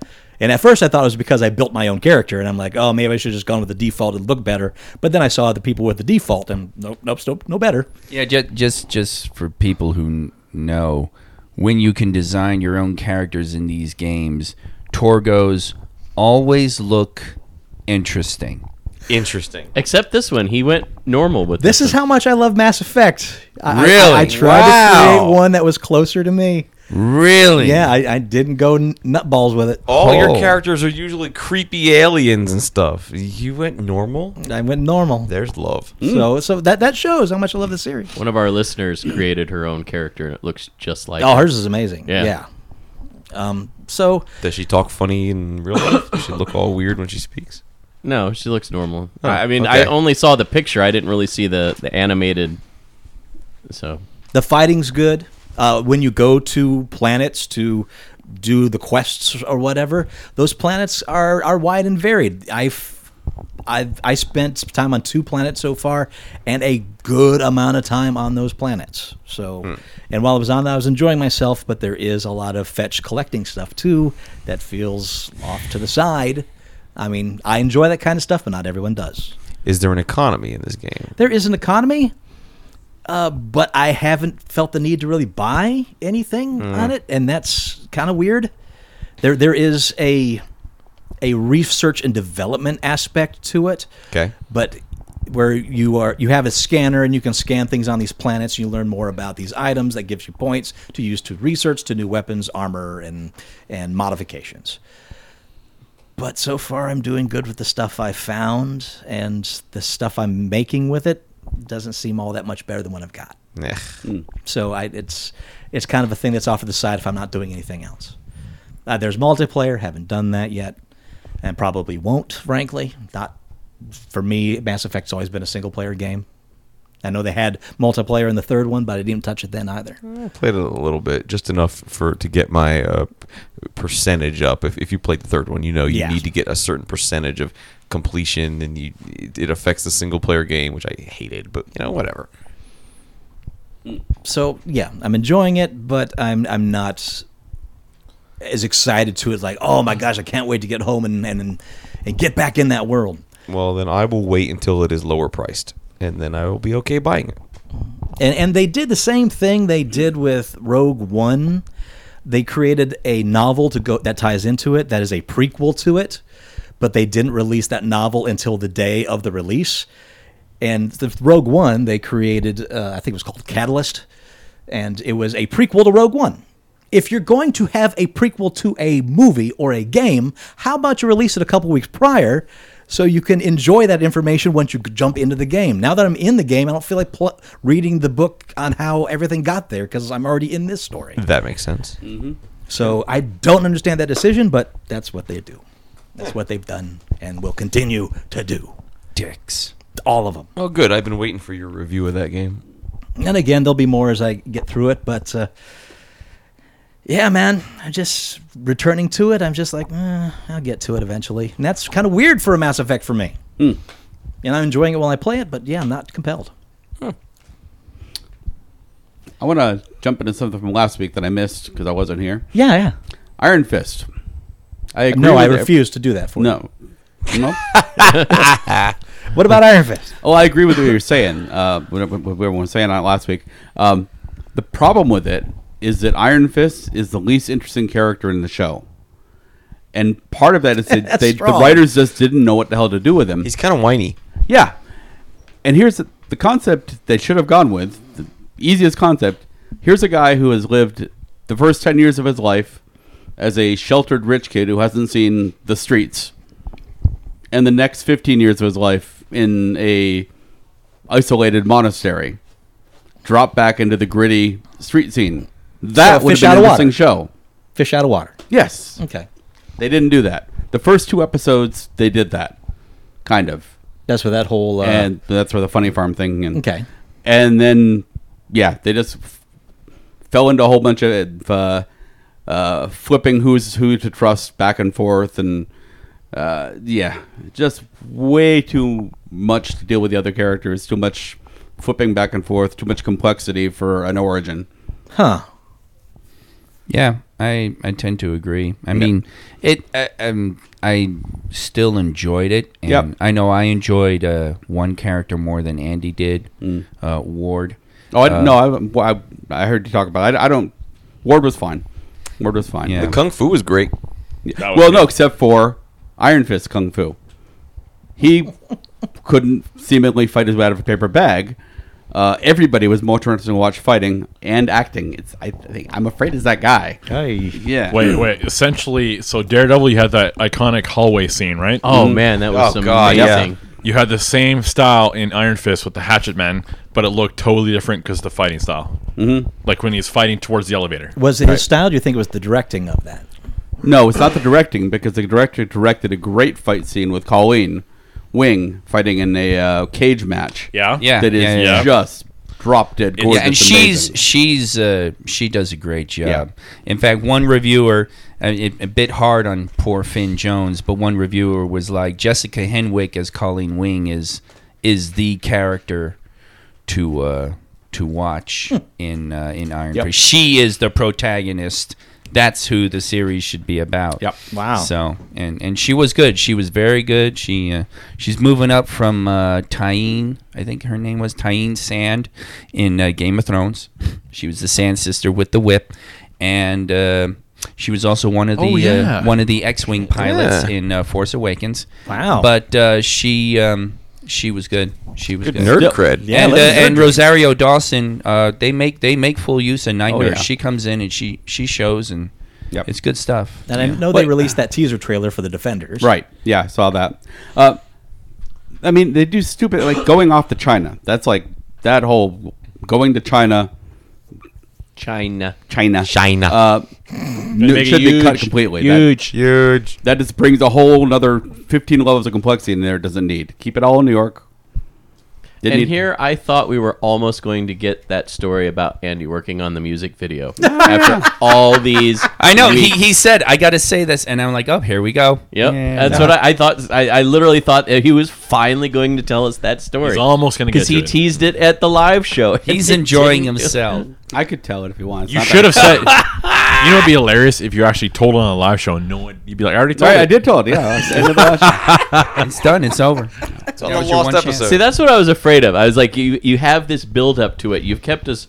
[SPEAKER 4] And at first, I thought it was because I built my own character, and I'm like, oh, maybe I should have just gone with the default and look better. But then I saw the people with the default, and nope, nope, nope, no better.
[SPEAKER 7] Yeah, just just just for people who n- know, when you can design your own characters in these games, Torgos always look interesting.
[SPEAKER 3] Interesting.
[SPEAKER 6] Except this one, he went normal with
[SPEAKER 4] This is how much I love Mass Effect. I, I-
[SPEAKER 7] Really?
[SPEAKER 4] I, tried
[SPEAKER 7] Wow.
[SPEAKER 4] to create one that was closer to me.
[SPEAKER 7] Really?
[SPEAKER 4] Yeah, I, I didn't go n- nutballs with it.
[SPEAKER 3] All your
[SPEAKER 7] Oh.
[SPEAKER 3] characters are usually creepy aliens and stuff. You went normal.
[SPEAKER 4] I went normal.
[SPEAKER 3] There's love.
[SPEAKER 7] Mm.
[SPEAKER 4] So, so that that shows how much I love the series.
[SPEAKER 6] One of our listeners created her own character, and it looks just like.
[SPEAKER 4] Oh, hers is amazing.
[SPEAKER 6] Yeah.
[SPEAKER 4] Yeah. Um. So
[SPEAKER 3] Does she talk funny in real life? Does she look all weird when she speaks?
[SPEAKER 6] No, she looks normal. I I mean, I
[SPEAKER 3] okay.
[SPEAKER 6] only saw the picture. I didn't really see the the animated. So
[SPEAKER 4] the fighting's good. Uh, when you go to planets to do the quests or whatever, those planets are are wide and varied. I've I I spent some time on two planets so far, and a good amount of time on those planets. So, and while I was on that, I was enjoying myself. But there is a lot of fetch collecting stuff too that feels off to the side. I mean, I enjoy that kind of stuff, but not everyone does
[SPEAKER 3] Is there an economy in this game?
[SPEAKER 4] there is an economy, uh, but I haven't felt the need to really buy anything on it, and that's kind of weird. There, there is a a research and development aspect to it.
[SPEAKER 3] Okay.
[SPEAKER 4] but where you are, you have a scanner and you can scan things on these planets. You learn more about these items that gives you points to use to research to new weapons, armor, and and modifications but so far I'm doing good with the stuff I found, and the stuff I'm making with it doesn't seem all that much better than what I've got.
[SPEAKER 3] Eh.
[SPEAKER 4] So I, it's it's kind of a thing that's off to the side if I'm not doing anything else. Uh, there's multiplayer, haven't done that yet, and probably won't. Frankly, not for me. Mass Effect's always been a single player game. I know they had multiplayer in the third one, but I didn't touch it then either.
[SPEAKER 3] I played it a little bit, just enough for to get my uh, percentage up. If, if you played the third one, you know you
[SPEAKER 4] Yeah.
[SPEAKER 3] need to get a certain percentage of completion, and you it it affects the single player game, which I hated. But you know, whatever.
[SPEAKER 4] so yeah, I'm enjoying it, but I'm I'm not as excited to it like, oh my gosh, I can't wait to get home and and, and get back in that world.
[SPEAKER 3] Well, then I will wait until it is lower priced, and then I will be okay buying it.
[SPEAKER 4] And and they did the same thing they did with Rogue One. They created a novel to go that ties into it, that is a prequel to it, but they didn't release that novel until the day of the release. And the Rogue One, they created, uh, I think it was called Catalyst, and it was a prequel to Rogue One. If you're going to have a prequel to a movie or a game, how about you release it a couple weeks prior so you can enjoy that information once you jump into the game? Now that I'm in the game, I don't feel like pl- reading the book on how everything got there because I'm already in this story.
[SPEAKER 3] That makes sense.
[SPEAKER 4] So I don't understand that decision, but that's what they do. That's what they've done and will continue to do.
[SPEAKER 7] Dicks.
[SPEAKER 4] All of them.
[SPEAKER 3] Oh, good. I've been waiting for your review of that game.
[SPEAKER 4] And again, there'll be more as I get through it, but uh, yeah, man, I'm just returning to it. I'm just like, eh, I'll get to it eventually. And that's kind of weird for a Mass Effect for me. And I'm enjoying it while I play it, but yeah, I'm not compelled.
[SPEAKER 8] I want to jump into something from last week that I missed because I wasn't here.
[SPEAKER 4] Yeah, yeah.
[SPEAKER 8] Iron Fist. I agree
[SPEAKER 4] No, I
[SPEAKER 8] with ev-
[SPEAKER 4] refuse to do that for you.
[SPEAKER 8] No. No.
[SPEAKER 4] What about Iron Fist?
[SPEAKER 8] Well, Oh, I agree with what you're saying. Uh, what, what, what everyone was saying on it last week. Um, the problem with it is that Iron Fist is the least interesting character in the show, and part of that is that
[SPEAKER 4] That's
[SPEAKER 8] they, the
[SPEAKER 4] strong.
[SPEAKER 8] writers just didn't know what the hell to do with him.
[SPEAKER 3] He's kind of whiny.
[SPEAKER 8] Yeah. And here's the, the concept they should have gone with the easiest concept. Here's a guy who has lived the first 10 years of his life as a sheltered rich kid who hasn't seen the streets, and the next 15 years of his life in a isolated monastery, dropped back into the gritty street scene. That
[SPEAKER 4] So
[SPEAKER 8] would
[SPEAKER 4] fish
[SPEAKER 8] have been an
[SPEAKER 4] out of
[SPEAKER 8] interesting show.
[SPEAKER 4] water. Fish out of water.
[SPEAKER 8] Yes.
[SPEAKER 4] Okay.
[SPEAKER 8] They didn't do that. The first two episodes, they did that. Kind of
[SPEAKER 4] That's where that whole. Uh,
[SPEAKER 7] Uh-huh.
[SPEAKER 8] and that's where the funny farm thing and
[SPEAKER 4] Okay.
[SPEAKER 8] and then yeah they just f- fell into a whole bunch of uh, uh, flipping who's who to trust back and forth and uh, yeah just way too much to deal with the other characters too much flipping back and forth too much complexity for an origin
[SPEAKER 4] huh.
[SPEAKER 7] Yeah, I, I tend to agree. I mean, it I, um, I still enjoyed it, and
[SPEAKER 8] Yep.
[SPEAKER 7] I know I enjoyed uh, one character more than Andy did, uh, Ward.
[SPEAKER 8] Mm. Oh I,
[SPEAKER 7] Uh,
[SPEAKER 8] no, I, well, I I heard you talk about. It. I, I don't. Ward was fine. Ward was fine.
[SPEAKER 7] Yeah.
[SPEAKER 3] The kung fu was great.
[SPEAKER 8] Yeah. Well, no, except for Iron Fist Kung Fu. He couldn't seemingly fight his way out of a paper bag. Uh, everybody was more interested in watch fighting and acting. It's I think I'm afraid it's that guy. Yeah.
[SPEAKER 5] Wait, wait. Essentially, so Daredevil, you had that iconic hallway scene, right?
[SPEAKER 6] Oh man, that was
[SPEAKER 3] Oh,
[SPEAKER 6] some
[SPEAKER 3] God, yeah.
[SPEAKER 6] amazing.
[SPEAKER 5] You had the same style in Iron Fist with the Hatchet Men, but it looked totally different because the fighting style. Mm-hmm. Like when he's fighting towards the elevator.
[SPEAKER 4] Was it his style? Do you think it was the directing of that?
[SPEAKER 8] No, it's not the directing because the director directed a great fight scene with Colleen Wing fighting in a uh, cage match.
[SPEAKER 5] Yeah?
[SPEAKER 7] Yeah,
[SPEAKER 8] That is
[SPEAKER 7] yeah, yeah.
[SPEAKER 8] just drop dead gorgeous.
[SPEAKER 7] yeah, and she's
[SPEAKER 8] amazing.
[SPEAKER 7] she's uh, she does a great job.
[SPEAKER 8] Yeah.
[SPEAKER 7] In fact, one reviewer uh, it, a bit hard on poor Finn Jones, but one reviewer was like Jessica Henwick as Colleen Wing is is the character to uh, to
[SPEAKER 8] Hmm.
[SPEAKER 7] watch in uh, in Iron Fist. She is the protagonist. That's who the series should be about.
[SPEAKER 8] Yep.
[SPEAKER 4] Wow.
[SPEAKER 7] So and and she was good. She was very good. She uh, she's moving up from uh, Tyene. I think her name was Tyene Sand in uh, Game of Thrones. She was the Sand sister with the whip, and uh, she was also one of the
[SPEAKER 5] Oh, yeah.
[SPEAKER 7] uh, one of the X-wing pilots in uh, Force Awakens.
[SPEAKER 4] Wow.
[SPEAKER 7] But uh, she um, she was good. She was good.
[SPEAKER 3] Nerd cred.
[SPEAKER 4] Yeah,
[SPEAKER 7] and, uh,
[SPEAKER 4] let's-
[SPEAKER 7] and Rosario Dawson, uh, they make they make full use of Nightmare.
[SPEAKER 8] yeah.
[SPEAKER 7] She comes in and she she shows and
[SPEAKER 8] Yep.
[SPEAKER 7] it's good stuff.
[SPEAKER 4] and I
[SPEAKER 7] Yeah.
[SPEAKER 4] know they released that teaser trailer for the Defenders.
[SPEAKER 8] Right. Yeah, I saw that. Uh, I mean, they do stupid like going off to China. That's like that whole going to China,
[SPEAKER 6] China.
[SPEAKER 8] China,
[SPEAKER 6] China.
[SPEAKER 8] Uh, no, it
[SPEAKER 5] make it
[SPEAKER 8] should be cut
[SPEAKER 5] huge,
[SPEAKER 8] completely. That,
[SPEAKER 6] Huge. Huge.
[SPEAKER 8] that just brings a whole another fifteen levels of complexity in there. It Doesn't need. Keep it all in New York. Didn't
[SPEAKER 6] And
[SPEAKER 8] need-
[SPEAKER 6] here I thought we were almost going to get that story about Andy working on the music video.
[SPEAKER 8] after,
[SPEAKER 6] All these
[SPEAKER 7] I know he,
[SPEAKER 6] weeks.
[SPEAKER 7] he said I got to say this, and I'm like, oh, here we go.
[SPEAKER 6] Yep, that's what I, I thought. I, I literally thought that he was finally going to tell us that story
[SPEAKER 5] He's almost going to get
[SPEAKER 6] because
[SPEAKER 5] to
[SPEAKER 6] he
[SPEAKER 5] it.
[SPEAKER 6] teased it at the live show.
[SPEAKER 7] He's enjoying himself.
[SPEAKER 8] I could tell it if you want. It's
[SPEAKER 5] You
[SPEAKER 8] not
[SPEAKER 5] should
[SPEAKER 8] that-
[SPEAKER 5] have said. you know, it'd be hilarious if you actually told it on a live show and no one. You'd be like, I already told
[SPEAKER 8] Sorry,
[SPEAKER 5] it.
[SPEAKER 8] I did tell it. Yeah, I never watched-
[SPEAKER 7] It's done. It's over.
[SPEAKER 3] It's on
[SPEAKER 7] That
[SPEAKER 3] the
[SPEAKER 7] was your
[SPEAKER 3] lost
[SPEAKER 7] one chance.
[SPEAKER 3] episode.
[SPEAKER 6] See, that's what I was afraid of. I was like, you you have this build up to it. You've kept us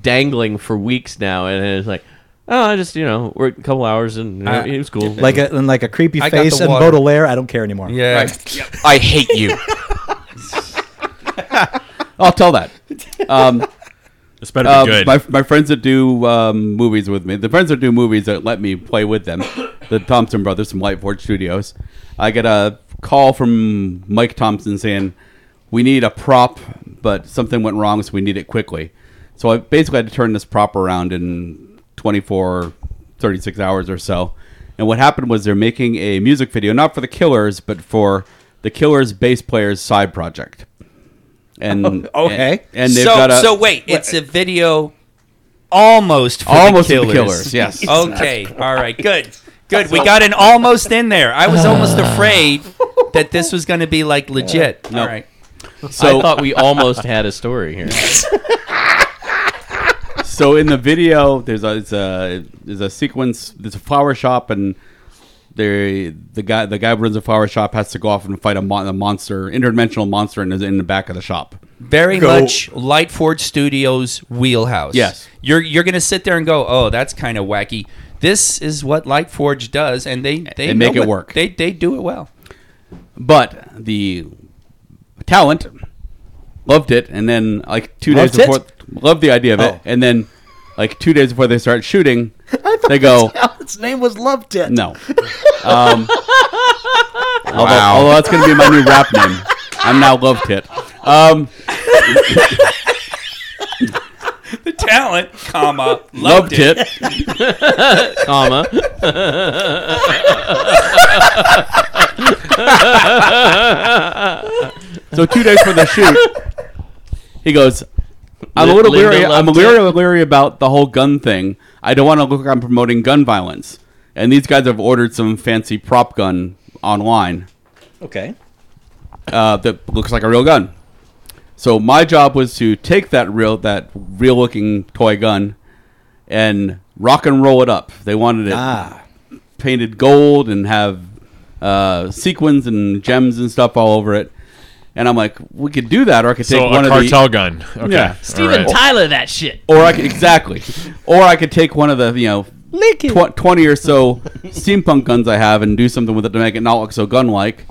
[SPEAKER 6] dangling for weeks now, and it's like, oh, I just you know, we're a couple hours and you know,
[SPEAKER 7] I-
[SPEAKER 6] it was cool.
[SPEAKER 4] Like a, and like a creepy
[SPEAKER 7] I got
[SPEAKER 4] face
[SPEAKER 7] the
[SPEAKER 4] and
[SPEAKER 7] water.
[SPEAKER 4] Baudelaire. I don't care anymore.
[SPEAKER 7] Yeah.
[SPEAKER 3] I hate you.
[SPEAKER 8] I'll tell that. Um,
[SPEAKER 5] It's better
[SPEAKER 8] Um,
[SPEAKER 5] be good.
[SPEAKER 8] My, my friends that do um, movies with me, the friends that do movies that let me play with them, the Thompson brothers from Lightforge Studios, I get a call from Mike Thompson saying, We need a prop, but something went wrong, so we need it quickly. So I basically had to turn this prop around in 24, 36 hours or so. And what happened was they're making a music video, not for the Killers, but for the Killers bass player's side project. And
[SPEAKER 4] Okay.
[SPEAKER 8] and, and they've
[SPEAKER 7] so,
[SPEAKER 8] got a,
[SPEAKER 7] so wait, it's a video almost for
[SPEAKER 8] almost
[SPEAKER 7] the
[SPEAKER 8] the
[SPEAKER 7] killers.
[SPEAKER 8] killers. Yes.
[SPEAKER 7] Okay. All right. Good. Good. We got an almost in there. I was almost afraid that this was going to be like legit. All right.
[SPEAKER 8] So
[SPEAKER 6] I thought we almost had a story here.
[SPEAKER 8] so in the video, there's a, it's a there's a sequence. There's a flower shop, and there the guy the guy who runs a flower shop has to go off and fight a, mon- a monster, interdimensional monster, in, his- in the back of the shop.
[SPEAKER 7] Very much Lightford Studios wheelhouse.
[SPEAKER 8] Yes.
[SPEAKER 7] You're you're going to sit there and go, "Oh, that's kind of wacky." This is what Lightforge does and they they
[SPEAKER 8] They make
[SPEAKER 7] know
[SPEAKER 8] it work.
[SPEAKER 7] They they do it well.
[SPEAKER 8] But the talent loved it, and then like two
[SPEAKER 4] Loved
[SPEAKER 8] days
[SPEAKER 4] it?
[SPEAKER 8] before, loved the idea of it,
[SPEAKER 4] Oh.
[SPEAKER 8] and then like two days before they start shooting, they go,
[SPEAKER 9] Its name was Love Tit.
[SPEAKER 8] No. Um, although, although that's going to be my new rap name. I'm now Love Tit. Um,
[SPEAKER 7] The talent, comma,
[SPEAKER 8] Love Tit.
[SPEAKER 6] Comma.
[SPEAKER 8] So two days for the shoot, he goes, I'm a little
[SPEAKER 6] Linda
[SPEAKER 8] leery. I'm
[SPEAKER 6] Love
[SPEAKER 8] leery, leery about the whole gun thing. I don't want to look like I'm promoting gun violence. And these guys have ordered some fancy prop gun online.
[SPEAKER 4] Okay.
[SPEAKER 8] uh, that looks like a real gun. So my job was to take that real that real looking toy gun and rock and roll it up. They wanted it
[SPEAKER 4] Ah.
[SPEAKER 8] painted gold and have uh, sequins and gems and stuff all over it. And I'm like, we could do that, or I could take
[SPEAKER 5] So
[SPEAKER 8] one
[SPEAKER 5] a
[SPEAKER 8] of
[SPEAKER 5] cartel
[SPEAKER 8] the
[SPEAKER 5] gun. Okay.
[SPEAKER 8] Yeah.
[SPEAKER 5] all
[SPEAKER 6] Steven
[SPEAKER 5] right.
[SPEAKER 6] Tyler, that shit.
[SPEAKER 8] or I could exactly, or I could take one of the you know tw- twenty or so steampunk guns I have and do something with it to make it not look so gun like.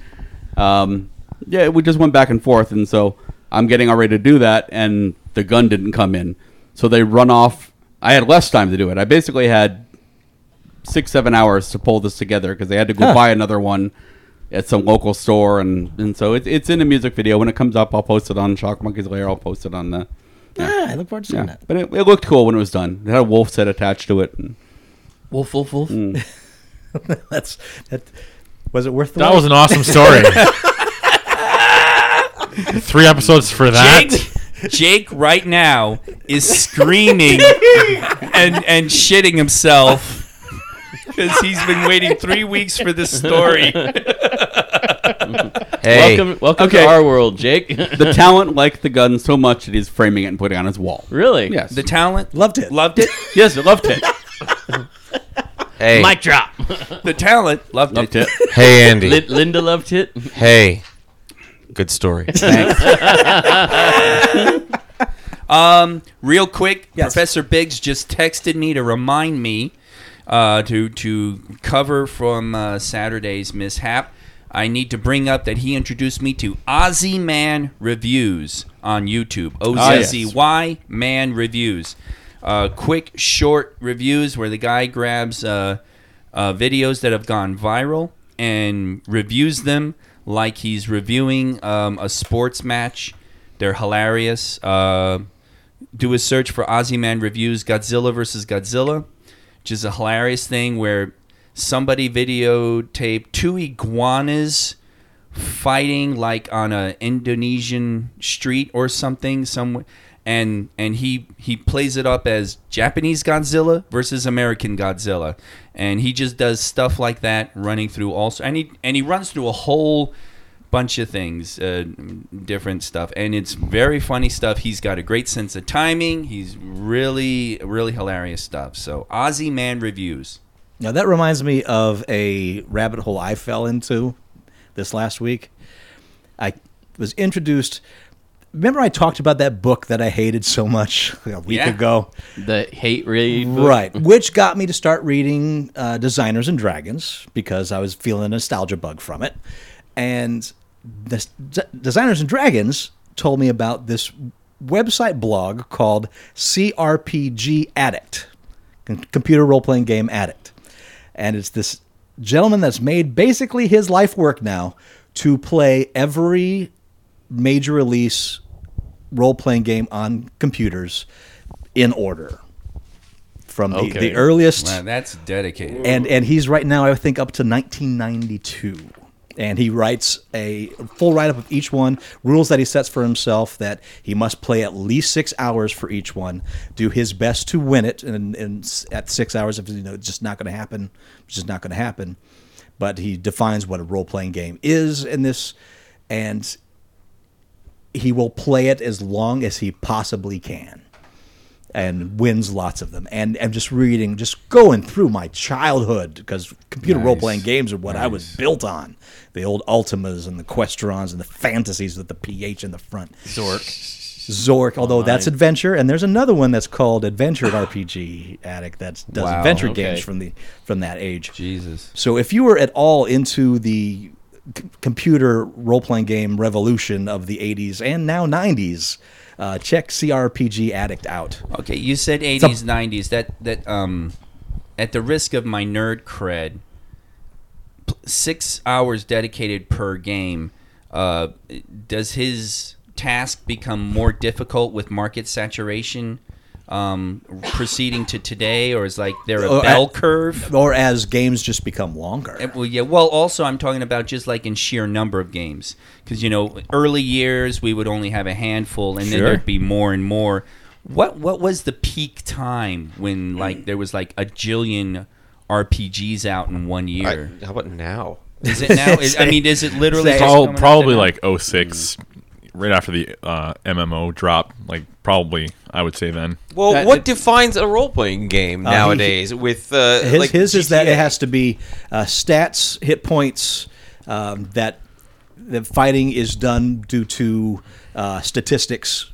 [SPEAKER 8] Um, yeah, we just went back and forth, and so I'm getting all ready to do that, and the gun didn't come in, so they run off. I had less time to do it. I basically had six seven hours to pull this together because they had to go buy another one at some local store and and so it, it's in a music video when it comes up i'll post it on shock monkeys layer i'll post it on the
[SPEAKER 4] Ah, I look forward to seeing
[SPEAKER 8] yeah, but it, it looked cool when it was done. It had a wolf set attached to it. And
[SPEAKER 6] Wolf, wolf, wolf.
[SPEAKER 4] that. That's that. Was it worth the
[SPEAKER 5] That
[SPEAKER 4] wait?
[SPEAKER 5] was an awesome story. Three episodes for that.
[SPEAKER 7] Jake, Jake right now is screaming and and shitting himself because he's been waiting three weeks for this story.
[SPEAKER 3] Hey,
[SPEAKER 6] Welcome, welcome
[SPEAKER 8] Okay.
[SPEAKER 6] to our world, Jake.
[SPEAKER 8] the talent liked the gun so much that he's framing it and putting it on his wall.
[SPEAKER 6] really?
[SPEAKER 8] Yes.
[SPEAKER 7] The talent
[SPEAKER 4] Loved it.
[SPEAKER 7] loved it.
[SPEAKER 8] yes, I loved it.
[SPEAKER 3] hey,
[SPEAKER 6] Mic drop.
[SPEAKER 7] The talent loved,
[SPEAKER 8] loved
[SPEAKER 7] it.
[SPEAKER 8] it.
[SPEAKER 3] hey, Andy.
[SPEAKER 6] Lin- Linda loved it.
[SPEAKER 3] hey, good story.
[SPEAKER 7] Um, real quick,
[SPEAKER 4] Yes.
[SPEAKER 7] Professor Biggs just texted me to remind me uh, to to cover from uh, Saturday's mishap. I need to bring up that he introduced me to Ozzy Man Reviews on YouTube. O Z Z Y Man Reviews. Uh, quick, short reviews where the guy grabs uh, uh, videos that have gone viral and reviews them like he's reviewing um, a sports match. They're hilarious. Uh, do a search for Ozzy Man reviews Godzilla versus Godzilla, which is a hilarious thing where somebody videotaped two iguanas fighting like on a Indonesian street or something somewhere and and he he plays it up as Japanese Godzilla versus American Godzilla and he just does stuff like that running through also and he and he runs through a whole bunch of things uh, different stuff and it's very funny stuff he's got a great sense of timing he's really really hilarious stuff so Ozzy Man reviews
[SPEAKER 4] Now that reminds me of a rabbit hole I fell into this last week. I was introduced. Remember, I talked about that book that I hated so much like a week
[SPEAKER 7] Yeah.
[SPEAKER 4] ago,
[SPEAKER 6] The hate read. book.
[SPEAKER 4] right? Which got me to start reading uh, Designers and Dragons because I was feeling a nostalgia bug from it. And this, D- Designers and Dragons told me about this website blog called CRPG Addict, Com- Computer Role Playing Game Addict and it's this gentleman that's made basically his life work now to play every major release role playing game on computers in order from the,
[SPEAKER 6] Okay.
[SPEAKER 4] the earliest
[SPEAKER 7] Wow, that's dedicated
[SPEAKER 4] and and he's right now I think up to 1992 and he writes a full write up of each one rules that he sets for himself that he must play at least 6 hours for each one do his best to win it and, and s- at 6 hours if you know it's just not going to happen it's just not going to happen but he defines what a role playing game is in this and he will play it as long as he possibly can and wins lots of them. And I'm just reading, just going through my childhood because computer role playing games are what I was built on. The old Ultimas and the Questrons and the fantasies with the PH in the front. Zork, although that's adventure, and there's another one that's called Adventure RPG Addict that does
[SPEAKER 7] Wow,
[SPEAKER 4] adventure
[SPEAKER 6] okay.
[SPEAKER 4] games from the from that age.
[SPEAKER 7] Jesus
[SPEAKER 4] So if you were at all into the c- computer role playing game revolution of the 80s and now 90s, uh, check CRPG Addict out.
[SPEAKER 7] Okay, you said eighties, nineties. That that um, at the risk of my nerd cred, p- six hours dedicated per game. Uh, does his task become more difficult with market saturation? Um, proceeding to today, or is like there a
[SPEAKER 4] Oh, I-
[SPEAKER 7] bell curve?
[SPEAKER 4] Or as games just become longer.
[SPEAKER 7] Uh, Well, yeah. Well, also, I'm talking about just like in sheer number of games, because you know, early years we would only have a handful, and then
[SPEAKER 4] Sure.
[SPEAKER 7] there'd be more and more. What What was the peak time when
[SPEAKER 5] Mm.
[SPEAKER 7] like there was like a jillion RPGs out in one year?
[SPEAKER 3] how about now?
[SPEAKER 7] is it now? Is, I mean, is it literally?
[SPEAKER 4] Say-
[SPEAKER 7] just
[SPEAKER 5] Prob-
[SPEAKER 7] coming out
[SPEAKER 5] probably
[SPEAKER 7] now?
[SPEAKER 5] like 06, right after the uh, MMO drop. Like probably, I would say then.
[SPEAKER 3] Well,
[SPEAKER 8] That-
[SPEAKER 3] what
[SPEAKER 8] it-
[SPEAKER 3] defines a role playing game
[SPEAKER 4] he-
[SPEAKER 3] nowadays? with uh,
[SPEAKER 4] His,
[SPEAKER 3] like
[SPEAKER 4] his is that it
[SPEAKER 3] GTA?
[SPEAKER 4] has to be uh, stats, hit points, um, that the fighting is done due to uh, statistics,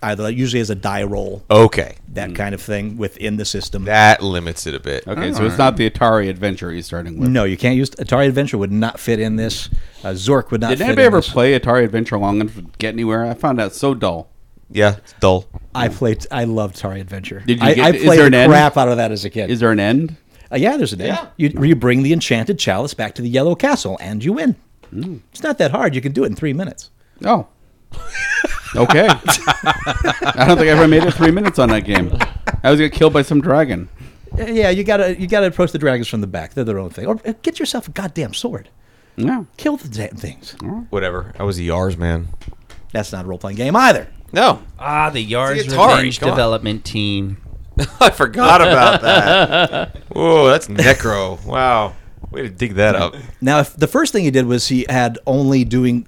[SPEAKER 4] either usually as a die roll,
[SPEAKER 8] Oh.
[SPEAKER 3] Okay,
[SPEAKER 4] that
[SPEAKER 8] Hmm.
[SPEAKER 4] kind of thing within the system.
[SPEAKER 3] that limits it a bit.
[SPEAKER 8] Okay, so it's not the Atari adventure he's starting with.
[SPEAKER 4] no, you can't use Atari Adventure would not fit in this. Uh, Zork would not.
[SPEAKER 8] Did
[SPEAKER 4] fit
[SPEAKER 8] anybody
[SPEAKER 4] in
[SPEAKER 8] ever
[SPEAKER 4] this.
[SPEAKER 8] play Atari Adventure long enough to get anywhere? I found that so dull.
[SPEAKER 3] Yeah, it's dull.
[SPEAKER 4] I played. I loved Atari Adventure.
[SPEAKER 8] Did you
[SPEAKER 4] I,
[SPEAKER 8] get-
[SPEAKER 4] I
[SPEAKER 8] is
[SPEAKER 4] played
[SPEAKER 8] there an
[SPEAKER 4] the
[SPEAKER 8] end?
[SPEAKER 4] crap out of that as a kid.
[SPEAKER 8] Is there an end?
[SPEAKER 4] Uh, yeah, there's an end. You, you bring the enchanted chalice back to the yellow castle, and you win. It's not that hard. You can do it in three minutes.
[SPEAKER 8] Oh. Okay. I don't think I ever made it three minutes on that game. I was get killed by some dragon.
[SPEAKER 4] Uh, Yeah, you gotta you gotta approach the dragons from the back. They're their own thing. Or uh, get yourself a goddamn sword.
[SPEAKER 8] Yeah.
[SPEAKER 4] Kill the damn things.
[SPEAKER 3] Whatever. I was a Yars man.
[SPEAKER 4] That's not a role playing game either.
[SPEAKER 3] No,
[SPEAKER 7] Ah, the Yars
[SPEAKER 3] Atari,
[SPEAKER 7] Revenge
[SPEAKER 3] come on.
[SPEAKER 7] Development Team.
[SPEAKER 3] I forgot about that. Whoa, that's necro. Wow, way to dig that up.
[SPEAKER 4] Now, if the first thing he did was he had only doing,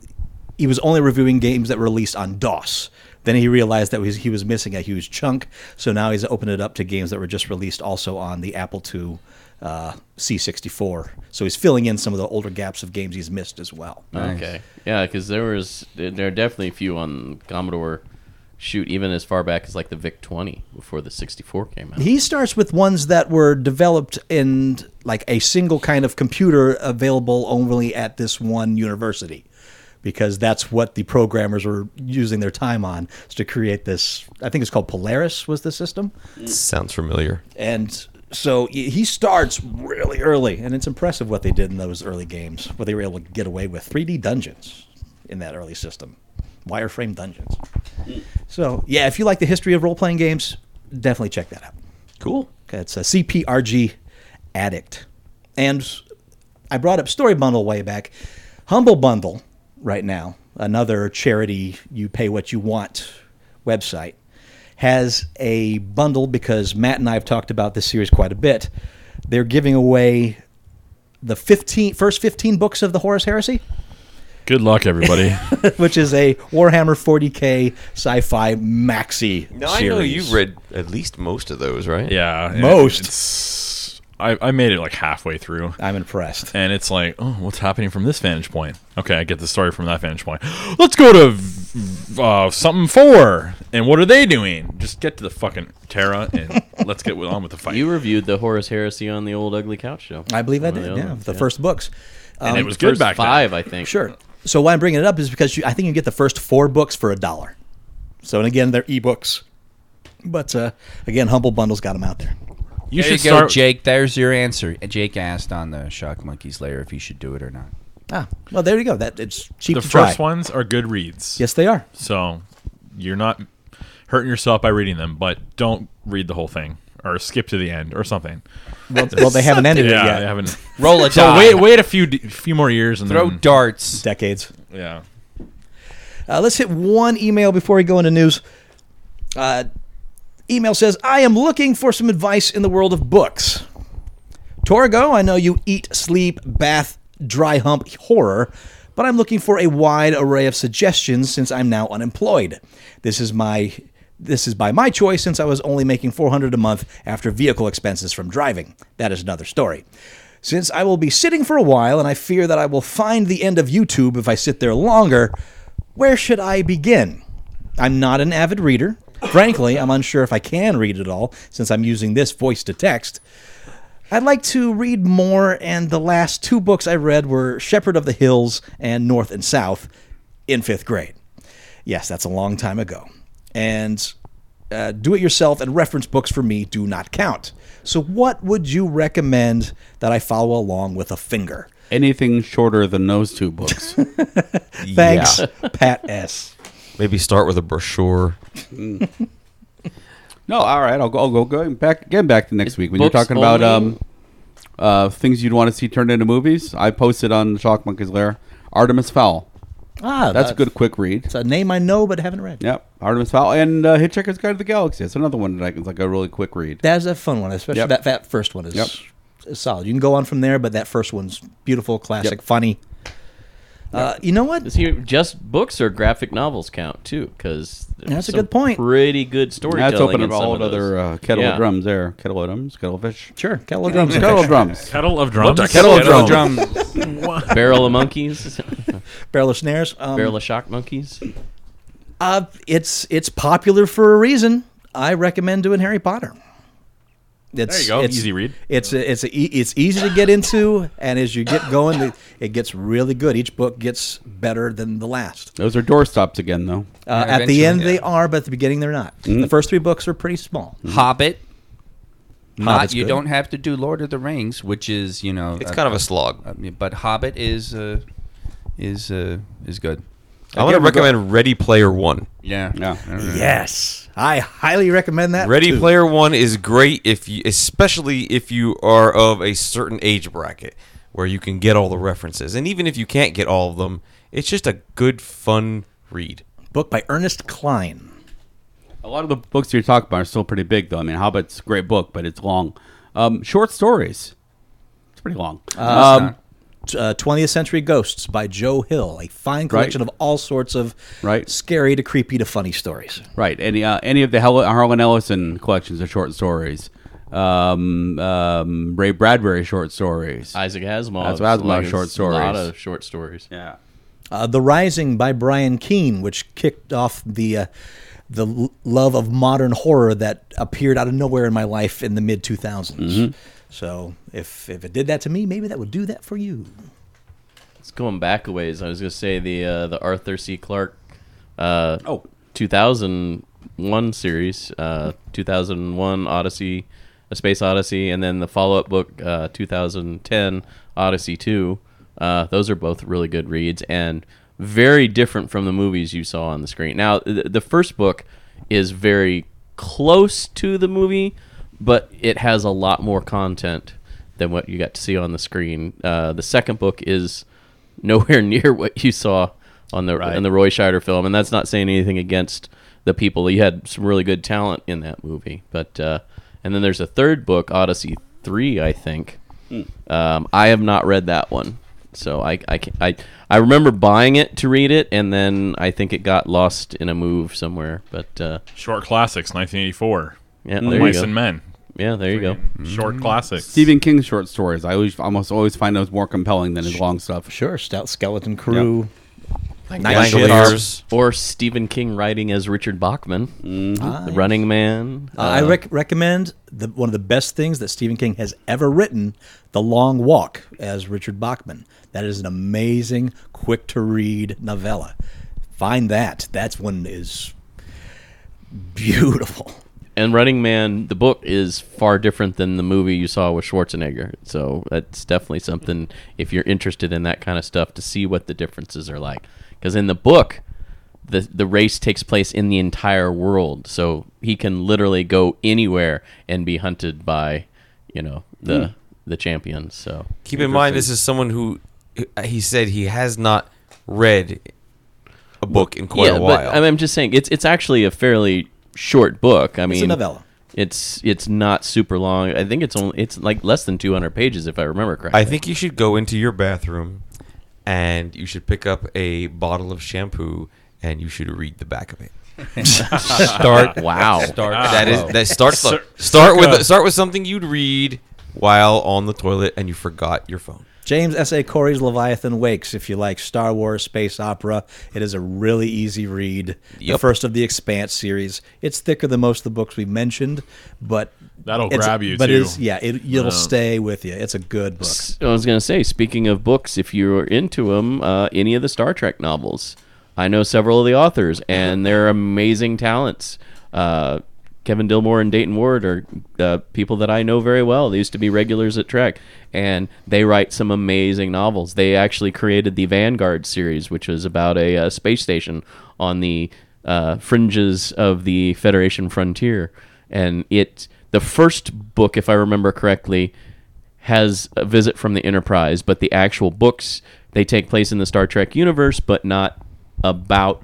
[SPEAKER 4] he was only reviewing games that were released on DOS. Then he realized that was, he was missing a huge chunk, so now he's opened it up to games that were just released also on the Apple II uh, C64. So he's filling in some of the older gaps of games he's missed as well.
[SPEAKER 6] Okay. Yeah, because there was there are definitely a few on Commodore. Shoot, even as far back as like the VIC 20 before the 64 came out.
[SPEAKER 4] He starts with ones that were developed in like a single kind of computer available only at this one university because that's what the programmers were using their time on is to create this I think it's called Polaris was the system
[SPEAKER 3] Sounds familiar.
[SPEAKER 4] and so he he starts really early and it's impressive what they did in those early games what they were able to get away with 3D dungeons in that early system wireframe dungeons so yeah if you like the history of role playing games definitely check that out
[SPEAKER 3] Cool.
[SPEAKER 4] Okay, It's a CPRG addict. And I brought up Story Bundle way back. Humble Bundle, right now, another charity you pay what you want website, has a bundle because Matt and I have talked about this series quite a bit. They're giving away the 15, first 15 books of the Horus Heresy,
[SPEAKER 5] Good luck, everybody.
[SPEAKER 4] which is a Warhammer 40K sci fi maxi
[SPEAKER 3] Now
[SPEAKER 4] series.
[SPEAKER 3] I know you've read at least most of those, right?
[SPEAKER 5] yeah, and
[SPEAKER 4] Most.
[SPEAKER 5] it's- I, I made it like halfway through.
[SPEAKER 4] I'm impressed.
[SPEAKER 5] and it's like, oh, what's happening from this vantage point? Okay, I get the story from that vantage point. Let's go to v- uh, something four, and what are they doing? Just get to the fucking Terra, and let's get on with the fight.
[SPEAKER 6] You reviewed the Horace Heresy on the old Ugly Couch show.
[SPEAKER 4] I believe I
[SPEAKER 6] One of
[SPEAKER 4] did.
[SPEAKER 6] the
[SPEAKER 4] Yeah,
[SPEAKER 6] old
[SPEAKER 4] the
[SPEAKER 6] ones,
[SPEAKER 4] first books. Um,
[SPEAKER 5] and it
[SPEAKER 6] yeah.
[SPEAKER 5] was good
[SPEAKER 6] First
[SPEAKER 5] back then.
[SPEAKER 6] five, I think.
[SPEAKER 4] Sure. So why I'm bringing it up is because you, I think you get the first four books for a dollar. So and again, they're ebooks, but uh, again, Humble Bundle's got them out there.
[SPEAKER 5] You
[SPEAKER 7] There you
[SPEAKER 5] should
[SPEAKER 7] go,
[SPEAKER 5] start.
[SPEAKER 7] Jake. There's your answer. Jake asked on the Shock Monkeys layer if you should do it or not.
[SPEAKER 4] Ah, well, there you go. That it's cheap
[SPEAKER 5] the
[SPEAKER 4] to try.
[SPEAKER 5] first ones are good reads.
[SPEAKER 4] Yes, they are.
[SPEAKER 5] So you're not hurting yourself by reading them, but don't read the whole thing or skip to the end or something.
[SPEAKER 4] Well, well, they haven't ended
[SPEAKER 5] yeah,
[SPEAKER 4] it
[SPEAKER 5] I
[SPEAKER 4] yet.
[SPEAKER 5] haven't.
[SPEAKER 7] Roll a
[SPEAKER 5] So
[SPEAKER 7] die.
[SPEAKER 5] wait, wait a few d- few more years and
[SPEAKER 7] Throw
[SPEAKER 5] then,
[SPEAKER 7] darts.
[SPEAKER 4] Decades.
[SPEAKER 5] Yeah.
[SPEAKER 4] Uh, let's hit one email before we go into news. Uh, email says, I am looking for some advice in the world of books. Torgo, I know you eat, sleep, bath, dry hump horror, but I'm looking for a wide array of suggestions since I'm now unemployed. This is my this is by my choice since I was only making 400 a month after vehicle expenses from driving. That is another story. Since I will be sitting for a while and I fear that I will find the end of YouTube if I sit there longer, where should I begin? I'm not an avid reader. Frankly, I'm unsure if I can read it all since I'm using this voice to text. I'd like to read more, and the last two books I read were Shepherd of the Hills and North and South in fifth grade. Yes, that's a long time ago. And uh, do it yourself and reference books for me do not count. So, what would you recommend that I follow along with a finger?
[SPEAKER 8] Anything shorter than those two books.
[SPEAKER 4] Thanks, Pat S.
[SPEAKER 3] Maybe start with a brochure.
[SPEAKER 8] no, all right, I'll go. I'll go. Going back again. Back to next
[SPEAKER 6] Is
[SPEAKER 8] week when you're
[SPEAKER 6] books
[SPEAKER 8] talking about
[SPEAKER 6] only-
[SPEAKER 8] um, uh, things you'd want to see turned into movies. I posted on Shock Monkey's Lair, Artemis Fowl.
[SPEAKER 4] Ah,
[SPEAKER 8] That's a good quick read.
[SPEAKER 4] It's a name I know but haven't read.
[SPEAKER 8] Yep, Artemis Fowl and uh, Hitchhiker's Guide to the Galaxy. That's another one that I can like a really quick read.
[SPEAKER 4] That's a fun one, especially
[SPEAKER 8] Yep.
[SPEAKER 4] that, that first one is,
[SPEAKER 8] Yep.
[SPEAKER 4] is solid. You can go on from there, but that first one's beautiful, classic,
[SPEAKER 8] Yep.
[SPEAKER 4] funny. Uh, you know what?
[SPEAKER 6] Does he just books or graphic novels count too? Because
[SPEAKER 4] That's a good point.
[SPEAKER 6] Pretty good storytelling.
[SPEAKER 8] That's open
[SPEAKER 6] in
[SPEAKER 8] up a
[SPEAKER 6] some
[SPEAKER 8] whole
[SPEAKER 6] of those.
[SPEAKER 8] other uh, kettle
[SPEAKER 6] Yeah.
[SPEAKER 8] of drums there. Kettle of drums, kettle of fish.
[SPEAKER 4] Sure, kettle of drums.
[SPEAKER 8] Kettle of drums.
[SPEAKER 5] Kettle of drums.
[SPEAKER 8] kettle of
[SPEAKER 5] Kettle
[SPEAKER 8] drums?
[SPEAKER 6] barrel of monkeys,
[SPEAKER 4] barrel of snares. Um,
[SPEAKER 6] barrel of shock monkeys.
[SPEAKER 4] uh, it's it's popular for a reason. I recommend doing Harry Potter. It's,
[SPEAKER 5] There you go.
[SPEAKER 4] It's,
[SPEAKER 5] Easy read.
[SPEAKER 4] It's a, it's a, e- it's easy to get into, and as you get going, the- it gets really good. Each book gets better than the last.
[SPEAKER 8] Those are doorstops again, though.
[SPEAKER 4] Uh,
[SPEAKER 7] Yeah,
[SPEAKER 4] at the
[SPEAKER 7] eventually,
[SPEAKER 4] end, they
[SPEAKER 7] yeah.
[SPEAKER 4] are, but at the beginning, they're not. The first three books are pretty small.
[SPEAKER 7] Hobbit. Mm-hmm. Not,
[SPEAKER 4] Hobbit's
[SPEAKER 7] you
[SPEAKER 4] good.
[SPEAKER 7] don't have to do Lord of the Rings, which is you know
[SPEAKER 3] It's kind of a slog.
[SPEAKER 7] I mean, but Hobbit is uh, is uh, is good.
[SPEAKER 3] I want to recommend Ready Player One.
[SPEAKER 7] Yeah,
[SPEAKER 8] Yeah.
[SPEAKER 4] Yes, I highly recommend that.
[SPEAKER 3] Ready
[SPEAKER 4] too.
[SPEAKER 3] Player One is great if you, especially if you are of a certain age bracket where you can get all the references, and even if you can't get all of them, it's just a good fun read.
[SPEAKER 4] book by Ernest Klein.
[SPEAKER 8] A lot of the books you're talking about are still pretty big, though. I mean, Hobbit's a great book, but it's long. Um, short stories. It's pretty long. um,
[SPEAKER 4] uh, 20th Century Ghosts by Joe Hill, a fine collection of all sorts of
[SPEAKER 8] Right.
[SPEAKER 4] scary to creepy to funny stories.
[SPEAKER 8] right. Any uh, any of the Hel- Harlan Ellison collections of short stories. Um, um, Ray Bradbury short stories.
[SPEAKER 6] Isaac Asimov.
[SPEAKER 8] That's what Asimov
[SPEAKER 6] like,
[SPEAKER 8] short
[SPEAKER 6] it's A lot
[SPEAKER 8] stories.
[SPEAKER 6] of short stories.
[SPEAKER 8] yeah.
[SPEAKER 4] Uh, the Rising by Brian Keene, which kicked off the uh, the l- love of modern horror that appeared out of nowhere in my life in the mid 2000s. So if if it did that to me, maybe that would do that for you.
[SPEAKER 6] It's going back a ways. I was gonna say the uh, the Arthur C. Clarke. Uh,
[SPEAKER 8] Oh.
[SPEAKER 6] 2001 series, uh, 2001 Odyssey, A Space Odyssey, and then the follow up book, uh, 2010 Odyssey 2. Uh, those are both really good reads and very different from the movies you saw on the screen. Now, th- the first book is very close to the movie, but it has a lot more content than what you got to see on the screen. Uh, the second book is nowhere near what you saw on the on the Roy Scheider film, and that's not saying anything against the people. He had some really good talent in that movie, but uh, and then there's a third book, Odyssey three, I think. Um, I have not read that one, so I I, can, I I remember buying it to read it, and then I think it got lost in a move somewhere. But uh,
[SPEAKER 5] Short classics, 1984.
[SPEAKER 6] yeah, there you
[SPEAKER 5] Mice
[SPEAKER 6] go.
[SPEAKER 5] and Men.
[SPEAKER 6] Yeah, there you go.
[SPEAKER 5] Short classics.
[SPEAKER 8] Stephen King's short stories. I always almost always find those more compelling than his long stuff.
[SPEAKER 4] Sure, Stout Skeleton Crew. Night Shift.
[SPEAKER 3] Langoliers.
[SPEAKER 6] Or Stephen King writing as Richard Bachman, the Running Man.
[SPEAKER 4] Uh, I rec- recommend the, one of the best things that Stephen King has ever written, The Long Walk, as Richard Bachman. That is an amazing, quick to read novella. Find that. That one is beautiful.
[SPEAKER 6] and Running Man, the book is far different than the movie you saw with Schwarzenegger. So that's definitely something if you're interested in that kind of stuff to see what the differences are like. Because in the book, the the race takes place in the entire world, so he can literally go anywhere and be hunted by, you know, the the champions. So
[SPEAKER 3] Hmm. Keep in mind, this is someone who he said he has not read a book in quite a while.
[SPEAKER 6] But, I mean, I'm just saying it's it's actually a fairly short book. I mean,
[SPEAKER 4] novella.
[SPEAKER 6] It's it's not super long. I think it's only it's like less than 200 pages if I remember correctly.
[SPEAKER 3] I think you should go into your bathroom and you should pick up a bottle of shampoo and you should read the back of it.
[SPEAKER 6] start. Wow.
[SPEAKER 3] Ah. That is
[SPEAKER 7] slow.
[SPEAKER 3] that starts
[SPEAKER 5] Sir-
[SPEAKER 3] start with
[SPEAKER 5] Circa.
[SPEAKER 3] start with something you'd read while on the toilet and you forgot your phone.
[SPEAKER 4] James S. A. Corey's Leviathan Wakes, if you like Star Wars space opera. It is a really easy read. The
[SPEAKER 3] Yep.
[SPEAKER 4] first of the Expanse series. It's thicker than most of the books we've mentioned, but
[SPEAKER 5] That'll
[SPEAKER 4] it's-
[SPEAKER 5] grab you,
[SPEAKER 4] but
[SPEAKER 5] too.
[SPEAKER 4] it is- yeah, it, it'll
[SPEAKER 5] Yeah.
[SPEAKER 4] stay with you. It's a good book.
[SPEAKER 6] I was gonna say. Speaking of books, if you're into them, uh, any of the Star Trek novels, I know several of the authors, and they're amazing talents. Uh, Kevin Dillmore and Dayton Ward are uh, people that I know very well. They used to be regulars at Trek, and they write some amazing novels. They actually created the Vanguard series, which was about a, uh space station on the uh, fringes of the Federation frontier. And it, the first book, if I remember correctly, has a visit from the Enterprise, but the actual books they take place in the Star Trek universe, but not about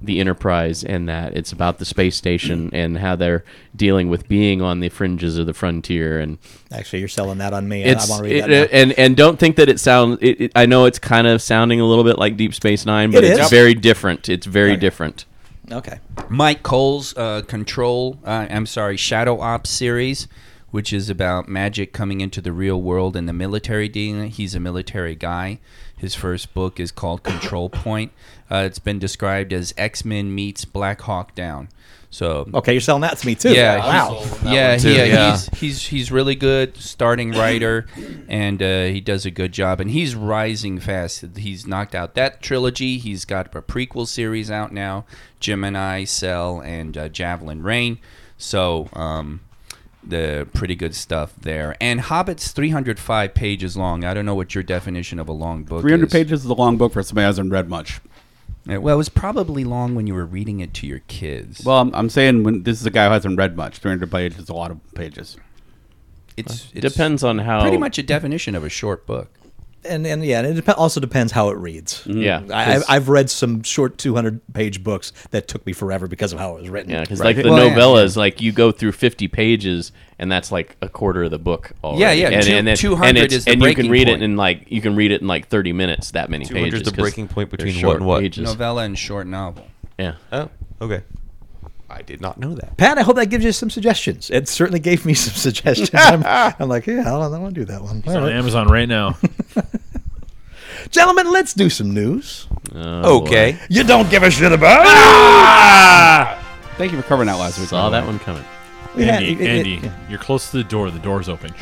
[SPEAKER 6] the Enterprise and that. It's about the space station
[SPEAKER 4] Mm.
[SPEAKER 6] and how they're dealing with being on the fringes of the frontier and
[SPEAKER 4] Actually, you're selling that on me. and I
[SPEAKER 6] it's
[SPEAKER 4] want to read
[SPEAKER 6] it,
[SPEAKER 4] that. now.
[SPEAKER 6] and and don't think that it sounds. It, it- I know it's kind of sounding a little bit like Deep Space Nine, but
[SPEAKER 4] It
[SPEAKER 6] it's
[SPEAKER 4] is.
[SPEAKER 6] very different. It's very different.
[SPEAKER 4] okay.
[SPEAKER 7] Mike Cole's uh, Control, uh, I'm sorry, Shadow Ops series, which is about magic coming into the real world and the military dealing. He's a military guy. His first book is called Control Point. Uh, it's been described as X Men meets Black Hawk Down. So
[SPEAKER 4] Okay, you're selling that to me too.
[SPEAKER 7] yeah,
[SPEAKER 4] Wow.
[SPEAKER 7] he's- yeah,
[SPEAKER 3] too,
[SPEAKER 7] yeah,
[SPEAKER 3] yeah.
[SPEAKER 7] He's, he's he's really good starting writer, and uh, he does a good job. And he's rising fast. He's knocked out that trilogy. He's got a prequel series out now: Gemini, Cell, and uh, Javelin Rain. So. Um, the pretty good stuff there, and Hobbit's 305 pages long. I don't know what your definition of a long book.
[SPEAKER 8] Three hundred
[SPEAKER 7] is.
[SPEAKER 8] pages is a long book for somebody who hasn't read much.
[SPEAKER 7] Yeah, Well, it was probably long when you were reading it to your kids.
[SPEAKER 8] Well, I'm, I'm saying when this is a guy who hasn't read much. Three hundred pages is a lot of pages.
[SPEAKER 7] it's, it's
[SPEAKER 6] Depends on how
[SPEAKER 7] pretty much a definition of a short book.
[SPEAKER 4] And and yeah, and it dep- also depends how it reads.
[SPEAKER 6] Yeah,
[SPEAKER 4] I, I've- I've read some short 200 page books that took me forever because of how it was written.
[SPEAKER 6] Yeah, because
[SPEAKER 4] Right.
[SPEAKER 6] like the
[SPEAKER 7] Well, yeah.
[SPEAKER 6] novellas, like you go through fifty pages, and that's like a quarter of the book. Already.
[SPEAKER 7] Yeah, yeah,
[SPEAKER 6] and,
[SPEAKER 7] two-
[SPEAKER 6] and, it-
[SPEAKER 7] 200
[SPEAKER 6] and it's-
[SPEAKER 7] is the
[SPEAKER 6] and you
[SPEAKER 7] breaking
[SPEAKER 6] can read
[SPEAKER 7] point.
[SPEAKER 6] it in like you can read it in like thirty minutes. That many
[SPEAKER 3] 200 is
[SPEAKER 6] pages.
[SPEAKER 3] the
[SPEAKER 6] 'cause
[SPEAKER 3] breaking point
[SPEAKER 6] they're
[SPEAKER 3] between what
[SPEAKER 6] short
[SPEAKER 3] and what?
[SPEAKER 6] Pages.
[SPEAKER 7] Novella and short novel.
[SPEAKER 6] Yeah,
[SPEAKER 3] Oh, okay. I did not know that.
[SPEAKER 4] Pat, I hope that gives you some suggestions. It certainly gave me some suggestions. I'm, I'm like, yeah, I don't want to do that one. All
[SPEAKER 5] on
[SPEAKER 4] right.
[SPEAKER 5] Amazon right now.
[SPEAKER 4] Gentlemen, let's do some news.
[SPEAKER 6] Oh,
[SPEAKER 3] okay.
[SPEAKER 4] You don't give a shit about. Ah!
[SPEAKER 8] Thank you for covering that last
[SPEAKER 6] boy.
[SPEAKER 8] week.
[SPEAKER 6] saw
[SPEAKER 8] by
[SPEAKER 6] that
[SPEAKER 8] the way.
[SPEAKER 6] one coming.
[SPEAKER 4] We had-
[SPEAKER 5] Andy,
[SPEAKER 4] it- it-
[SPEAKER 5] Andy,
[SPEAKER 4] yeah.
[SPEAKER 5] you're close to the door. The door's open.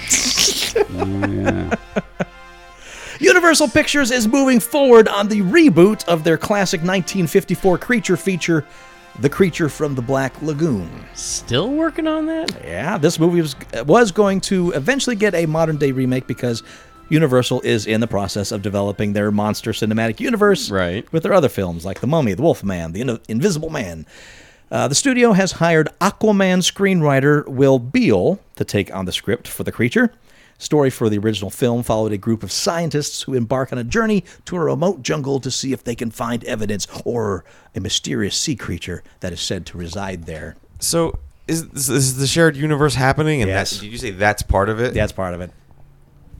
[SPEAKER 4] Universal Pictures is moving forward on the reboot of their classic 1954 creature feature, The Creature from the Black Lagoon.
[SPEAKER 6] Still working on that.
[SPEAKER 4] Yeah, this movie was was going to eventually get a modern day remake because Universal is in the process of developing their monster cinematic universe
[SPEAKER 6] Right.
[SPEAKER 4] with their other films like The Mummy, The Wolfman, The In- Invisible Man. Uh, the studio has hired Aquaman screenwriter Will Beal to take on the script for the creature. Story for the original film followed a group of scientists who embark on a journey to a remote jungle to see if they can find evidence or a mysterious sea creature that is said to reside there.
[SPEAKER 3] So is this is the shared universe happening? And
[SPEAKER 4] Yes.
[SPEAKER 3] that, did you say that's part of it?
[SPEAKER 4] That's part of it.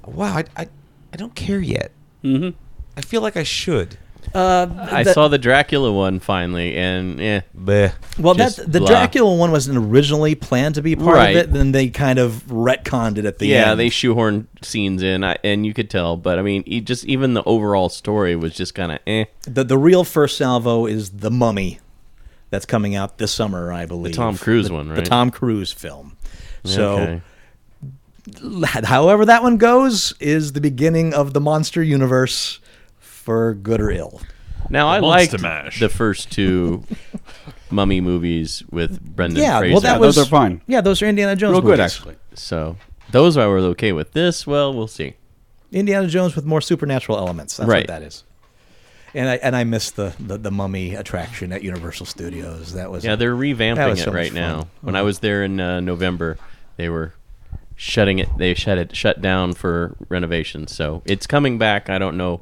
[SPEAKER 3] Wow, I, I, I don't care yet. Mm-hmm. I feel like I should.
[SPEAKER 6] I saw the Dracula one finally, and eh, yeah,
[SPEAKER 3] Bleh.
[SPEAKER 4] Well, that
[SPEAKER 6] Just
[SPEAKER 4] the
[SPEAKER 6] blah.
[SPEAKER 4] Dracula one wasn't originally planned to be part
[SPEAKER 6] Right.
[SPEAKER 4] of it. Then they kind of retconned it at the end.
[SPEAKER 6] yeah, they shoehorned scenes in, I, and you could tell. But I mean, e just even the overall story was just kind of eh.
[SPEAKER 4] the the real first salvo is the Mummy, that's coming out this summer, I believe.
[SPEAKER 6] Tom Cruise one,
[SPEAKER 4] The
[SPEAKER 6] right?
[SPEAKER 4] Tom Cruise film. So,
[SPEAKER 6] Okay.
[SPEAKER 4] however that one goes is the beginning of the monster universe, for good or ill.
[SPEAKER 6] Now I
[SPEAKER 5] Monster
[SPEAKER 6] liked
[SPEAKER 5] Mash.
[SPEAKER 6] the first two mummy movies with Brendan
[SPEAKER 4] yeah,
[SPEAKER 6] Fraser.
[SPEAKER 4] well that
[SPEAKER 8] Yeah,
[SPEAKER 4] was
[SPEAKER 8] those are fine.
[SPEAKER 4] Yeah, those are Indiana Jones.
[SPEAKER 8] Real good,
[SPEAKER 4] movies.
[SPEAKER 8] actually.
[SPEAKER 6] so those I was okay with. This, well, we'll see.
[SPEAKER 4] Indiana Jones with more supernatural elements. That's what
[SPEAKER 6] Right.
[SPEAKER 4] that is. And I and I miss the, the the mummy attraction at Universal Studios. That was
[SPEAKER 6] Yeah, they're
[SPEAKER 4] That was
[SPEAKER 6] revamping
[SPEAKER 4] so
[SPEAKER 6] it
[SPEAKER 4] much
[SPEAKER 6] right
[SPEAKER 4] fun. Uh-huh.
[SPEAKER 6] now. When I was there in uh, November, they were shutting it. They shut it shut down for renovation. So it's coming back. I don't know.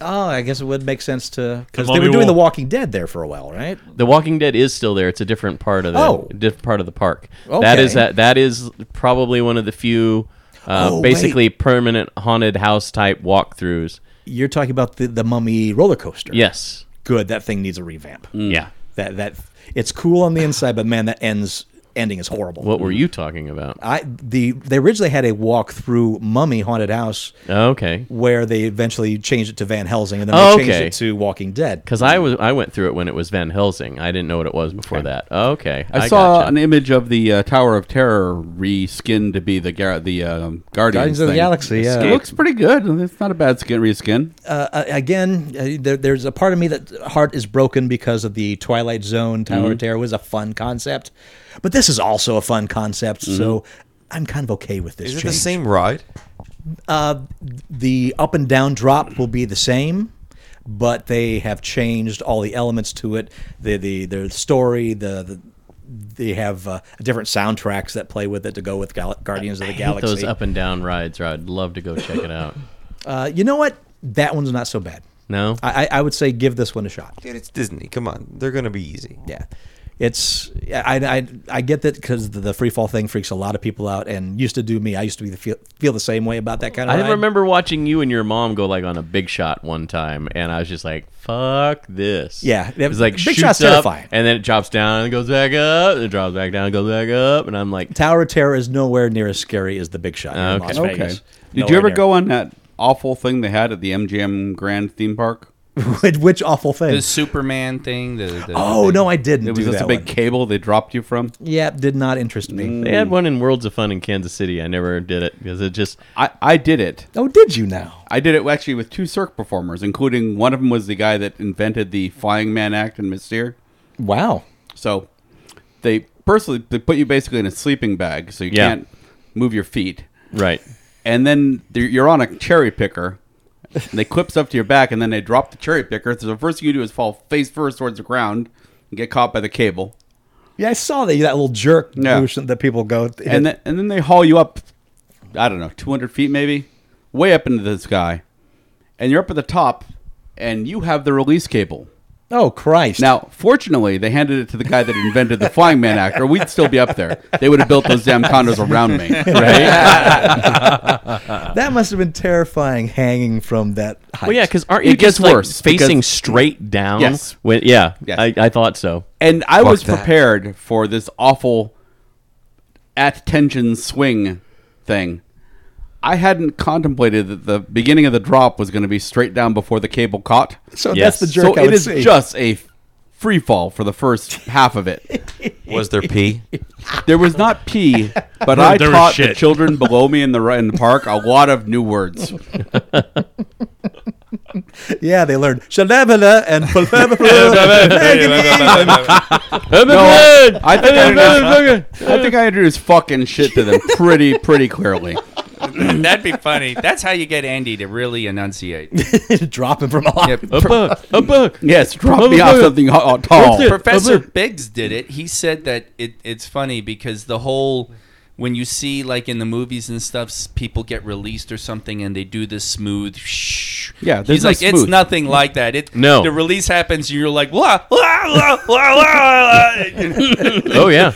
[SPEAKER 4] oh, I guess it would make sense to because
[SPEAKER 5] The
[SPEAKER 4] they were
[SPEAKER 5] mummy
[SPEAKER 4] doing The
[SPEAKER 5] will-
[SPEAKER 4] Walking Dead there for a while, right?
[SPEAKER 6] The Walking Dead is still there. It's a different part of the
[SPEAKER 4] Oh.
[SPEAKER 6] different part of the park. That is
[SPEAKER 4] Okay.
[SPEAKER 6] that that is probably one of the few. Uh,
[SPEAKER 4] Oh,
[SPEAKER 6] basically, permanent haunted house type walkthroughs.
[SPEAKER 4] You're talking about the, the mummy roller coaster.
[SPEAKER 6] Yes.
[SPEAKER 4] good. That thing needs a revamp.
[SPEAKER 6] Yeah.
[SPEAKER 4] That that it's cool on the inside, but man, that ends ending is horrible.
[SPEAKER 6] What were you talking about?
[SPEAKER 4] I the they originally had a walk through mummy haunted house
[SPEAKER 6] Okay.
[SPEAKER 4] where they eventually changed it to Van Helsing, and then
[SPEAKER 6] Oh,
[SPEAKER 4] they changed
[SPEAKER 6] okay.
[SPEAKER 4] it to Walking Dead.
[SPEAKER 6] Because I was I went through it when it was Van Helsing. I didn't know what it was before that. Oh, Okay,
[SPEAKER 8] I, saw
[SPEAKER 6] gotcha.
[SPEAKER 8] an image of the uh, Tower of Terror reskinned to be the Gar- the um, Guardians,
[SPEAKER 4] Guardians of the
[SPEAKER 8] thing.
[SPEAKER 4] Galaxy, yeah.
[SPEAKER 8] It looks pretty good. It's not a bad skin reskin.
[SPEAKER 4] uh, again, uh, there, there's a part of me that heart is broken because of the Twilight Zone Tower
[SPEAKER 3] Mm-hmm.
[SPEAKER 4] of Terror was a fun concept, but this is also a fun concept. So I'm kind of okay with this.
[SPEAKER 3] Mm-hmm. Is it the
[SPEAKER 4] change.
[SPEAKER 3] same ride?
[SPEAKER 4] Uh, the up and down drop will be the same, but they have changed all the elements to it. The the the story the. the they have uh, different soundtracks that play with it to go with Gal- Guardians of the
[SPEAKER 6] Hate
[SPEAKER 4] Galaxy.
[SPEAKER 6] those up and down rides. Or I'd love to go check it out.
[SPEAKER 4] Uh, you know what? That one's not so bad.
[SPEAKER 6] No.
[SPEAKER 4] I, I- I would say give this one a shot.
[SPEAKER 3] Dude, it's Disney. Come on, they're gonna be easy.
[SPEAKER 4] Yeah, it's I I, I get that because the, the free fall thing freaks a lot of people out and used to do me. I used to be the feel, feel the same way about that kind of.
[SPEAKER 6] I
[SPEAKER 4] ride.
[SPEAKER 6] remember watching you and your mom go like on a big shot one time, and I was just like, "Fuck this!"
[SPEAKER 4] Yeah,
[SPEAKER 6] it was like
[SPEAKER 4] Big
[SPEAKER 6] shoots
[SPEAKER 4] Shot's
[SPEAKER 6] up,
[SPEAKER 4] terrifying.
[SPEAKER 6] and then it drops down and goes back up, and it drops back down and goes back up, and I'm like,
[SPEAKER 4] Tower of Terror is nowhere near as scary as the Big Shot. in
[SPEAKER 6] Okay.
[SPEAKER 4] Las
[SPEAKER 8] Okay.
[SPEAKER 4] Vegas.
[SPEAKER 8] Did you
[SPEAKER 4] Nowhere
[SPEAKER 8] ever
[SPEAKER 4] near.
[SPEAKER 8] go on that awful thing they had at the MGM Grand theme park?
[SPEAKER 4] Which, which awful thing?
[SPEAKER 7] The Superman thing. The, the,
[SPEAKER 4] oh no, I didn't.
[SPEAKER 8] It was
[SPEAKER 4] do
[SPEAKER 8] just
[SPEAKER 4] that
[SPEAKER 8] a big Mm.
[SPEAKER 4] one.
[SPEAKER 8] cable they dropped you from.
[SPEAKER 4] Yeah, did not interest me.
[SPEAKER 6] they had one in Worlds of Fun in Kansas City. I never did it because it just
[SPEAKER 8] I, I did it.
[SPEAKER 4] Oh, did you now?
[SPEAKER 8] I did it actually with two Cirque performers, including one of them was the guy that invented the Flying Man Act in Mystere.
[SPEAKER 4] Wow.
[SPEAKER 8] So they personally they put you basically in a sleeping bag, so you
[SPEAKER 6] Yeah.
[SPEAKER 8] can't move your feet.
[SPEAKER 6] right.
[SPEAKER 8] And then they're- you're on a cherry picker. And they clip stuff to your back, and then they drop the cherry picker. So the first thing you do is fall face first towards the ground and get caught by the cable.
[SPEAKER 4] Yeah, I saw that that little jerk
[SPEAKER 8] Yeah.
[SPEAKER 4] motion that people go
[SPEAKER 8] and then and then they haul you up. I don't know, two hundred feet maybe, way up into the sky, and you're up at the top, and you have the release cable.
[SPEAKER 4] oh Christ!
[SPEAKER 8] Now, fortunately, they handed it to the guy that invented the Flying Man Act, or we'd still be up there. They would have built those damn condos around me.
[SPEAKER 4] that must have been terrifying hanging from that height.
[SPEAKER 6] Well, yeah, because aren't you
[SPEAKER 8] It gets
[SPEAKER 6] just like,
[SPEAKER 8] worse,
[SPEAKER 6] facing
[SPEAKER 8] because-
[SPEAKER 6] straight down?
[SPEAKER 8] Yes.
[SPEAKER 6] When, yeah.
[SPEAKER 8] Yes.
[SPEAKER 6] I, I thought so.
[SPEAKER 8] And I was prepared for this awful at tension swing thing. I hadn't contemplated that the beginning of the drop was going to be straight down before the cable caught.
[SPEAKER 4] so
[SPEAKER 6] yes.
[SPEAKER 4] that's the
[SPEAKER 8] So
[SPEAKER 4] jerk I
[SPEAKER 8] it
[SPEAKER 4] would
[SPEAKER 8] is
[SPEAKER 4] see.
[SPEAKER 8] just a free fall for the first half of it.
[SPEAKER 3] Was there pee?
[SPEAKER 8] There was not pee, but I
[SPEAKER 5] There was
[SPEAKER 8] taught the
[SPEAKER 5] shit.
[SPEAKER 8] children below me in the in the park a lot of new words.
[SPEAKER 4] yeah, they learned shalabala and
[SPEAKER 8] No, I think I, introduced, I think I introduced fucking shit to them pretty pretty clearly.
[SPEAKER 7] That'd be funny. That's how you get Andy to really enunciate.
[SPEAKER 4] dropping from aloft.
[SPEAKER 7] Yep.
[SPEAKER 6] A book.
[SPEAKER 8] Yes, drop me off something ho- ho- tall.
[SPEAKER 7] Professor Biggs did it. He said that it, it's funny because the whole when you see like in the movies and stuff, s- people get released or something and they do this smooth shh.
[SPEAKER 8] Yeah, there's
[SPEAKER 7] he's
[SPEAKER 8] no
[SPEAKER 7] like it's
[SPEAKER 8] smooth."
[SPEAKER 7] nothing like that. It
[SPEAKER 6] No.
[SPEAKER 7] the release happens and you're like blah blah blah blah blah. blah."
[SPEAKER 6] Oh yeah.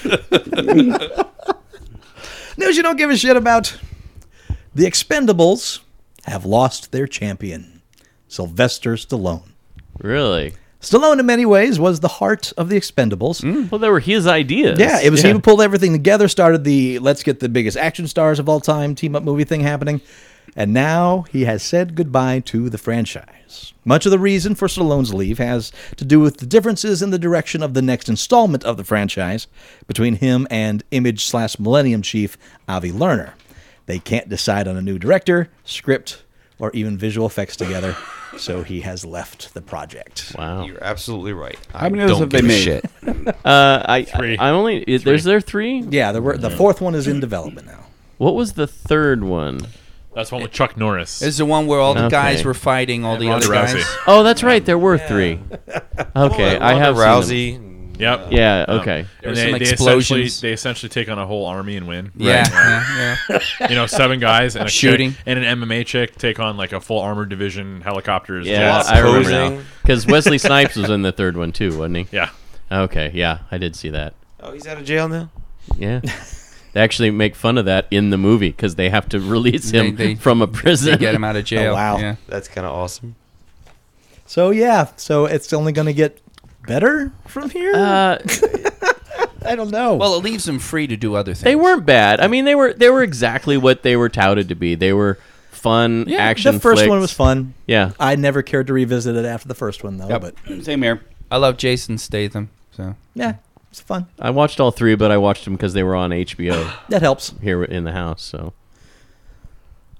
[SPEAKER 4] News you don't give a shit about. The Expendables have lost their champion, Sylvester Stallone.
[SPEAKER 6] really.
[SPEAKER 4] Stallone, in many ways, was the heart of the Expendables.
[SPEAKER 6] Well, they were his ideas.
[SPEAKER 4] Yeah, it was he who pulled everything together, started the let's get the biggest action stars of all time team up movie thing happening. And now he has said goodbye to the franchise. Much of the reason for Stallone's leave has to do with the differences in the direction of the next installment of the franchise between him and Image slash Millennium Chief Avi Lerner. They can't decide on a new director, script, or even visual effects together, so he has left the project.
[SPEAKER 6] Wow.
[SPEAKER 3] You're absolutely right.
[SPEAKER 8] How many of those have they made?
[SPEAKER 6] Uh, I, three. I only is, there's there three.
[SPEAKER 4] Yeah, the, the fourth one is in development now.
[SPEAKER 6] What was the third one?
[SPEAKER 5] That's one with Chuck Norris.
[SPEAKER 7] This is the one where all the guys
[SPEAKER 6] Okay.
[SPEAKER 7] were fighting all the
[SPEAKER 5] Ronda
[SPEAKER 7] other
[SPEAKER 5] Rousey.
[SPEAKER 7] guys.
[SPEAKER 6] Oh, that's right. There were three. Okay, I have seen them.
[SPEAKER 3] Rousey.
[SPEAKER 5] Yep.
[SPEAKER 6] Yeah. Okay.
[SPEAKER 5] And
[SPEAKER 7] were
[SPEAKER 5] they,
[SPEAKER 7] some
[SPEAKER 5] they essentially
[SPEAKER 7] explosions.
[SPEAKER 5] they essentially take on a whole army and win.
[SPEAKER 7] Yeah, yeah, yeah.
[SPEAKER 5] you know, seven guys and a
[SPEAKER 7] Shooting.
[SPEAKER 5] chick, and an MMA chick take on like a full armored division, helicopters.
[SPEAKER 6] Yeah,
[SPEAKER 5] jets,
[SPEAKER 6] I remember
[SPEAKER 5] whatever.
[SPEAKER 6] now.
[SPEAKER 3] posing.
[SPEAKER 6] Because Wesley Snipes was in the third one too, wasn't he?
[SPEAKER 5] Yeah,
[SPEAKER 6] Okay. Yeah, I did see that.
[SPEAKER 3] Oh, he's out of jail now.
[SPEAKER 6] Yeah. They actually make fun of that in the movie because they have to release him
[SPEAKER 7] They- they-
[SPEAKER 6] from a prison.
[SPEAKER 7] They get him out of jail.
[SPEAKER 4] Oh, wow.
[SPEAKER 7] Yeah.
[SPEAKER 3] That's kind of awesome.
[SPEAKER 4] So yeah, so it's only going to get better from here.
[SPEAKER 6] Uh,
[SPEAKER 4] I don't know.
[SPEAKER 7] Well, it leaves him free to do other things.
[SPEAKER 6] they weren't bad. I mean, they were they were exactly what they were touted to be. They were fun action.
[SPEAKER 4] the first one
[SPEAKER 6] flicks.
[SPEAKER 4] was fun.
[SPEAKER 6] Yeah.
[SPEAKER 4] I never cared to revisit it after the first one though. But
[SPEAKER 8] Same here.
[SPEAKER 7] I love Jason Statham. So
[SPEAKER 4] yeah, it's fun.
[SPEAKER 6] I watched all three, but I watched them because they were on HBO
[SPEAKER 4] That helps.
[SPEAKER 6] here in the house. So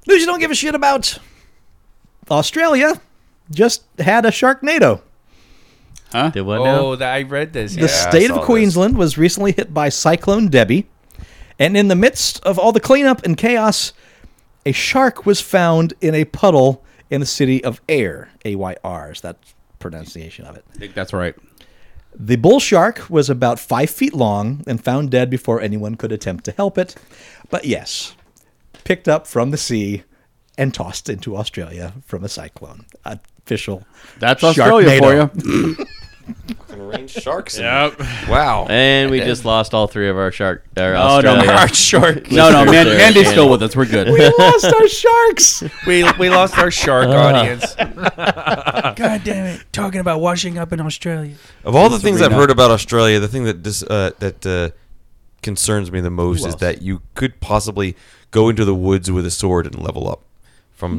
[SPEAKER 4] News you don't give a shit about. Australia just had a Sharknado.
[SPEAKER 6] did what
[SPEAKER 7] oh,
[SPEAKER 6] now?
[SPEAKER 7] that, I read this.
[SPEAKER 4] The
[SPEAKER 7] yeah.
[SPEAKER 4] state
[SPEAKER 3] saw
[SPEAKER 4] of
[SPEAKER 3] this.
[SPEAKER 4] Queensland was recently hit by Cyclone Debbie, and in the midst of all the cleanup and chaos, a shark was found in a puddle in the city of Ayr. A Y R is that pronunciation of it.
[SPEAKER 8] I think that's right.
[SPEAKER 4] The bull shark was about five feet long and found dead before anyone could attempt to help it. But yes, picked up from the sea and tossed into Australia from a cyclone. A official.
[SPEAKER 8] That's Australia for
[SPEAKER 4] Sharknado.
[SPEAKER 8] you.
[SPEAKER 3] Range sharks.
[SPEAKER 5] Yep.
[SPEAKER 3] Wow.
[SPEAKER 6] And we just lost all three of our shark. Our
[SPEAKER 8] Oh no,
[SPEAKER 6] Australia.
[SPEAKER 8] our shark. No, no, Man-
[SPEAKER 6] There,
[SPEAKER 8] Mandy's
[SPEAKER 6] Dan.
[SPEAKER 8] still with us. We're good.
[SPEAKER 4] lost our sharks.
[SPEAKER 7] We we lost our shark audience. God damn it! Talking about washing up in Australia.
[SPEAKER 3] Of all the things I've heard about Australia, the thing that dis, uh, that uh, concerns me the most is that you could possibly go into the woods with a sword and level up from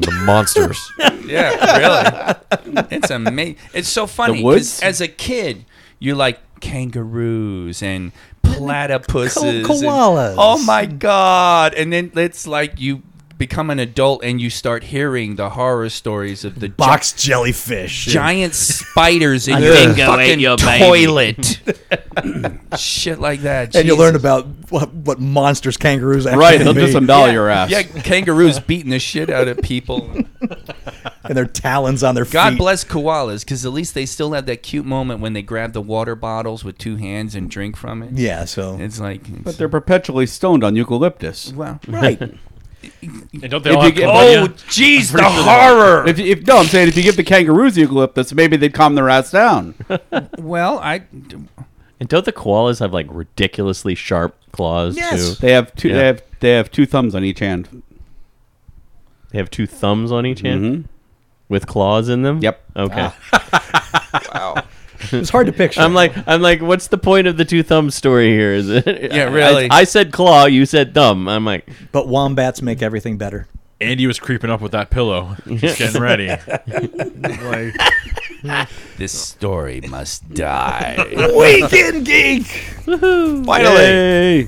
[SPEAKER 3] the monsters.
[SPEAKER 7] Yeah, really. It's amazing. It's so funny. 'cause
[SPEAKER 8] woods?
[SPEAKER 7] As a kid, you like kangaroos and platypuses,
[SPEAKER 4] Ko-
[SPEAKER 7] and-
[SPEAKER 4] koalas.
[SPEAKER 7] oh my god! And then it's like you become an adult and you start hearing the horror stories of the gi-
[SPEAKER 4] Box jellyfish.
[SPEAKER 7] giant spiders in your fucking toilet. Shit like that.
[SPEAKER 4] And
[SPEAKER 9] you learn
[SPEAKER 7] Jesus.
[SPEAKER 9] about what, what monsters kangaroos actually
[SPEAKER 8] Right, they'll
[SPEAKER 9] be,
[SPEAKER 8] just dollar your ass.
[SPEAKER 7] Yeah, kangaroos beating the shit out of people.
[SPEAKER 9] and their talons on their feet.
[SPEAKER 7] God bless koalas because at least they still have that cute moment when they grab the water bottles with two hands and drink from it.
[SPEAKER 9] Yeah, so
[SPEAKER 7] It's like, it's-
[SPEAKER 8] But they're perpetually stoned on eucalyptus.
[SPEAKER 7] wow.
[SPEAKER 9] right.
[SPEAKER 5] And don't they
[SPEAKER 8] If
[SPEAKER 5] all
[SPEAKER 8] you
[SPEAKER 5] have
[SPEAKER 8] get-
[SPEAKER 5] chlamydia?
[SPEAKER 8] Oh,
[SPEAKER 7] jeez,
[SPEAKER 5] the horror.
[SPEAKER 8] If, you- if no, I'm saying if you give the kangaroos eucalyptus, maybe they'd calm their ass down.
[SPEAKER 7] Well, I,
[SPEAKER 6] And don't the koalas have like ridiculously sharp claws
[SPEAKER 9] Yes.
[SPEAKER 6] too?
[SPEAKER 8] They have two. They
[SPEAKER 6] Yeah.
[SPEAKER 8] have they have two thumbs on each hand.
[SPEAKER 6] They have two thumbs on each hand with claws in them.
[SPEAKER 8] Mm-hmm. Yep.
[SPEAKER 6] Okay.
[SPEAKER 9] It's hard to picture.
[SPEAKER 8] Um,
[SPEAKER 6] I'm like, I'm like, what's the point of the two thumb story here? Is it?
[SPEAKER 7] Yeah, really.
[SPEAKER 6] I, I said claw, you said thumb. I'm like,
[SPEAKER 4] But wombats make everything better.
[SPEAKER 5] Andy was creeping up with that pillow, just getting ready.
[SPEAKER 7] this story must die.
[SPEAKER 4] Weekend Geek!
[SPEAKER 3] Finally.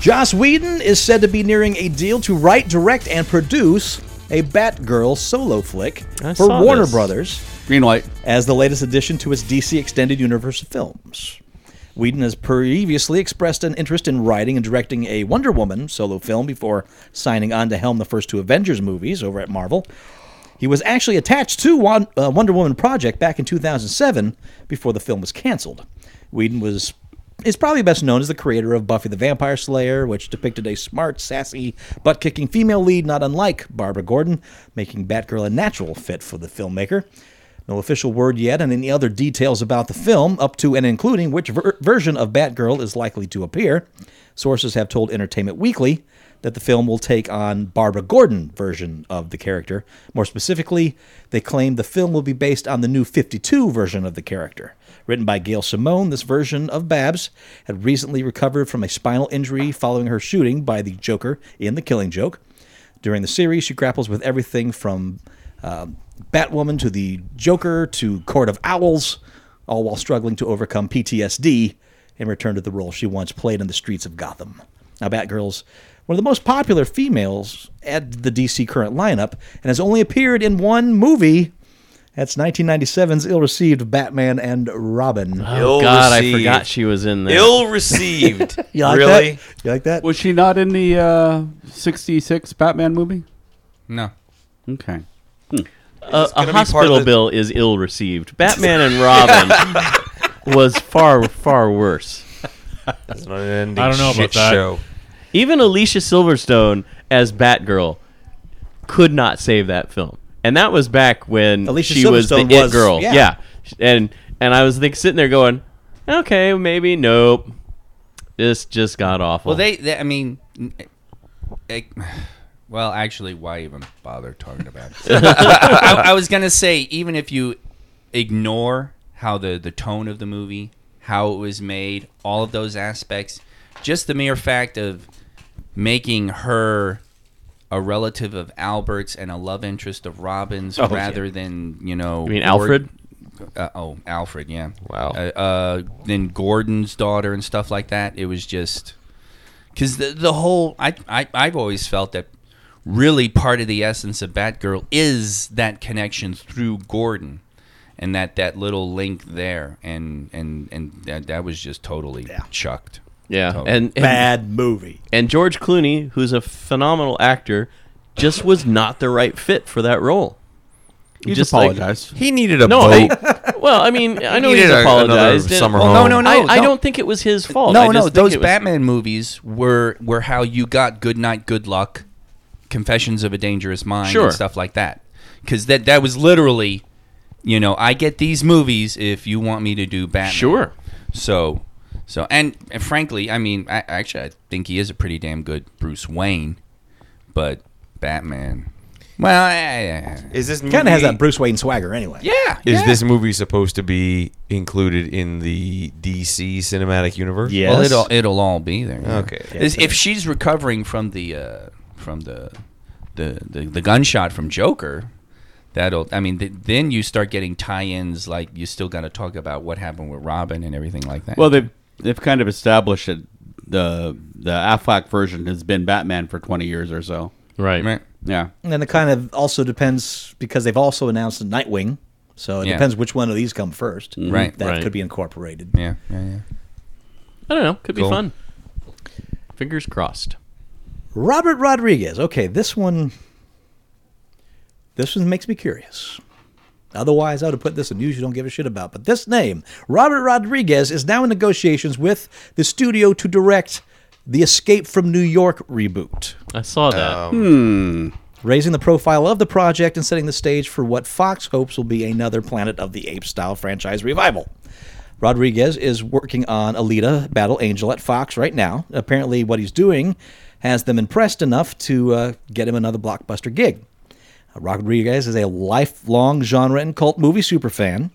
[SPEAKER 4] Joss Whedon is said to be nearing a deal to write, direct, and produce a Batgirl solo flick
[SPEAKER 6] I
[SPEAKER 4] for
[SPEAKER 6] saw
[SPEAKER 4] Warner
[SPEAKER 6] this.
[SPEAKER 4] Brothers
[SPEAKER 8] Green light.
[SPEAKER 4] as the latest addition to its DC Extended Universe films. Whedon has previously expressed an interest in writing and directing a Wonder Woman solo film before signing on to helm the first two Avengers movies over at Marvel. He was actually attached to Won- uh, Wonder Woman project back in 2007 before the film was canceled. Whedon was is probably best known as the creator of Buffy the Vampire Slayer, which depicted a smart, sassy, butt-kicking female lead not unlike Barbara Gordon, making Batgirl a natural fit for the filmmaker. No official word yet on any other details about the film, up to and including which ver- version of Batgirl is likely to appear. Sources have told Entertainment Weekly that the film will take on Barbara Gordon version of the character. More specifically, they claim the film will be based on the new 52 version of the character. Written by Gail Simone, this version of Babs had recently recovered from a spinal injury following her shooting by the Joker in The Killing Joke. During the series, she grapples with everything from um Batwoman to the Joker to Court of Owls, all while struggling to overcome PTSD and return to the role she once played in the streets of Gotham. Now, Batgirl's one of the most popular females at the DC current lineup and has only appeared in one movie. That's 1997's ill-received Batman and Robin.
[SPEAKER 6] oh
[SPEAKER 3] Ill
[SPEAKER 6] God, I
[SPEAKER 3] received.
[SPEAKER 6] forgot she was in there.
[SPEAKER 3] Ill received.
[SPEAKER 4] You like
[SPEAKER 3] really?
[SPEAKER 4] that? You like that?
[SPEAKER 8] Was she not in the uh, '66 Batman movie?
[SPEAKER 7] no.
[SPEAKER 8] Okay.
[SPEAKER 6] a, a
[SPEAKER 3] be part
[SPEAKER 6] hospital
[SPEAKER 3] of the-
[SPEAKER 6] bill is ill received. Batman and Robin was far far worse.
[SPEAKER 3] That's an unending
[SPEAKER 5] I don't know
[SPEAKER 3] shit
[SPEAKER 5] about that.
[SPEAKER 3] show.
[SPEAKER 6] Even Alicia Silverstone as Batgirl could not save that film, and that was back when
[SPEAKER 4] Alicia
[SPEAKER 6] she was the
[SPEAKER 4] Silverstone
[SPEAKER 6] it
[SPEAKER 4] was-
[SPEAKER 6] girl.
[SPEAKER 4] yeah.
[SPEAKER 6] Yeah. and and I was think, sitting there going, okay, maybe nope. This just got awful.
[SPEAKER 7] Well, they, they I mean, n- eh, well, actually, why even bother talking about it? I, I was going to say, even if you ignore how the, the tone of the movie, how it was made, all of those aspects, just the mere fact of making her a relative of Albert's and a love interest of Robin's rather than, you know.
[SPEAKER 6] I mean,
[SPEAKER 7] Gord-
[SPEAKER 6] Alfred.
[SPEAKER 7] uh, oh, Alfred, yeah.
[SPEAKER 3] Wow.
[SPEAKER 7] Uh, uh, then Gordon's daughter and stuff like that. It was just because the the whole I, I I've always felt that really part of the essence of Batgirl is that connection through Gordon and that that little link there and and and that, that was just totally chucked.
[SPEAKER 6] Yeah,
[SPEAKER 7] Totally.
[SPEAKER 6] and, and
[SPEAKER 4] Bad movie.
[SPEAKER 6] and George Clooney, who's a phenomenal actor, just was not the right fit for that role.
[SPEAKER 8] You just
[SPEAKER 6] Just like-
[SPEAKER 8] apologize.
[SPEAKER 3] He needed a
[SPEAKER 6] No, I,
[SPEAKER 3] boat.
[SPEAKER 6] well, I mean, I know
[SPEAKER 3] needed
[SPEAKER 6] he's
[SPEAKER 3] a-
[SPEAKER 6] apologized.
[SPEAKER 3] another
[SPEAKER 6] and-
[SPEAKER 3] summer
[SPEAKER 6] well,
[SPEAKER 3] home.
[SPEAKER 7] no, no,
[SPEAKER 6] I, I
[SPEAKER 7] no.
[SPEAKER 6] don't think it was his fault. Oh, I
[SPEAKER 7] no,
[SPEAKER 6] just
[SPEAKER 7] no,
[SPEAKER 6] think
[SPEAKER 7] those
[SPEAKER 6] it was-
[SPEAKER 7] Batman movies were were how you got Good Night, Good Luck, Confessions of a Dangerous Mind,
[SPEAKER 6] Sure.
[SPEAKER 7] and stuff like that. because that that was literally, you know, I get these movies if you want me to do Batman.
[SPEAKER 6] Sure.
[SPEAKER 7] So, so and, and frankly, I mean, I, actually, I think he is a pretty damn good Bruce Wayne, but Batman. Well, eh,
[SPEAKER 3] Is this
[SPEAKER 4] Kind of has
[SPEAKER 3] movie-
[SPEAKER 4] that Bruce Wayne swagger anyway.
[SPEAKER 7] yeah.
[SPEAKER 3] Is
[SPEAKER 7] yeah.
[SPEAKER 3] this movie supposed to be included in the DC cinematic universe?
[SPEAKER 4] Yeah.
[SPEAKER 7] Well,
[SPEAKER 4] Yes.
[SPEAKER 7] it'll it'll all be there. yeah.
[SPEAKER 3] Okay.
[SPEAKER 7] Is- if she's recovering from the uh, from the, the the the gunshot from Joker, that'll. I mean, th- then you start getting tie-ins. Like you still got to talk about what happened with Robin and everything like that.
[SPEAKER 8] Well, they've they've kind of established that the the Affleck version has been Batman for twenty years or so.
[SPEAKER 6] Right.
[SPEAKER 7] Right.
[SPEAKER 8] Yeah,
[SPEAKER 4] And then it kind of also depends because they've also announced Nightwing, so it
[SPEAKER 7] Yeah. Mm-hmm.
[SPEAKER 4] depends which one of these come first.
[SPEAKER 7] Right.
[SPEAKER 4] That
[SPEAKER 6] Right.
[SPEAKER 4] could be incorporated.
[SPEAKER 7] Yeah, yeah, yeah.
[SPEAKER 6] I don't know. Could be
[SPEAKER 7] Cool.
[SPEAKER 6] fun. Fingers crossed.
[SPEAKER 4] Robert Rodriguez. Okay, this one. This one makes me curious. Otherwise, I would have put this in news you don't give a shit about. But this name, Robert Rodriguez, is now in negotiations with the studio to direct the Escape from New York reboot,
[SPEAKER 6] I saw that.
[SPEAKER 3] Um,
[SPEAKER 4] Hmm. raising the profile of the project and setting the stage for what Fox hopes will be another Planet of the Apes style franchise revival. Rodriguez is working on Alita Battle Angel at Fox right now. Apparently, what he's doing has them impressed enough to uh, get him another blockbuster gig. Uh, Rodriguez is a lifelong genre and cult movie superfan.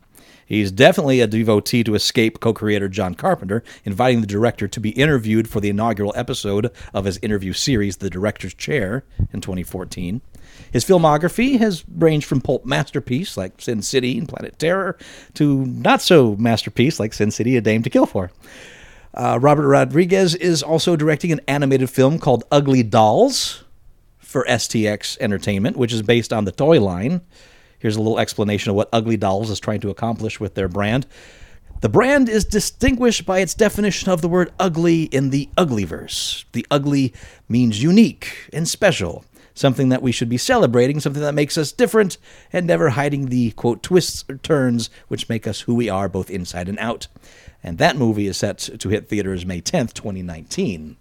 [SPEAKER 4] He's definitely a devotee to Escape co creator John Carpenter, inviting the director to be interviewed for the inaugural episode of his interview series, The Director's Chair, in 2014. His filmography has ranged from pulp masterpiece like Sin City and Planet Terror to not so masterpiece like Sin City, A Dame to Kill For. Uh, Robert Rodriguez is also directing an animated film called Ugly Dolls for STX Entertainment, which is based on the toy line. Here's a little explanation of what Ugly Dolls is trying to accomplish with their brand. The brand is distinguished by its definition of the word ugly in the Uglyverse. The ugly means unique and special, something that we should be celebrating, something that makes us different, and never hiding the quote twists or turns which make us who we are both inside and out. And that movie is set to hit theaters May 10th, 2019.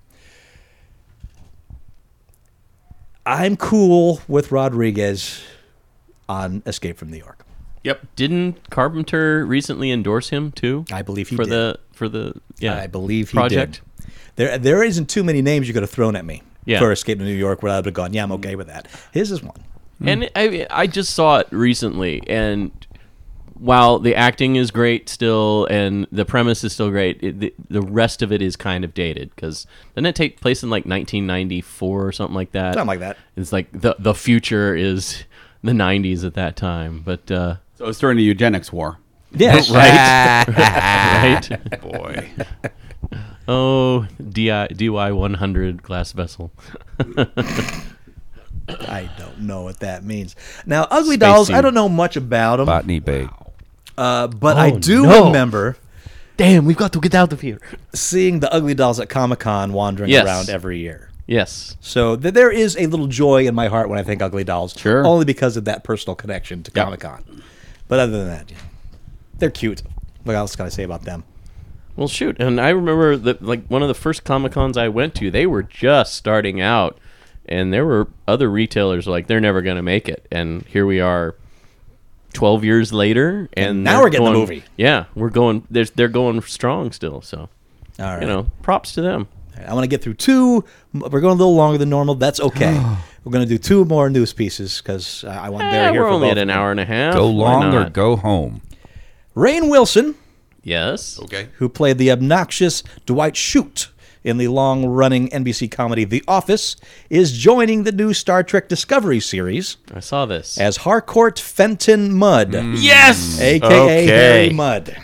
[SPEAKER 4] I'm cool with Rodriguez on Escape from New York.
[SPEAKER 6] Didn't Carpenter recently endorse him too?
[SPEAKER 4] I believe he
[SPEAKER 6] for
[SPEAKER 4] did.
[SPEAKER 6] the for the yeah.
[SPEAKER 4] I believe he
[SPEAKER 6] project.
[SPEAKER 4] did. There, there isn't too many names you could have thrown at me
[SPEAKER 6] Yeah.
[SPEAKER 4] for Escape to New York where I would have gone, yeah, I'm okay with that. His is one.
[SPEAKER 6] And I I just saw it recently, and while the acting is great still, and the premise is still great, it, the, the rest of it is kind of dated because doesn't it take place in like 1994 or something like that?
[SPEAKER 4] Something like that.
[SPEAKER 6] It's like the the future is the 90s at that time, but uh,
[SPEAKER 8] so it's during the eugenics war.
[SPEAKER 4] Yes.
[SPEAKER 6] right boy. Oh, DI, DY 100 glass vessel.
[SPEAKER 4] I don't know what that means. Now, Ugly Dolls, I don't know much about them,
[SPEAKER 7] Botany Bay.
[SPEAKER 4] uh, but I do
[SPEAKER 2] Oh, no.
[SPEAKER 4] remember
[SPEAKER 2] Damn, we've got to get out of here.
[SPEAKER 4] seeing the Ugly Dolls at Comic Con wandering
[SPEAKER 6] Yes.
[SPEAKER 4] around every year.
[SPEAKER 6] Yes.
[SPEAKER 4] So th- there is a little joy in my heart when I think Ugly Dolls,
[SPEAKER 8] Sure.
[SPEAKER 4] only because of that personal connection to Comic Con. But other than that, yeah. they're cute. What else can I say about them?
[SPEAKER 6] Well, shoot, and I remember that like one of the first Comic Cons I went to, they were just starting out, and there were other retailers like they're never going to make it, and here we are, twelve years later, and,
[SPEAKER 4] And now
[SPEAKER 6] they're
[SPEAKER 4] we're getting the
[SPEAKER 6] going-
[SPEAKER 4] movie.
[SPEAKER 6] Yeah, we're going. There's they're going strong still, so
[SPEAKER 4] All right.
[SPEAKER 6] you know, props to them.
[SPEAKER 4] I want to get through two. M- We're going a little longer than normal. That's okay. we're going to do two more news pieces because uh, I want
[SPEAKER 6] Eh,
[SPEAKER 4] they're here
[SPEAKER 6] we're
[SPEAKER 4] for
[SPEAKER 6] only
[SPEAKER 4] both.
[SPEAKER 6] at an hour and a half.
[SPEAKER 7] Go
[SPEAKER 6] Why
[SPEAKER 7] long or
[SPEAKER 6] not?
[SPEAKER 7] go home.
[SPEAKER 4] Rain Wilson,
[SPEAKER 6] Yes.
[SPEAKER 3] Okay.
[SPEAKER 4] who played the obnoxious Dwight Schrute in the long-running NBC comedy The Office, is joining the new Star Trek Discovery series
[SPEAKER 6] I saw this.
[SPEAKER 4] as Harcourt Fenton Mudd,
[SPEAKER 3] Yes.
[SPEAKER 4] aka Harry
[SPEAKER 3] Okay.
[SPEAKER 4] Mudd.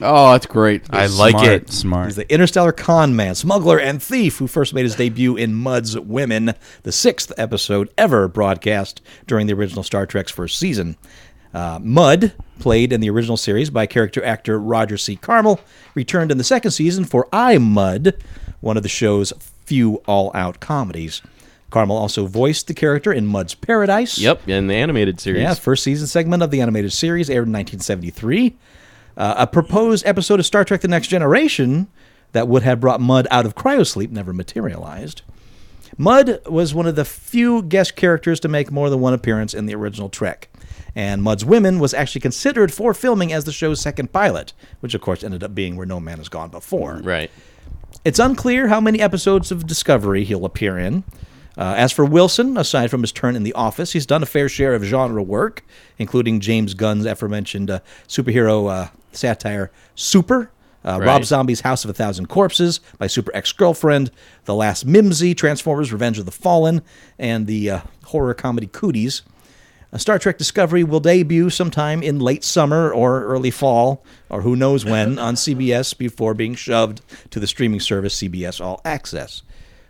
[SPEAKER 8] Oh, that's great.
[SPEAKER 3] I like
[SPEAKER 7] smart,
[SPEAKER 3] it.
[SPEAKER 7] Smart.
[SPEAKER 4] He's the interstellar con man, smuggler, and thief who first made his debut in Mud's Women, the sixth episode ever broadcast during the original Star Trek's first season. Uh, Mudd, played in the original series by character actor Roger C. Carmel, returned in the second season for I, Mud, one of the show's few all out comedies. Carmel also voiced the character in Mud's Paradise.
[SPEAKER 6] Yep, in the animated series.
[SPEAKER 4] Yeah, first season segment of the animated series aired in 1973. Uh, a proposed episode of Star Trek The Next Generation that would have brought Mud out of cryosleep never materialized. Mud was one of the few guest characters to make more than one appearance in the original Trek. And Mud's Women was actually considered for filming as the show's second pilot, which of course ended up being where No Man Has Gone Before.
[SPEAKER 6] Right.
[SPEAKER 4] It's unclear how many episodes of Discovery he'll appear in. Uh, as for Wilson, aside from his turn in The Office, he's done a fair share of genre work, including James Gunn's aforementioned uh, superhero uh, satire Super, uh, Rob
[SPEAKER 6] Right.
[SPEAKER 4] Zombie's House of a Thousand Corpses, My Super Ex Girlfriend, The Last Mimsy, Transformers Revenge of the Fallen, and the uh, horror comedy Cooties. Uh, Star Trek Discovery will debut sometime in late summer or early fall, or who knows when, on CBS before being shoved to the streaming service CBS All Access.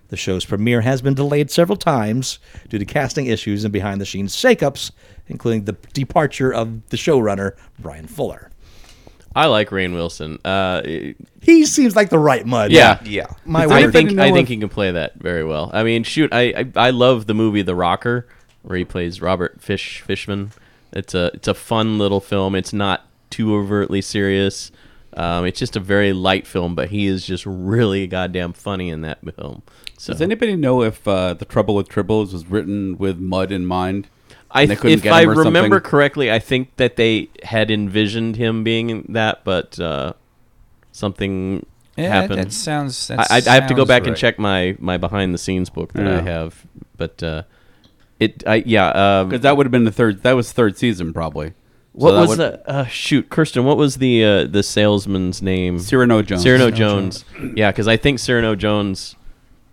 [SPEAKER 4] The show's premiere has been delayed several times due to casting issues and behind the scenes shakeups, including the departure of the showrunner, Brian Fuller.
[SPEAKER 6] I like Rain Wilson. Uh, yeah.
[SPEAKER 4] He seems like the right mud.
[SPEAKER 3] Yeah.
[SPEAKER 4] My
[SPEAKER 6] I,
[SPEAKER 4] wife,
[SPEAKER 6] think
[SPEAKER 8] know
[SPEAKER 6] I
[SPEAKER 8] if-
[SPEAKER 6] think he can play that very well. I mean, shoot, I, I I love the movie The Rocker, where he plays Robert Fish Fishman. It's a it's a fun little film. It's not too overtly serious. Um, it's just a very light film, but he is just really goddamn funny in that film. So
[SPEAKER 8] Does anybody know if uh, the Trouble with Tribbles was written with mud in mind?
[SPEAKER 6] I,
[SPEAKER 8] and they couldn't
[SPEAKER 6] if
[SPEAKER 8] get
[SPEAKER 6] I
[SPEAKER 8] him or
[SPEAKER 6] remember
[SPEAKER 8] something?
[SPEAKER 6] correctly, I think that they had envisioned him being in that, but uh, something
[SPEAKER 7] Yeah, that,
[SPEAKER 6] happened.
[SPEAKER 7] that sounds. That
[SPEAKER 6] I, I I have to go
[SPEAKER 7] sounds
[SPEAKER 6] back and
[SPEAKER 7] right.
[SPEAKER 6] check my, my behind the scenes book that I
[SPEAKER 8] Yeah.
[SPEAKER 6] have, but uh, it I yeah um,
[SPEAKER 8] Because that would have been the third. That was third season probably.
[SPEAKER 6] what
[SPEAKER 8] So that
[SPEAKER 6] was
[SPEAKER 8] would-
[SPEAKER 6] the uh, shoot Kirsten? What was the uh, the salesman's name?
[SPEAKER 8] Cyrano Jones?
[SPEAKER 6] Cyrano Jones. Yeah, because I think Cyrano Jones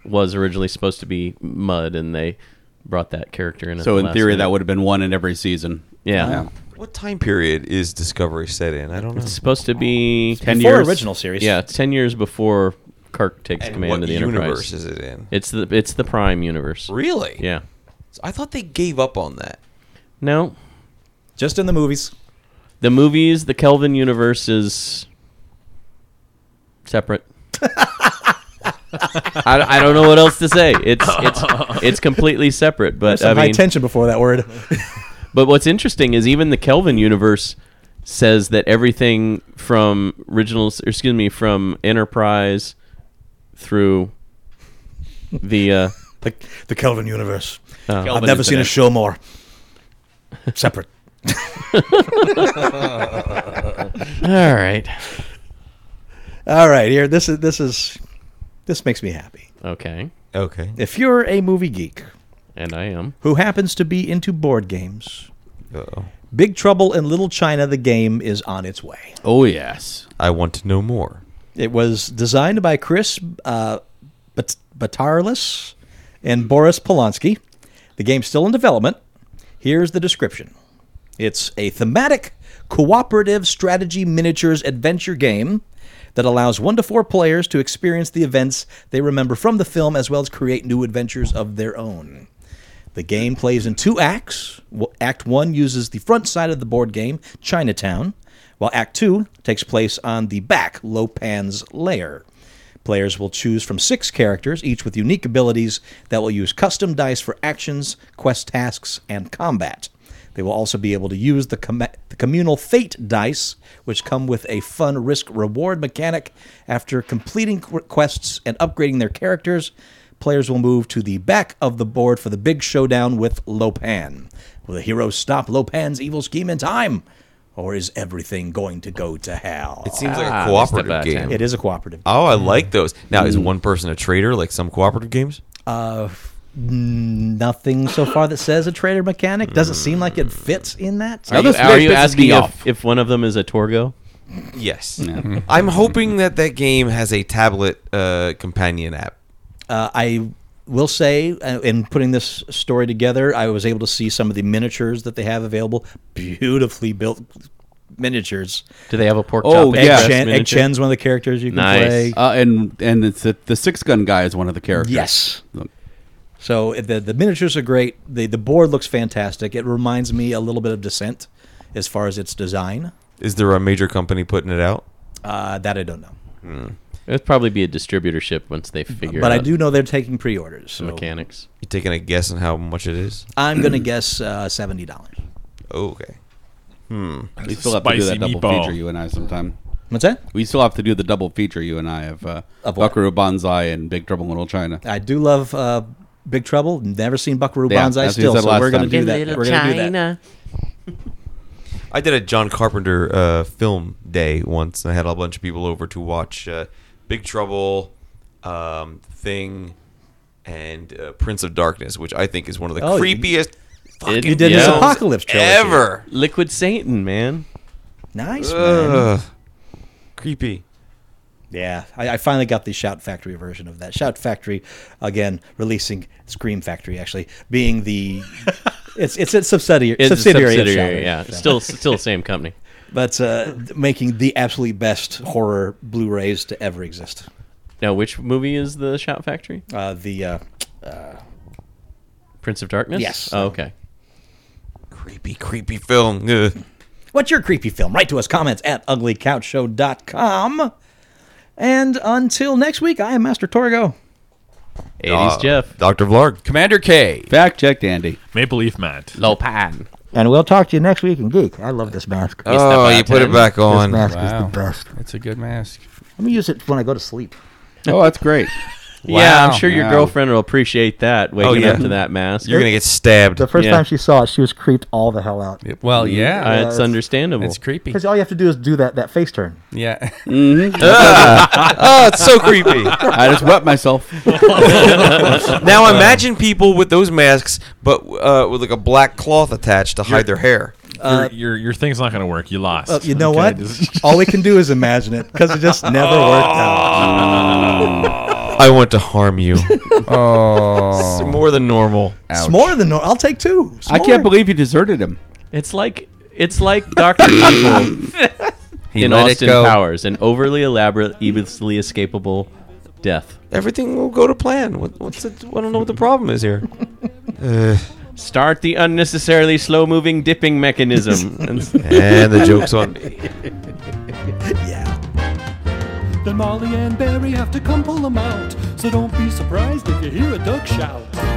[SPEAKER 6] was originally supposed to be Mud, and they brought that character in. at
[SPEAKER 8] So
[SPEAKER 6] the
[SPEAKER 8] in
[SPEAKER 6] last
[SPEAKER 8] theory,
[SPEAKER 6] minute.
[SPEAKER 8] that would have been one in every season.
[SPEAKER 6] yeah.
[SPEAKER 3] What time period is Discovery set in? I don't know.
[SPEAKER 6] It's supposed to be
[SPEAKER 4] before
[SPEAKER 8] years.
[SPEAKER 4] original series.
[SPEAKER 6] Yeah, it's ten years before Kirk takes command
[SPEAKER 3] what
[SPEAKER 6] of the
[SPEAKER 3] universe
[SPEAKER 6] Enterprise.
[SPEAKER 3] is it in?
[SPEAKER 6] It's the it's the Prime universe.
[SPEAKER 3] Really?
[SPEAKER 6] Yeah.
[SPEAKER 3] I thought they gave up on that.
[SPEAKER 6] No,
[SPEAKER 4] Just in the movies.
[SPEAKER 6] the movies, the Kelvin universe is separate. I, I don't know what else to say. It's it's it's completely separate. But I
[SPEAKER 4] Some high
[SPEAKER 6] mean,
[SPEAKER 4] tension before that word.
[SPEAKER 6] But what's interesting is even the Kelvin universe says that everything from original, or excuse me, from Enterprise through the uh,
[SPEAKER 4] the, the Kelvin universe.
[SPEAKER 6] Oh.
[SPEAKER 4] I've
[SPEAKER 8] Kelvin
[SPEAKER 4] never
[SPEAKER 8] is
[SPEAKER 4] seen
[SPEAKER 8] in
[SPEAKER 4] a
[SPEAKER 8] it.
[SPEAKER 4] show more separate.
[SPEAKER 6] all right,
[SPEAKER 4] All right, here this is this is this makes me happy.
[SPEAKER 6] okay,
[SPEAKER 3] Okay.
[SPEAKER 4] If you're a movie geek
[SPEAKER 6] and I am
[SPEAKER 4] who happens to be into board games,
[SPEAKER 3] Uh-oh.
[SPEAKER 4] Big Trouble in Little China the game is on its way.
[SPEAKER 8] Oh yes.
[SPEAKER 3] I want to know more.
[SPEAKER 4] It was designed by Chris uh, Bat- Batarlis and Boris Polanski. The game's still in development. Here's the description it's a thematic, cooperative strategy miniatures adventure game that allows one to four players to experience the events they remember from the film as well as create new adventures of their own. The game plays in two acts. Wh- Act 1 uses the front side of the board game, Chinatown, while Act 2 takes place on the back, Lopan's Lair. Players will choose from six characters, each with unique abilities that will use custom dice for actions, quest tasks, and combat. They will also be able to use the, com- the communal fate dice, which come with a fun risk reward mechanic. After completing qu- quests and upgrading their characters, players will move to the back of the board for the big showdown with Lopan. Will the heroes stop Lopan's evil scheme in time? Or is everything going to go to hell?
[SPEAKER 3] It seems like a
[SPEAKER 6] Ah, Mr.
[SPEAKER 3] cooperative
[SPEAKER 6] Batten.
[SPEAKER 3] game.
[SPEAKER 4] it is a cooperative.
[SPEAKER 3] Oh, I like those. Now, is one person a traitor like some cooperative games?
[SPEAKER 4] Nothing so far that says a traitor mechanic. Doesn't seem like it fits in that.
[SPEAKER 8] Now
[SPEAKER 6] Are you,
[SPEAKER 8] this
[SPEAKER 6] are
[SPEAKER 8] really
[SPEAKER 6] you
[SPEAKER 8] pisses
[SPEAKER 6] asking
[SPEAKER 8] me
[SPEAKER 6] if,
[SPEAKER 8] off.
[SPEAKER 6] if one of them is a Torgo?
[SPEAKER 3] Yes. I'm hoping that that game has a tablet uh, companion app.
[SPEAKER 4] Uh, I will say, uh, in putting this story together, I was able to see some of the miniatures that they have available. Beautifully built miniatures.
[SPEAKER 6] Do they have a pork
[SPEAKER 8] Oh,
[SPEAKER 6] chop?
[SPEAKER 8] yeah.
[SPEAKER 6] express
[SPEAKER 4] Egg, Chen, Egg
[SPEAKER 6] miniature?
[SPEAKER 4] Chen's one of the characters you can
[SPEAKER 6] Nice.
[SPEAKER 4] play.
[SPEAKER 8] Uh, and and it's the, the six gun guy is one of the characters.
[SPEAKER 4] Yes. So it- the the miniatures are great. The the board looks fantastic. It reminds me a little bit of Descent, as far as its design.
[SPEAKER 3] Is there a major company putting it out?
[SPEAKER 4] Uh, that I don't know,
[SPEAKER 6] It'd probably be a distributorship once they figure
[SPEAKER 4] but
[SPEAKER 6] out
[SPEAKER 4] I do know they're taking pre-orders.
[SPEAKER 6] the
[SPEAKER 4] So
[SPEAKER 6] mechanics.
[SPEAKER 3] You taking a guess on how much it is?
[SPEAKER 4] I'm gonna guess uh, seventy dollars.
[SPEAKER 3] Oh, okay.
[SPEAKER 8] We still have to do
[SPEAKER 5] Spicy
[SPEAKER 8] that double
[SPEAKER 5] meatball.
[SPEAKER 8] feature you and I sometime.
[SPEAKER 4] What's that?
[SPEAKER 8] We still have to do the double feature you and I of, uh,
[SPEAKER 4] Of what?
[SPEAKER 8] Buckaroo Banzai and Big Trouble in Little China.
[SPEAKER 4] I do love uh, Big Trouble. Never seen Buckaroo
[SPEAKER 8] Yeah,
[SPEAKER 4] Banzai
[SPEAKER 8] that's what he
[SPEAKER 4] still,
[SPEAKER 8] said
[SPEAKER 4] so
[SPEAKER 8] last
[SPEAKER 4] we're going to
[SPEAKER 8] time.
[SPEAKER 4] do that. We're going to do that.
[SPEAKER 3] I did a John Carpenter uh, film day once. I had a bunch of people over to watch uh, Big Trouble, um, Thing, and uh, Prince of Darkness, which I think is one of the
[SPEAKER 4] Oh, you-
[SPEAKER 3] creepiest. fucking
[SPEAKER 6] you did his
[SPEAKER 3] films
[SPEAKER 4] Apocalypse trilogy.
[SPEAKER 3] ever.
[SPEAKER 6] Liquid Satan, man.
[SPEAKER 4] Nice, man.
[SPEAKER 3] Ugh. Creepy.
[SPEAKER 4] Yeah, I, I finally got the Shout Factory version of that. Shout Factory, again, releasing Scream Factory, actually being the it's it's a subsidiary
[SPEAKER 6] It's a
[SPEAKER 4] subsidiary, of
[SPEAKER 6] subsidiary,
[SPEAKER 4] Shout,
[SPEAKER 6] yeah.
[SPEAKER 4] so.
[SPEAKER 6] Still, still same company.
[SPEAKER 4] but uh, making the absolute best horror Blu-rays to ever exist.
[SPEAKER 6] Now, which movie is the Shout Factory?
[SPEAKER 4] Uh, the uh,
[SPEAKER 6] Prince of Darkness.
[SPEAKER 4] Yes.
[SPEAKER 6] Oh, okay.
[SPEAKER 3] Creepy, creepy film. Ugh.
[SPEAKER 4] What's your creepy film? Write to us comments at uglycouchshow.com. And until next week, I am Master Torgo.
[SPEAKER 6] Eighties
[SPEAKER 3] Uh,
[SPEAKER 6] Jeff.
[SPEAKER 3] Dr. Vlog.
[SPEAKER 7] Commander K.
[SPEAKER 8] Fact checked, Andy.
[SPEAKER 5] Maple Leaf Matt.
[SPEAKER 6] Lopan.
[SPEAKER 10] And we'll talk to you next week in Geek. I love this mask. This
[SPEAKER 3] Oh, you put it back on.
[SPEAKER 10] mask is
[SPEAKER 7] Wow.
[SPEAKER 10] the best.
[SPEAKER 7] That's a good mask.
[SPEAKER 10] Let me use it when I go to sleep.
[SPEAKER 8] Oh, that's great.
[SPEAKER 6] Yeah, I'm sure your
[SPEAKER 8] Wow.
[SPEAKER 6] girlfriend will appreciate that.
[SPEAKER 4] Oh,
[SPEAKER 6] Waking
[SPEAKER 3] yeah.
[SPEAKER 6] up to that mask.
[SPEAKER 3] You're going to get stabbed.
[SPEAKER 10] The first
[SPEAKER 6] Yeah.
[SPEAKER 10] time she saw it, she was creeped all the hell out.
[SPEAKER 7] Well, yeah.
[SPEAKER 6] Uh, it's understandable.
[SPEAKER 7] it's creepy.
[SPEAKER 10] Because all you have to do is do that, that face turn.
[SPEAKER 7] Yeah.
[SPEAKER 3] oh, it's so creepy.
[SPEAKER 8] I just wept myself.
[SPEAKER 3] now imagine people with those masks, but uh, with like a black cloth attached to hide their hair.
[SPEAKER 5] Your, your your thing's not gonna work. You lost.
[SPEAKER 4] Uh, Well, you know
[SPEAKER 5] Okay,
[SPEAKER 4] what?
[SPEAKER 5] this is-
[SPEAKER 4] All we can do is imagine it because it just never worked out.
[SPEAKER 3] I want to harm you. oh, more than normal.
[SPEAKER 4] It's more than normal. I'll take two. It's
[SPEAKER 8] I
[SPEAKER 4] more.
[SPEAKER 8] can't believe you deserted him.
[SPEAKER 6] It's like it's like Doctor Evil in
[SPEAKER 7] let it
[SPEAKER 6] Austin
[SPEAKER 7] go.
[SPEAKER 6] Powers, an overly elaborate, easily escapable death.
[SPEAKER 3] Everything will go to plan. What, what's the, I don't know what the problem is here.
[SPEAKER 6] Start the unnecessarily slow-moving dipping mechanism. And-
[SPEAKER 3] And the joke's on me.
[SPEAKER 2] Then Molly and Barry have to come pull 'em out. So don't be surprised if you hear a duck shout.